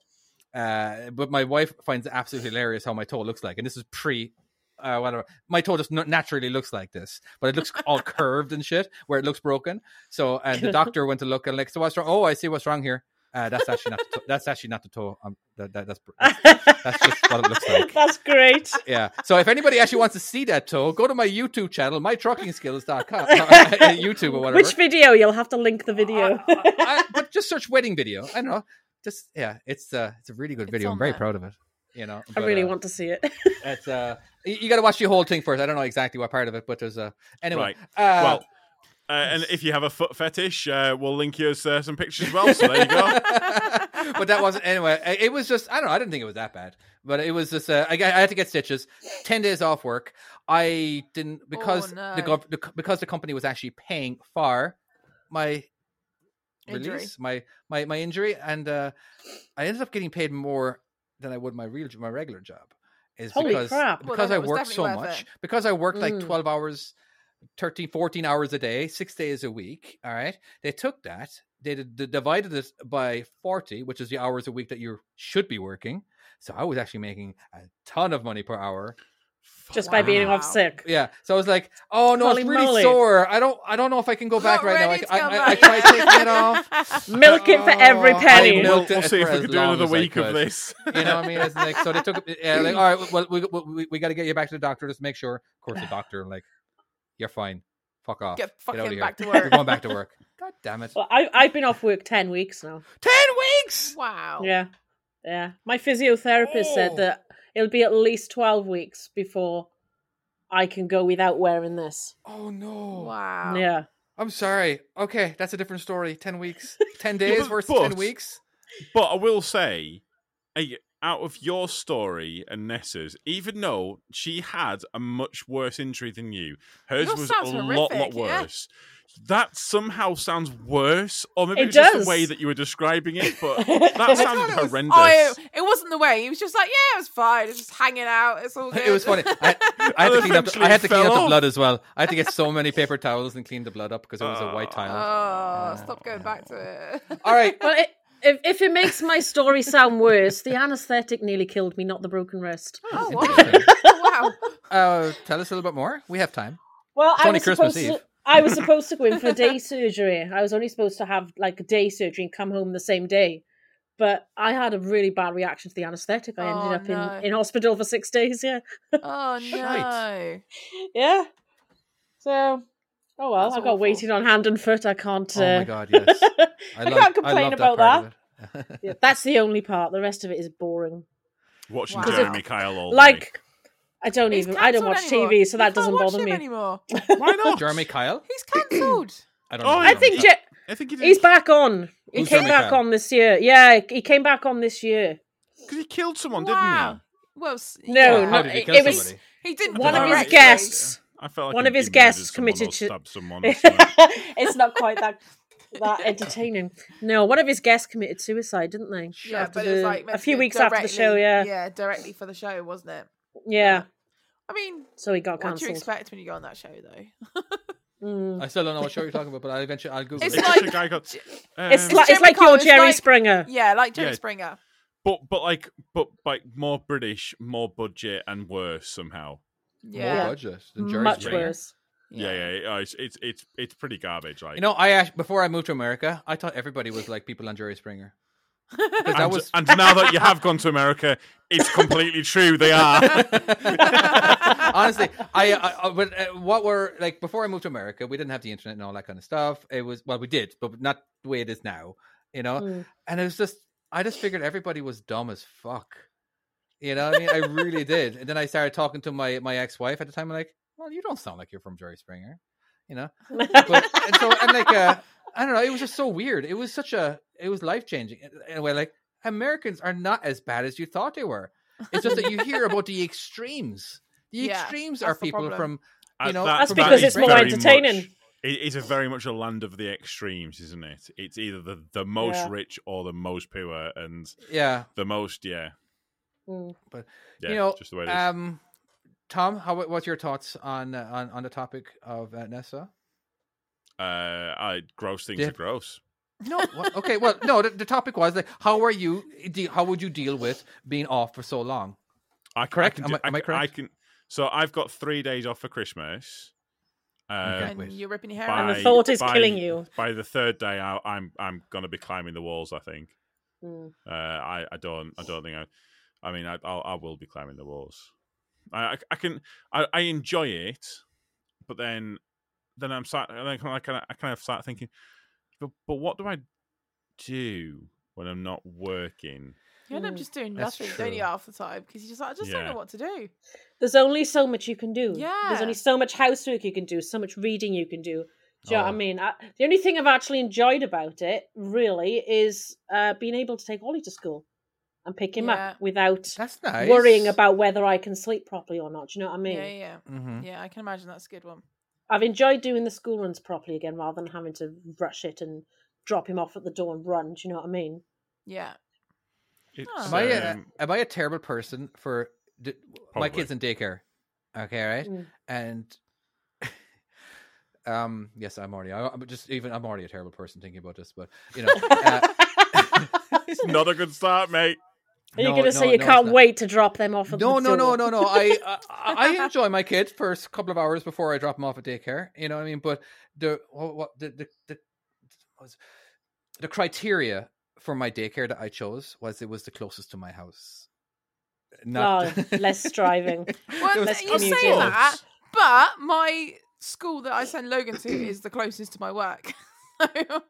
S6: Uh, but my wife finds it absolutely hilarious how my toe looks like, and this is pre. Uh, whatever. My toe just n- naturally looks like this, but it looks all curved and shit, where it looks broken. So, and the doctor went to look and like, so what's wrong? Oh, I see what's wrong here. Uh, that's actually not. The toe. That's actually not the toe. Um, that, that, that's, that's that's just what it looks like.
S7: That's great.
S6: yeah. So if anybody actually wants to see that toe, go to my YouTube channel, mytruckingskills.com, uh, YouTube or whatever.
S7: Which video? You'll have to link the video.
S6: I, but just search wedding video. I don't know. Just yeah, it's uh, it's a really good
S5: It's
S6: video. I'm
S5: on
S6: very
S5: there.
S6: proud of it. You know,
S7: I
S6: but,
S7: really
S6: uh,
S7: want to see it.
S6: It's uh, you, got to watch the whole thing first. I don't know exactly what part of it, but there's a anyway.
S1: Right.
S6: Uh,
S1: well, uh, and if you have a foot fetish, uh, we'll link you uh, some pictures as well. So there you go.
S6: but that wasn't anyway. I- It was just I don't know. I didn't think it was that bad, but it was just uh, I, got- I had to get stitches. Ten days off work. I didn't because
S5: Oh, no.
S6: the gov- the, co- because the company was actually paying for my
S5: Injury.
S6: release, my my my injury, and uh, I ended up getting paid more than I would my real my regular job. Is
S7: Holy
S6: because
S7: crap.
S5: Well,
S6: because
S5: then
S6: I
S5: it was
S6: worked so
S5: definitely worth
S6: much
S5: it.
S6: because I worked like
S7: Mm.
S6: twelve hours 13 14 hours a day six days a week all right they took that they, did, they divided it by 40 which is the hours a week that you should be working so i was actually making a ton of money per hour
S7: Just by being off
S5: Wow.
S7: sick.
S6: yeah so i was like oh no
S7: Holy
S6: it's really
S7: moly.
S6: sore i don't i don't know if i can go back
S5: Not
S6: right now
S5: ready
S6: i,
S5: to
S6: I,
S5: come
S6: I, I
S5: back.
S6: tried taking it off
S7: Milk it for every
S6: Oh, I
S7: penny.
S6: know.
S1: We'll,
S6: milked
S1: we'll
S6: it
S1: see if
S6: for
S1: we
S6: as
S1: can do
S6: long
S1: another
S6: as I
S1: week of
S6: could.
S1: this.
S6: You know what I mean? It's like so they took yeah, like all right, well we we, we got to get you back to the doctor just make sure. Of course, the doctor like you're fine. Fuck off.
S5: Get
S6: outta
S5: fucking
S6: here.
S5: back to
S6: You're
S5: work.
S6: going back to work. God damn it!
S7: Well, I, I've been off work 10 weeks now.
S6: Ten weeks.
S5: Wow.
S7: Yeah. Yeah. My physiotherapist
S6: Oh.
S7: said that it'll be at least 12 weeks before I can go without wearing this.
S6: Oh no!
S5: Wow.
S7: Yeah.
S6: I'm sorry. Okay, that's a different story. Ten weeks. Ten days
S1: but-
S6: versus ten
S1: but-
S6: weeks.
S1: But I will say, eh, out of your story and Nessa's, even though she had a much worse injury than you, hers
S5: Yours
S1: was a
S5: sounds
S1: lot, lot
S5: horrific, yeah.
S1: worse. That somehow sounds worse, or maybe
S7: It
S1: it's just
S7: does.
S1: the way that you were describing it. But
S7: I
S1: that
S6: thought
S1: sounded
S6: it was-
S1: horrendous.
S5: Oh, it, it wasn't the way. He was just like, yeah, it was fine. It's just hanging out. It's all good.
S6: It was funny. I, I had to clean up. The, I had to clean up
S1: Fell
S6: the
S1: off.
S6: blood as well. I had to get so many paper towels and clean the blood up because it was a white
S5: oh,
S7: Uh,
S6: tile. Ah,
S5: stop going back to it.
S6: All right.
S7: Well, it, if, if it makes my story sound worse, the anesthetic nearly killed me, not the broken wrist.
S5: Oh, wow.
S6: Interesting.
S5: wow.
S6: Uh, tell us a little bit more. We have time.
S7: Well,
S6: It's
S7: I
S6: only
S7: was
S6: Christmas
S7: supposed
S6: Eve.
S7: to. I was supposed to go in for day surgery. I was only supposed to have like a day surgery and come home the same day, But I had a really bad reaction to the anaesthetic. I
S5: Oh,
S7: ended up
S5: no.
S7: in, in hospital for six days. Yeah,
S5: Oh no.
S6: Shite.
S7: yeah. So, oh well,
S5: That's
S7: I've got
S5: awful.
S7: waiting on hand and foot. I can't. Uh,
S6: Oh my god, yes.
S7: I, can't complain about that.
S6: part of it.
S7: Yeah, that's the only part. The rest of it is boring.
S1: Watching
S5: Wow. 'Cause
S1: Jeremy
S7: it-
S1: Kyle all
S7: Like, I don't
S5: He's
S7: even. I don't
S5: cancelled
S7: watch
S5: anymore.
S7: TV,
S5: You
S7: so that
S5: can't
S7: doesn't
S5: watch
S7: bother
S5: him
S7: me.
S5: anymore.
S1: day. why not?
S6: Jeremy Kyle?
S5: He's cancelled.
S6: I don't know.
S1: Oh,
S6: who
S1: yeah.
S7: I
S6: that
S7: think
S6: is.
S7: Je-
S1: I think he did
S7: he's back on. He
S6: Who's
S7: came
S6: Jeremy
S7: back
S6: Kyle?
S7: on this year. Yeah, he came back on this year.
S1: because he killed someone,
S5: wow.
S1: didn't
S5: Well, s-
S7: No,
S5: yeah.
S6: How
S7: not-
S6: did he
S7: it-
S6: kill
S7: it was-
S6: somebody?
S5: he didn't.
S1: he?
S7: One of his
S5: directly.
S7: guests-
S1: I felt like
S7: one
S1: he-
S7: of his
S1: he murdered
S7: guests
S1: someone or
S7: committed to-
S1: stabbed someone. or something.
S7: it's not quite that that entertaining. No, one of his guests committed suicide, didn't they?
S5: Yeah,
S7: After
S5: but it was
S7: the-
S5: like meant
S7: a
S5: to
S7: few
S5: be
S7: weeks after the show.
S5: directly-
S7: Yeah, yeah.
S5: Yeah, directly for the show, wasn't it? I mean,
S7: So he got
S5: what do you
S7: cancelled.
S5: expect when you go on that show, though?
S7: Mm.
S6: I still don't know what show you're talking about, but I eventually I'll Google
S5: It's
S6: it.
S1: just
S5: like-
S1: a guy got-
S7: It's
S1: um,
S7: like it's
S5: Jeremy
S7: like
S5: Kyle
S7: your
S5: is
S7: Jerry
S5: like-
S7: Springer.
S5: Yeah, like Jerry
S1: Yeah.
S5: Springer.
S1: but but like but like more British, more budget, and worse somehow.
S5: Yeah.
S6: More budget than Jerry
S7: Much
S1: Springer.
S7: worse.
S1: Yeah, yeah, it- uh, it's it's it's it's pretty garbage. Like
S6: You know, I act- before I moved to America, I thought everybody was like people on Jerry Springer. Because
S1: and,
S6: that was
S1: and now that you have gone to America, it's completely true. They are.
S6: honestly, I, I, I but uh, what were like before I moved to America, we didn't have the internet and all that kind of stuff. It was well, we did, but not the way it is now, you know.
S7: Mm.
S6: And it was just, I just figured everybody was dumb as fuck, you know. What I mean, I really did. And then I started talking to my my ex wife at the time. I'm like, well, you don't sound like you're from Jerry Springer, you know. But and so and like, uh, I don't know. It was just so weird. It was such a, it was life changing. Anyway, like Americans are not as bad as you thought they were. It's just that you hear about the extremes. The
S5: Yeah,
S6: extremes
S5: that's
S6: are
S5: the
S6: people
S5: problem.
S6: from
S1: Uh,
S6: know,
S7: That's
S6: From
S7: because
S6: that
S7: it's more
S1: very
S7: entertaining.
S1: much- it is a very much a land of the extremes, isn't it? It's either the, the most
S7: Yeah.
S1: rich or the most poor, and
S6: yeah.
S1: the most yeah,
S7: Mm.
S1: yeah,
S6: you know,
S1: just the way it is.
S6: um, Tom, how what's your thoughts on uh, on on the topic of uh, Nessa?
S1: uh, I gross things
S6: yeah.
S1: are gross.
S6: No, what- okay, well, no. The, the topic was like, how are you? De- how would you deal with being off for so long?
S1: I
S6: Correct?
S1: I
S6: Am
S1: can, do-
S6: I- am I
S1: can-
S6: correct?
S1: can. So I've got three days off for Christmas. Uh,
S6: Okay.
S5: and
S6: Wait.
S5: you're ripping your hair
S1: Bye.
S7: And
S5: out.
S7: the thought is
S1: by-
S7: killing you.
S1: By the third day, I, I'm I'm gonna be climbing the walls. I think.
S5: Mm-hmm.
S7: Mm.
S1: Uh, I I don't I don't think I. I mean I I'll, I will be climbing the walls. I I, I can I, I enjoy it, but then then I'm sat and I kind of I kind of, I kind of start thinking, but but what do I do when I'm not working?
S5: You end up
S7: Mm.
S5: just doing
S6: That's
S5: nothing, don't you,
S6: true.
S5: half the time? Because you just like, I just don't
S1: Yeah.
S5: know what to do.
S7: There's only so much you can do.
S5: Yeah.
S7: There's only so much housework you can do, so much reading you can do. Do you know what I
S6: Oh.
S7: mean? I, the only thing I've actually enjoyed about it, really, is uh, being able to take Ollie to school and pick him
S5: Yeah.
S7: up without
S6: That's nice.
S7: worrying about whether I can sleep properly or not. Do you know what I mean?
S5: Yeah, yeah,
S6: hmm
S5: yeah. I can imagine that's a good one.
S7: I've enjoyed doing the school runs properly again rather than having to rush it and drop him off at the door and run. Do you know what I mean?
S5: Yeah,
S1: It's,
S6: Am I, a,
S1: um,
S6: am I a terrible person for d- my
S1: Probably.
S6: kids in daycare? Okay, right,
S7: Mm.
S6: and um, yes, I'm already. I, I'm just even. I'm already a terrible person thinking about this, but you know, uh,
S1: it's not a good start, mate.
S7: Are you
S6: No,
S7: going to
S6: no,
S7: say you
S6: no, it's
S7: can't
S6: not.
S7: wait to drop them off at
S6: no,
S7: the
S6: no,
S7: door?
S6: no, no, no. I, I I enjoy my kids for a couple of hours before I drop them off at daycare. You know what I mean? But the what, what the the the, what was, the criteria for my daycare that I chose was it was the closest to my house.
S7: Oh, less driving.
S5: Well,
S6: It was
S5: th- you say
S6: close.
S5: that, but my school that I send Logan to is the closest to my work. oh
S6: Well,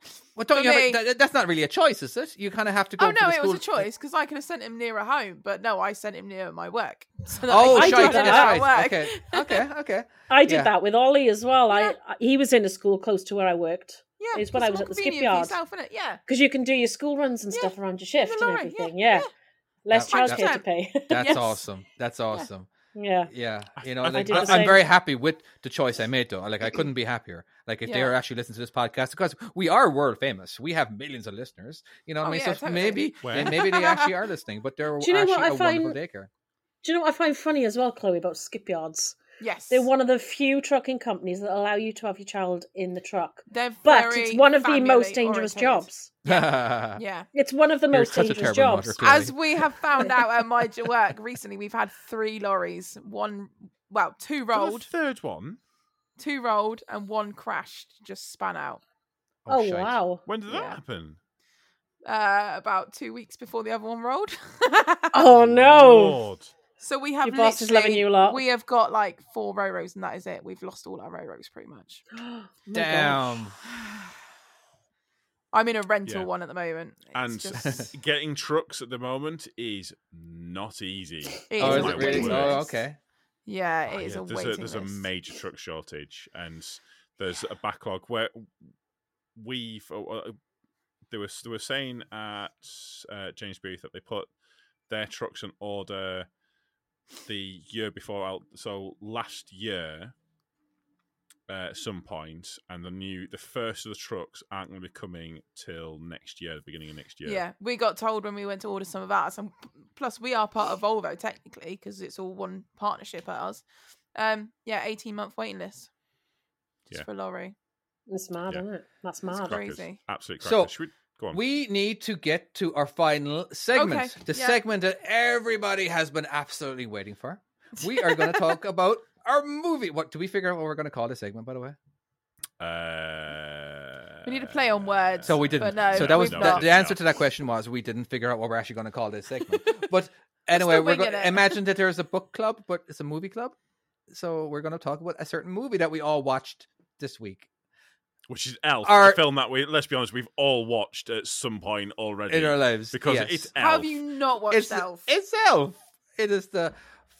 S6: don't
S5: For
S6: you have a,
S5: me- Oh,
S6: that, that's not really a choice, is it? You kind of have to go. for
S5: no,
S6: the
S5: it was a
S6: school- like-
S5: choice because I could have sent him nearer home, but no, I sent him nearer my work. So that
S6: Oh,
S5: I
S7: did
S6: shite,
S5: could
S7: that
S5: get
S6: that's
S5: him
S6: right.
S5: out
S6: Okay,
S5: of work.
S6: okay, okay.
S7: I did
S6: Yeah.
S7: that with Ollie as well. I, I he was in a school close to where I worked
S5: Yeah,
S7: It's when
S5: it's
S7: I was
S5: more
S7: at the
S5: convenient
S7: skipyard.
S5: For yourself, is it? Yeah.
S7: because you can do your school runs and
S5: Yeah,
S7: stuff around your shift and
S5: lorry, yeah,
S7: everything. Yeah,
S5: yeah.
S7: less
S6: That-
S7: childcare to
S5: that-
S7: pay.
S6: That's
S5: Yes.
S6: awesome. That's awesome.
S7: yeah,
S6: Yeah, you know,
S1: I
S6: like,
S7: did the
S6: I am
S7: same.
S6: very happy with the choice I made, though. Like, I couldn't be happier. Like, if they
S5: Yeah.
S6: are actually listening to this podcast, because we are world famous, we have millions of listeners. You know what
S5: Oh,
S6: I mean?
S5: yeah,
S6: so
S5: totally.
S6: maybe,
S1: Well-
S6: they, maybe they actually are listening, but they're
S7: Do you know
S6: actually
S7: what I
S6: a
S7: find-
S6: wonderful daycare.
S7: Do you know what I find funny as well, Chloe, about skipyards?
S5: Yes.
S7: They're one of the few trucking companies that allow you to have your child in the truck.
S5: They're
S7: But
S5: very
S7: it's one of the most
S5: family
S7: dangerous
S5: orientated.
S7: jobs.
S5: Yeah.
S7: It's one of the
S6: You're
S7: most
S6: such a
S7: dangerous
S6: terrible mother,
S7: jobs.
S6: Chloe.
S5: As we have found out at my j- work recently, we've had three lorries, one well, two
S1: For the
S5: rolled,
S1: third one.
S5: two rolled, and one crashed, just span out.
S7: Oh,
S6: shite.
S7: wow.
S1: When did that
S5: Yeah.
S1: happen?
S5: uh, about two weeks before the other one rolled.
S7: Oh no!
S1: Lord.
S5: so we have
S7: Your boss is loving
S5: literally-
S7: you a lot.
S5: We have got like four Roros, and that is it. We've lost all our Roros pretty much.
S7: Oh my God.
S6: Damn. Oh,
S5: I'm in a rental
S1: Yeah.
S5: one at the moment. It's
S1: And
S5: just,
S1: Getting trucks at the moment is not easy.
S5: it
S6: Oh,
S5: is a
S6: is
S1: my
S6: it really?
S5: waiting
S6: Oh,
S5: list.
S6: okay.
S5: Yeah,
S1: Ah,
S5: it is
S1: yeah,
S5: a
S1: there's
S5: waiting
S1: a, there's
S5: list.
S1: a major truck shortage, and there's a backlog where we've uh, uh, they were they were saying at uh, James Booth that they put their trucks on order the year before out, so last year uh, at some point, and the new the first of the trucks aren't going to be coming till next year, the beginning of next
S5: Yeah.
S1: year.
S5: we got told when we went to order some of ours, and p- plus we are part of Volvo technically because it's all one partnership at us. Um, yeah, eighteen month waiting list just
S1: Yeah.
S5: for lorry.
S7: It's mad,
S1: Yeah.
S7: isn't it? That's
S5: It's great.
S7: mad.
S1: Crackers.
S5: Crazy.
S1: absolute
S6: So,
S1: crackers. Should we go on?
S6: We need to get to our final segment.
S5: Okay,
S6: The
S5: yeah.
S6: segment that everybody has been absolutely waiting for. We are going to talk about our movie. What do we figure out what we're going to call this segment, by the way?
S1: Uh,
S5: We need to play on words.
S6: So we didn't.
S5: But no,
S6: so that was
S5: we've
S6: the,
S5: not.
S6: the answer to that question was we didn't figure out what we're actually going to call this segment. but anyway,
S5: still
S6: we're going
S5: winging
S6: to
S5: it.
S6: imagine that there's a book club, but it's a movie club. So we're going to talk about a certain movie that we all watched this week
S1: which is Elf,
S6: Our-
S1: a film that we let's be honest, we've all watched at some point already
S6: in our lives
S1: because
S6: Yes.
S1: it's Elf.
S5: How have you not watched
S6: it's
S5: Elf?
S6: It's Elf. It is the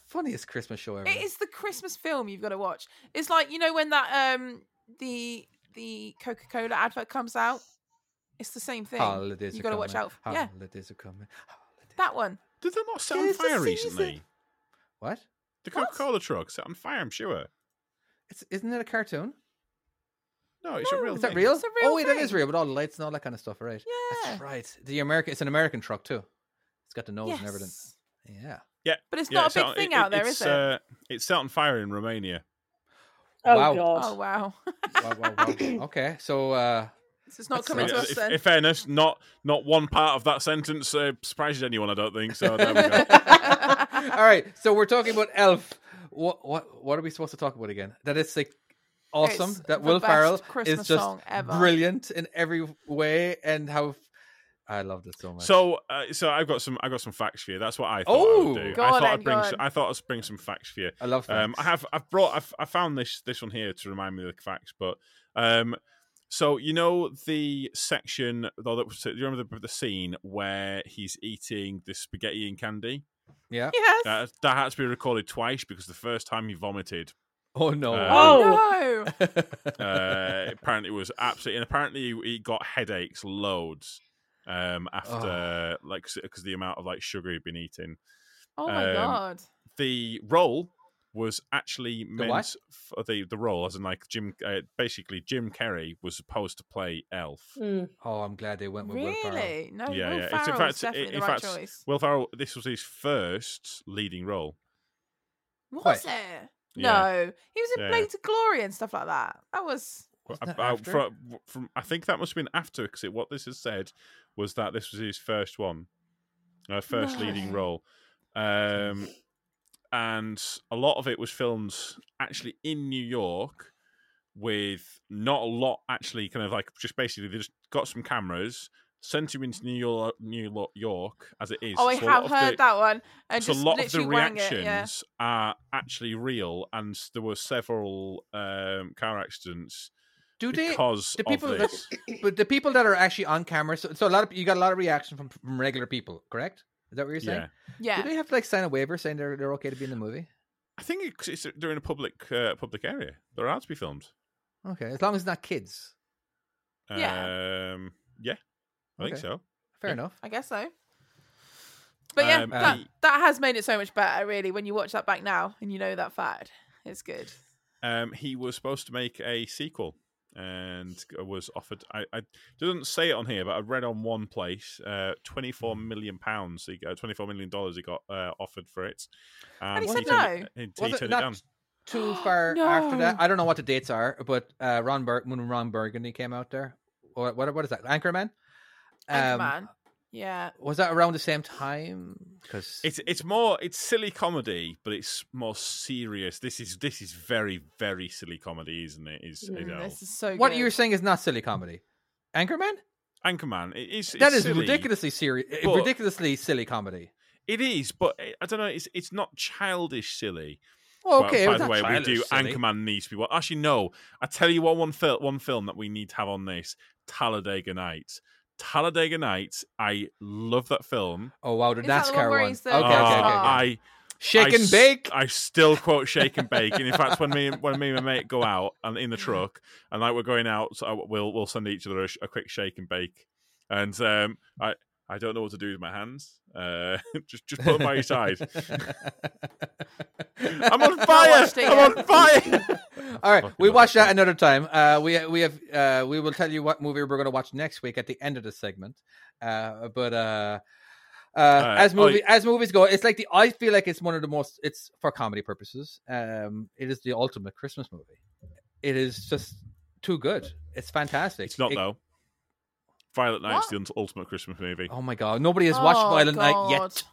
S6: funniest Christmas show ever.
S5: It is the Christmas film you've got to watch. It's like you know when that um the the Coca Cola advert comes out. It's the same thing.
S6: Holidays
S5: you
S6: are
S5: got to watch
S6: coming.
S5: out. for Yeah,
S6: Holidays are coming.
S5: that one.
S1: Did they not set
S6: It
S1: on
S6: is the
S1: fire
S6: season.
S1: recently?
S6: What?
S1: The
S5: What?
S1: Coca Cola truck set on fire. I'm sure.
S6: It's, isn't it a cartoon?
S1: No, it's a real.
S6: Is that
S1: thing.
S6: real?
S5: It's a real
S6: oh, wait, it is
S5: thing.
S6: real with all the lights and all that kind of stuff, right?
S5: Yeah.
S6: That's right. The American, it's an American truck too. It's got the nose and everything.
S5: Yes.
S6: Yeah.
S1: Yeah,
S5: But it's
S1: yeah,
S5: not a
S1: set
S5: big
S1: on-
S5: thing
S1: it-
S5: out there,
S1: it's,
S5: is it?
S1: Uh, it's set on fire in Romania.
S7: Oh
S6: Wow.
S7: god!
S5: oh wow!
S6: Wow, wow, wow. okay, so uh,
S5: this is not
S6: That's
S5: coming
S1: I
S5: to
S1: mean,
S5: us
S1: if,
S5: then.
S1: in fairness, not not one part of that sentence uh, surprises anyone. I don't think so. There we go.
S6: all right. So we're talking about Elf. What what what are we supposed to talk about again? That it's like awesome.
S5: It's
S6: that
S5: the
S6: Will
S5: best
S6: Farrell is
S5: Christmas
S6: just
S5: song ever.
S6: brilliant in every way, and how I loved it so much.
S1: So, uh, so I've got some. I've got some facts for you. That's what I thought. I
S6: Oh!
S1: would do.
S5: Go
S1: I
S5: on
S1: thought
S5: then,
S1: I'd
S5: go
S1: bring.
S5: on.
S1: Some, I thought I'd bring some facts for you.
S6: I love.
S1: Um, I
S6: facts.
S1: have I've brought I've, I found this this one here to remind me of the facts, but um, so you know the section though that was, do you remember the, the scene where he's eating the spaghetti and candy
S6: Yeah.
S5: yes.
S1: that that had to be recorded twice because the first time he vomited
S6: Oh no.
S1: Uh,
S7: oh,
S5: no.
S1: uh, apparently it was absolutely and apparently he got headaches loads um after like because the amount of like sugar he'd been eating
S5: Oh my
S1: um,
S5: god.
S1: the role was actually meant
S6: what?
S1: for the the role as in like Jim uh, basically Jim Carrey was supposed to play Elf.
S7: Mm.
S6: oh, I'm glad they went with Will Ferrell.
S5: Really? No.
S1: Yeah,
S5: Will
S1: yeah. It's- in
S5: Farrell
S1: fact-
S5: is definitely
S1: in
S5: the right
S1: fact,
S5: choice.
S1: Will Ferrell this was his first leading role.
S5: Was
S6: quite-
S5: it?
S1: Yeah.
S5: No, he was in
S1: Yeah.
S5: Blade to Glory and stuff like that. That was
S6: Wasn't that
S1: About
S6: after?
S1: from, from I think that must have been after because what this has said was that this was his first one, uh, first leading
S5: No.
S1: role, um, and a lot of it was filmed actually in New York, with not a lot actually kind of like just basically they just got some cameras. Sent him into New York, New Lo- York, as it is.
S5: oh, I
S1: So a lot
S5: have
S1: of the-
S5: heard that one. And
S1: so a
S5: just
S1: lot of the
S5: literally wang
S1: reactions
S5: It, yeah.
S1: are actually real, and s- there were several um, car accidents
S6: Do they?
S1: because
S6: the people
S1: of
S6: that-
S1: this.
S6: But the people that are actually on camera. So, so a lot of you got a lot of reaction from, from regular people. Correct? Is that what you're saying?
S1: yeah,
S5: Yeah.
S6: Do they have to like sign a waiver saying they're they're okay to be in the movie?
S1: I think it's, it's during a public uh, public area. They're allowed to be filmed.
S6: Okay, as long as it's not kids.
S5: Yeah.
S1: um, yeah, I think
S6: Okay.
S1: so.
S6: Fair
S1: Yeah.
S6: enough.
S5: I guess so. But yeah,
S1: Um,
S5: that,
S1: the-
S5: that has made it so much better, really, when you watch that back now and you know that fact. It's good.
S1: Um, he was supposed to make a sequel and was offered. I, I didn't say it on here, but I read on one place uh, twenty four million pounds. He got twenty four million dollars. He got uh, offered for it,
S5: he said
S1: turned it- he- he
S6: Was it
S1: turned it
S6: not
S1: down.
S6: Too far after that,
S5: No.
S6: I don't know what the dates are, but uh, Ron Bur- when Ron Burgundy came out there, what what, what is that? Anchorman.
S5: Oh,
S6: Um,
S5: Anchorman. Yeah.
S6: Was that around the same time? Because
S1: It's it's more it's silly comedy, but it's more serious. This is this is very very silly comedy, isn't it? Is, is
S7: Mm,
S1: Elf.
S5: This is so
S6: what
S5: good.
S6: you're saying is not silly comedy. Anchorman.
S1: Anchorman. It is
S6: that
S1: it's
S6: is
S1: silly.
S6: ridiculously serious,
S1: but-
S6: ridiculously silly comedy.
S1: It is, but eh, I- I don't know. It's it's not childish silly.
S6: Well,
S1: Well,
S6: okay,
S1: by
S6: it's
S1: the
S6: not
S1: way, we
S6: childish
S1: do
S6: silly.
S1: Anchorman needs to be. Well, actually, no. I tell you what, one film, one film that we need to have on this: Talladega Nights. Talladega Nights. I love that film.
S6: Oh wow, the
S5: Is that the one
S6: NASCAR
S5: where
S6: one.
S5: he's
S6: Okay,
S5: the
S6: okay,
S5: rock
S1: Ah,
S6: okay.
S5: star?
S6: okay.
S1: I
S6: Shake
S1: I
S6: and
S1: s-
S6: bake.
S1: I still quote shake and bake, and in fact, when me and- when me and my mate go out and
S6: Mm.
S1: in the truck, and like we're going out, so I, we'll we'll send each other a, sh- a quick shake and bake, and um, I I don't know what to do with my hands. Uh, just just put them by your side. I'm on fire!
S5: watched it
S1: I'm
S5: yet.
S1: on fire!
S6: All right,
S1: Fucking
S6: we
S1: love
S6: watch
S1: that
S6: that another time. Uh, we we have uh, we will tell you what movie we're going to watch next week at the end of the segment. Uh, but uh, uh, as
S1: Ollie-
S6: movie as movies go, it's like the I feel like it's one of the most. It's for comedy purposes. Um, it is the ultimate Christmas movie. It is just too good. It's fantastic.
S1: It's not
S6: It-
S1: though. Violet Night's
S5: What?
S1: the ult- ultimate Christmas movie.
S6: Oh my god! Nobody has watched
S5: Oh,
S6: Violent Night
S5: God. Oh,
S6: yet.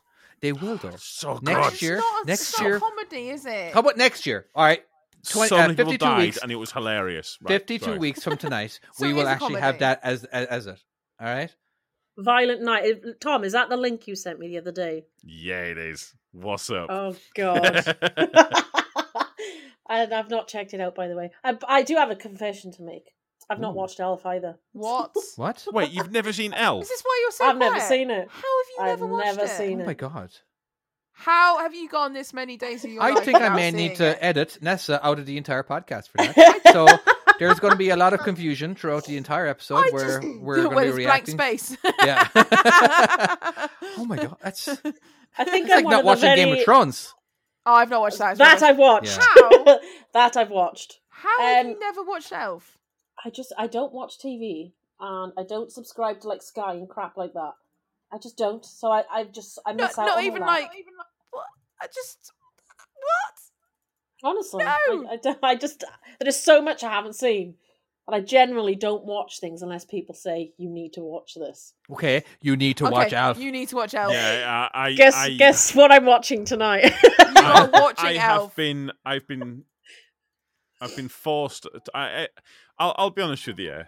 S6: They will though.
S1: So good.
S6: Next
S5: It's
S6: year-
S5: not a-
S6: next
S5: it's not
S6: year-
S5: a comedy, is it?
S6: How about next year? All right, 20
S1: so
S6: uh,
S1: many people
S6: 52
S1: died,
S6: weeks.
S1: and it was hilarious. Right,
S6: 52
S1: sorry.
S6: weeks from tonight,
S5: So
S6: we
S5: it
S6: will
S5: is a
S6: actually
S5: comedy.
S6: have that as, as as it. All right.
S7: Violent Night. Uh, Tom, is that the link you sent me the other day?
S1: Yeah, it is. What's up?
S7: Oh God. and I've not checked it out, by the way. I, I do have a confession to make. I've not
S6: Ooh.
S7: watched Elf either.
S5: What? Is
S6: What?
S1: Wait, you've never seen Elf?
S5: this why you're so
S7: I've never
S5: quiet?
S7: seen it.
S5: How have you
S7: I've
S5: never watched
S7: never
S5: it?
S7: seen
S6: Oh
S7: it.
S6: my god!
S5: How have you gone this many days of your
S6: I
S5: life
S6: think I
S5: without
S6: may need
S5: seeing
S6: to
S5: it?
S6: edit Nessa out of the entire podcast for that. so there's going to be a lot of confusion throughout the entire episode
S5: I
S6: where
S5: just
S6: we're
S5: where
S6: going to
S5: there's
S6: be
S5: blank
S6: reacting.
S5: space.
S6: Yeah. oh my god, that's, that's
S7: I think
S6: like
S7: I'm one
S6: not
S7: of the
S6: watching Game of
S7: very-
S6: Thrones.
S5: Oh, I've not watched that. as
S7: That
S5: well.
S7: I've watched.
S6: Yeah.
S5: How?
S7: that I've watched.
S5: How have
S7: Um,
S5: you never watched Elf?
S7: I just I don't watch TV and I don't subscribe to like Sky and crap like that. I just don't. So I I just I
S5: No,
S7: miss out. on
S5: not
S7: all
S5: even
S7: that.
S5: like. What? I just. What?
S7: honestly.
S5: No.
S7: I, I don't. I just there is so much I haven't seen, and I generally don't watch things unless people say you need to watch this.
S6: Okay, you need to
S5: okay,
S6: watch Elf.
S5: You need to watch Elf.
S1: Yeah, I, I
S7: Guess
S1: I,
S7: guess what I'm watching tonight.
S5: You
S1: I-
S5: are watching
S1: I
S5: Elf.
S1: have been. I've been. I've been forced. to- I, I, I'll, I'll be honest with you.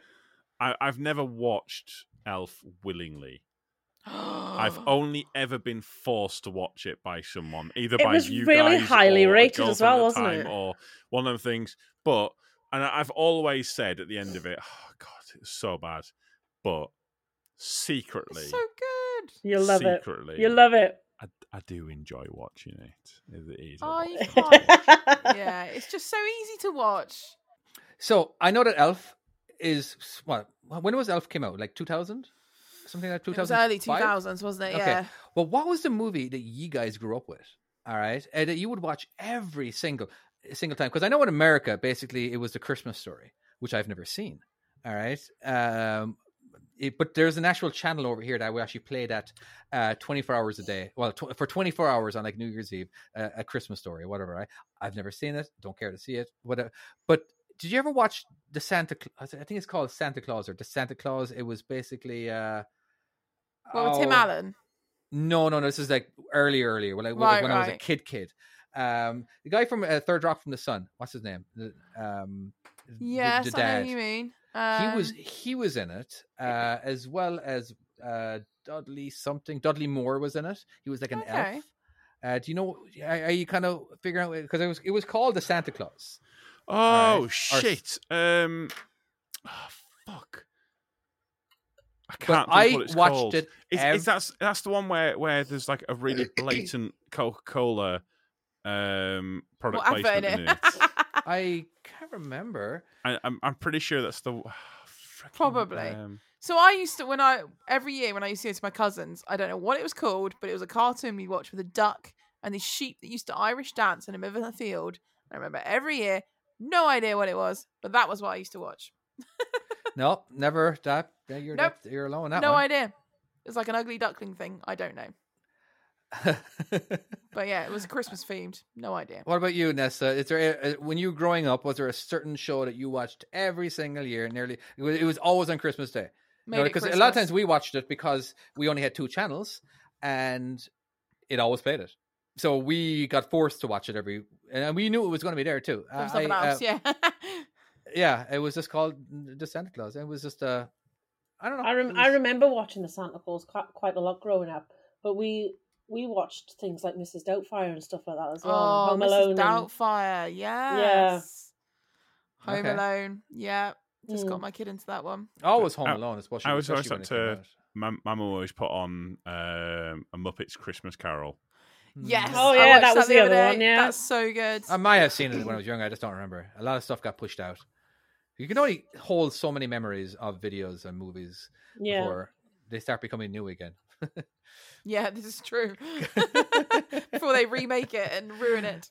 S1: I, I've never watched Elf willingly. I've
S7: Oh.
S1: only ever been forced to watch it by someone, either
S7: It
S1: by
S7: was
S1: you
S7: really
S1: guys
S7: highly
S1: or a
S7: rated as
S1: girlfriend at
S7: well,
S1: the
S7: wasn't
S1: time
S7: it?
S1: Or one of the things. But and I- I've always said at the end of it, oh god, it's so bad. But secretly,
S5: It's so good.
S7: You'll love it.
S1: secretly,
S7: You'll love it.
S1: I, I do enjoy watching it. It is. a
S5: Oh,
S1: lot
S5: you
S1: of fun to
S5: can't.
S1: watch.
S5: Yeah, it's just so easy to watch.
S6: So I know that Elf is what? When was Elf came out? Like 2000, something like
S5: It was
S6: 2000.
S5: early two thousands, wasn't it?
S6: Okay.
S5: Yeah.
S6: Well, what was the movie that you guys grew up with? All right, and that you would watch every single single time because I know in America, basically, it was the Christmas Story, which I've never seen. All right, um, it, but there's an actual channel over here that we actually play that uh, 24 hours a day. Well, tw- for 24 hours on like New Year's Eve, uh, a Christmas Story, whatever. Right, I've never seen it. Don't care to see it. Whatever. But did you ever watch the Santa? Cla- I think it's called Santa Claus or the Santa Claus. It was basically. Uh,
S5: Well, with Tim
S6: oh,
S5: Allen.
S6: no, no, no. This is like early, earlier. When, I- when I-
S5: Right,
S6: when I was a
S5: right.
S6: kid, kid. Um, the guy from uh, Third Rock from the Sun. What's his name? The, um, the-
S5: Yes,
S6: the
S5: I know
S6: dad.
S5: who you mean.
S6: He was
S5: Um,
S6: he was in it uh, as well as uh, Dudley something. Dudley Moore was in it. He was like an
S5: Okay.
S6: elf. Uh, do you know? Are, are you kind of figuring out because it was it was called the Santa Claus?
S1: Oh
S6: Alright. Or-
S1: shit! Um, oh, fuck. I can't.
S6: but I
S1: think what it's
S6: watched
S1: called.
S6: it.
S1: Is,
S6: ev-
S1: is that's that's the one where where there's like a really blatant Coca Cola um product
S5: What advert
S1: placement in it.
S5: it?
S6: I can't remember.
S1: I, I'm I'm pretty sure that's the frickin',
S5: Probably.
S1: um,
S5: So I used to when I every year when I used to go to my cousins, I don't know what it was called, but it was a cartoon we watched with a duck and these sheep that used to Irish dance in the middle of the field. I remember every year, no idea what it was, but that was what I used to watch.
S6: No, never. That yeah, you're
S5: Nope.
S6: that, you're alone. on That
S5: no
S6: one.
S5: idea. It's like an ugly duckling thing. I don't know, but yeah, it was Christmas themed. No idea.
S6: What about you, Nessa? Is there a, a- when you were growing up was there a certain show that you watched every single year? Nearly, it was, it was always on Christmas Day.
S5: Made it
S6: because a lot of
S5: Christmas.
S6: times we watched it because we only had two channels, and it always played it. So we got forced to watch it every, and we knew it was going to be there too.
S5: there was
S6: I-
S5: nothing
S6: I, uh,
S5: else. yeah,
S6: yeah, it was just called the Santa Claus. It was just uh, I don't know.
S7: I, rem-
S6: It
S7: I
S6: was-
S7: remember watching the Santa Claus quite, quite a lot growing up, but we we watched things like Mrs. Doubtfire and stuff like that as well.
S5: Oh,
S7: Home
S5: Mrs.
S7: Alone. and-
S5: Doubtfire. Yes. Home
S6: Okay.
S5: Alone. Yeah. Just got
S7: Mm.
S5: my kid into that one.
S6: Always Home
S1: I-
S6: Alone, especially.
S1: I was always
S6: especially when
S1: up
S6: it
S1: to-
S6: came out.
S1: My, my mum always put on um, a Muppets Christmas Carol.
S6: Hmm.
S5: Yes.
S7: Oh,
S5: I
S7: yeah,
S5: watched
S7: that was the
S5: other
S7: other one,
S5: day.
S7: yeah.
S5: That's so good.
S6: I might have seen it when I was younger. I just don't remember. A lot of stuff got pushed out. You can only hold so many memories of videos and movies
S7: Yeah.
S6: before they start becoming new again.
S5: yeah, this is true. Before they remake it and ruin it.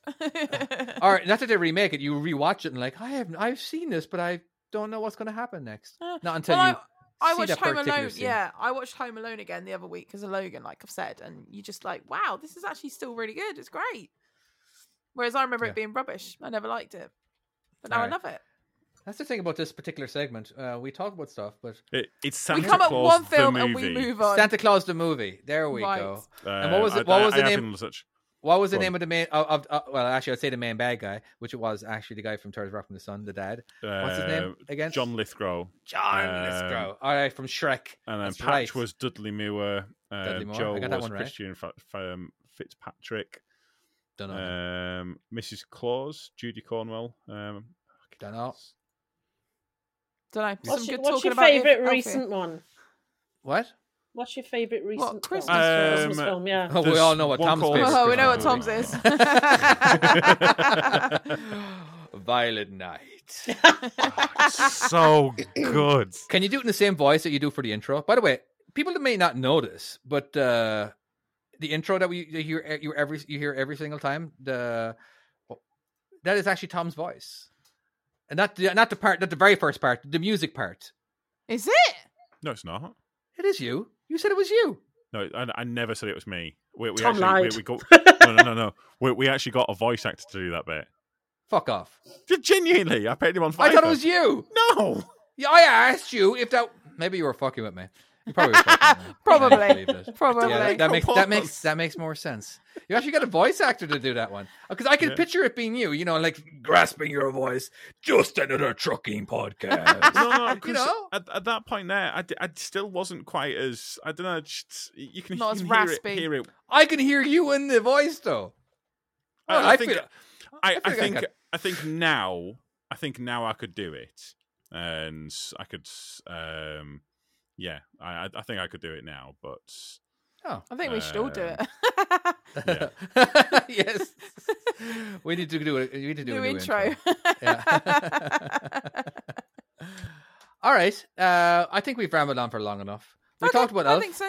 S6: All right, not that they remake it, you rewatch it and like, I have I've seen this, but I don't know what's going to happen next.
S5: Uh,
S6: Not until
S5: well,
S6: you.
S5: I
S6: see
S5: watched
S6: that
S5: Home
S6: particular
S5: Alone.
S6: scene.
S5: Yeah, I watched Home Alone again the other week because of Logan, like I've said, and you just like, wow, this is actually still really good. It's great. Whereas I remember
S6: Yeah.
S5: it being rubbish. I never liked it, but now I
S6: Alright.
S5: love it.
S6: That's the thing about this particular segment. Uh, we talk about stuff, but
S1: It, it's Santa
S5: we come at
S1: Claus
S5: one film
S1: the
S5: and we
S1: movie.
S5: move on.
S6: Santa Claus the movie. There we
S5: Right.
S6: go.
S1: Uh,
S6: And what was it-
S1: I,
S6: what was
S1: I,
S6: the
S1: I have
S6: name-
S1: been Such.
S6: What was the
S1: Go on.
S6: name of the main? Of, of, uh, well, actually, I'd say the main bad guy, which it was actually the guy from Turtles Rock from the Sun, the dad. What's his name
S1: Uh,
S6: again?
S1: John Lithgow.
S6: John
S1: Um,
S6: Lithgow. All right, from Shrek.
S1: And then
S6: That's
S1: Patch
S6: right.
S1: was Dudley Moore. Uh,
S6: Dudley Moore. I
S1: Joel
S6: got that
S1: was
S6: one right.
S1: Christian Fa- Fa- um, Fitzpatrick.
S6: Dunno.
S1: Um, Mrs. Claus, Judy Cornwell. Um,
S6: Dunno.
S5: Don't know.
S7: What's,
S5: some
S7: your,
S5: good
S7: what's
S5: talking
S7: your
S5: about it,
S7: favorite
S5: Alfie.
S7: recent one?
S6: What?
S7: What's your favorite recent
S5: Christmas
S7: film?
S5: film?
S7: Christmas
S1: Um,
S7: film, yeah.
S6: Oh, we all know what
S1: one
S6: Tom's
S1: called-
S6: favorite.
S5: Oh, we know what Tom's
S6: Christmas
S5: is.
S6: movie is. Violet Night.
S1: Um, so good.
S6: Can you do it in the same voice that you do for the intro? By the way, people that may not know this, but uh, the intro that we you hear you every you hear every single time the that is actually Tom's voice, and not the, not the part not the very first part, the music part.
S5: is it?
S1: No, it's not.
S6: It is you. You said it was you.
S1: No, I, I never said it was me. We, we
S7: Tom
S1: actually,
S7: lied.
S1: We, we got, no, no, no, no. We, we actually got a voice actor to do that bit.
S6: Fuck off.
S1: Gen- Genuinely, I paid him on.
S6: I thought
S1: Fiverr.
S6: it was you.
S1: No.
S6: Yeah, I asked you if that. Maybe you were fucking with me. You probably were fucking with me.
S5: Probably.
S6: I believe it.
S5: Probably.
S6: Yeah, that, that makes
S1: Come
S6: that
S1: on.
S6: makes that makes more sense. You actually got a voice actor to do that one because I can
S1: Yeah.
S6: picture it being you. You know, like grasping your voice. Just another trucking podcast.
S1: No, no,
S6: You
S1: because
S6: know?
S1: at, at that point there, I, d- I still wasn't quite as I don't know. Just, you can,
S5: Not
S1: you can
S5: as
S1: hear
S5: raspy.
S1: it. Hear it.
S6: I can hear you in the voice though.
S1: I,
S6: Oh,
S1: I
S6: I
S1: think,
S6: feel-
S1: I,
S6: I
S1: I
S6: feel like
S1: think,
S6: I
S1: I,
S6: could-
S1: think now, I think now I could do it, and I could, um, yeah, I, I- I think I could do it now. But
S5: I think we should all do it.
S1: Yeah.
S6: yes. We need to do it. We need to do
S5: new
S6: a new
S5: intro.
S6: Yeah. All right. Uh, I think we've rambled on for long enough. We
S5: Okay,
S6: talked about
S5: I
S6: Elf.
S5: think so.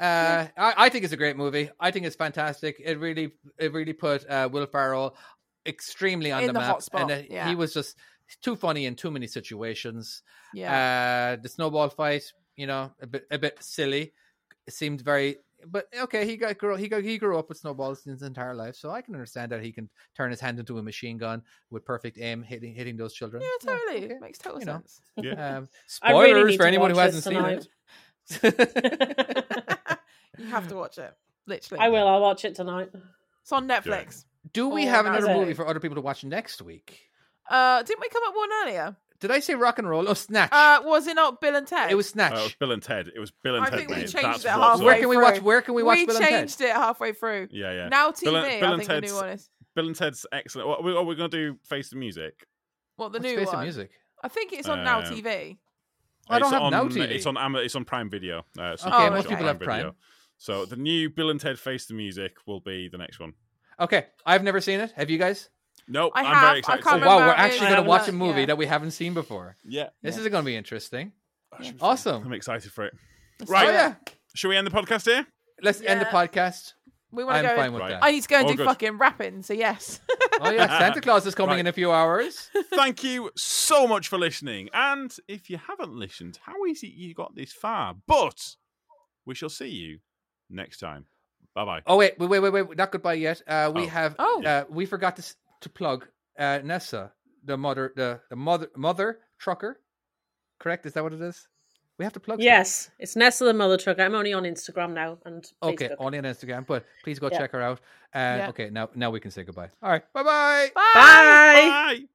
S6: Uh, I, I think it's a great movie. I think it's fantastic. It really, it really put uh, Will Farrell extremely on
S5: In
S6: the,
S5: the
S6: map,
S5: hot spot,
S6: and it-
S5: yeah.
S6: he was just too funny in too many situations.
S5: Yeah.
S6: Uh, the snowball fight, you know, a bit, a bit silly. It seemed very, but okay, he got grow, he got he grew up with snowballs his entire life, so I can understand that he can turn his hand into a machine gun with perfect aim, hitting hitting those children.
S5: yeah, totally.
S6: okay.
S5: Makes total
S6: you know.
S5: sense.
S1: yeah,
S6: Um,
S7: I really
S6: spoilers
S7: need
S6: for
S7: to
S6: anyone who
S7: watch this
S6: hasn't seen
S7: tonight.
S6: it.
S5: You have to watch it. Literally.
S7: I will. I'll watch it tonight.
S5: It's on Netflix.
S6: Do we
S5: Oh,
S6: have
S5: no.
S6: another
S7: Okay.
S6: movie for other people to watch next week?
S5: Uh, didn't we come up one earlier?
S6: Did I say rock and roll? Oh, Snatch.
S5: Uh, was it not Bill and Ted?
S6: it was Snatch.
S1: Uh, it was Bill and Ted. It was Bill and
S5: I
S1: Ted.
S5: think we
S1: mate.
S5: changed
S1: That's
S5: it
S1: what's up.
S5: halfway
S6: where can we watch?
S5: through.
S6: Where can we watch Bill and
S5: changed
S6: Ted?
S5: it halfway through.
S1: Yeah, yeah.
S5: Now TV,
S1: Bill and- Bill
S5: I
S1: and
S5: think the new
S1: Ted's-
S5: one is.
S1: Bill and Ted's excellent. What, we, are we going to do? Face the music.
S5: What the
S6: Let's
S5: new
S6: face it,
S5: one?
S6: music.
S5: I think it's on Now
S1: Um,
S5: TV.
S6: I don't
S1: it's
S6: have
S1: on,
S6: Now TV.
S1: It's on Ama- it's on Prime Video. Uh, so you
S5: Okay,
S1: can watch
S5: most
S1: it on
S5: people
S6: have Prime.
S1: Video. So the new Bill and Ted Face the Music will be the next one.
S6: Okay, I've never seen it. Have you guys?
S1: Nope,
S5: I
S1: am
S5: have.
S1: very
S5: I
S1: excited.
S5: can't
S1: to see it.
S5: remember
S6: wow, we're
S5: it.
S6: actually
S5: I
S6: going to
S5: haven't
S6: watch a
S5: looked,
S6: movie
S5: yeah.
S6: that we haven't seen before.
S1: Yeah,
S6: This is going to be interesting.
S1: Yeah.
S6: Awesome.
S1: I'm excited for it.
S5: Let's
S1: Right,
S5: do
S6: Oh
S5: it.
S6: yeah,
S1: should we end the podcast here?
S6: let's end the
S5: Yeah.
S6: podcast.
S5: We want
S6: I'm
S5: to go.
S6: fine with
S1: Right.
S6: that.
S5: I need to go and
S1: All
S5: do
S1: good.
S5: fucking rapping. So yes.
S6: Oh yeah, Santa Claus is coming
S1: Right.
S6: in a few hours.
S1: Thank you so much for listening. And if you haven't listened, how is it you got this far? But we shall see you next time. Bye bye.
S6: Oh wait, wait, wait, wait, wait. Not goodbye yet. Uh, we
S1: Oh.
S6: have.
S5: Oh.
S6: Uh, we forgot to s- to plug uh, Nessa, the mother, the, the mother, mother trucker. Correct? Is that what it is? We have to plug. stuff.
S7: Yes, it's Nessa the Mother Trucker. I'm only on Instagram now and Facebook.
S6: Okay, only on Instagram, but please go
S7: Yeah.
S6: check her out. Uh,
S5: Yeah.
S6: Okay, now now we can say goodbye. All right, bye bye.
S5: Bye.
S7: Bye.
S1: Bye.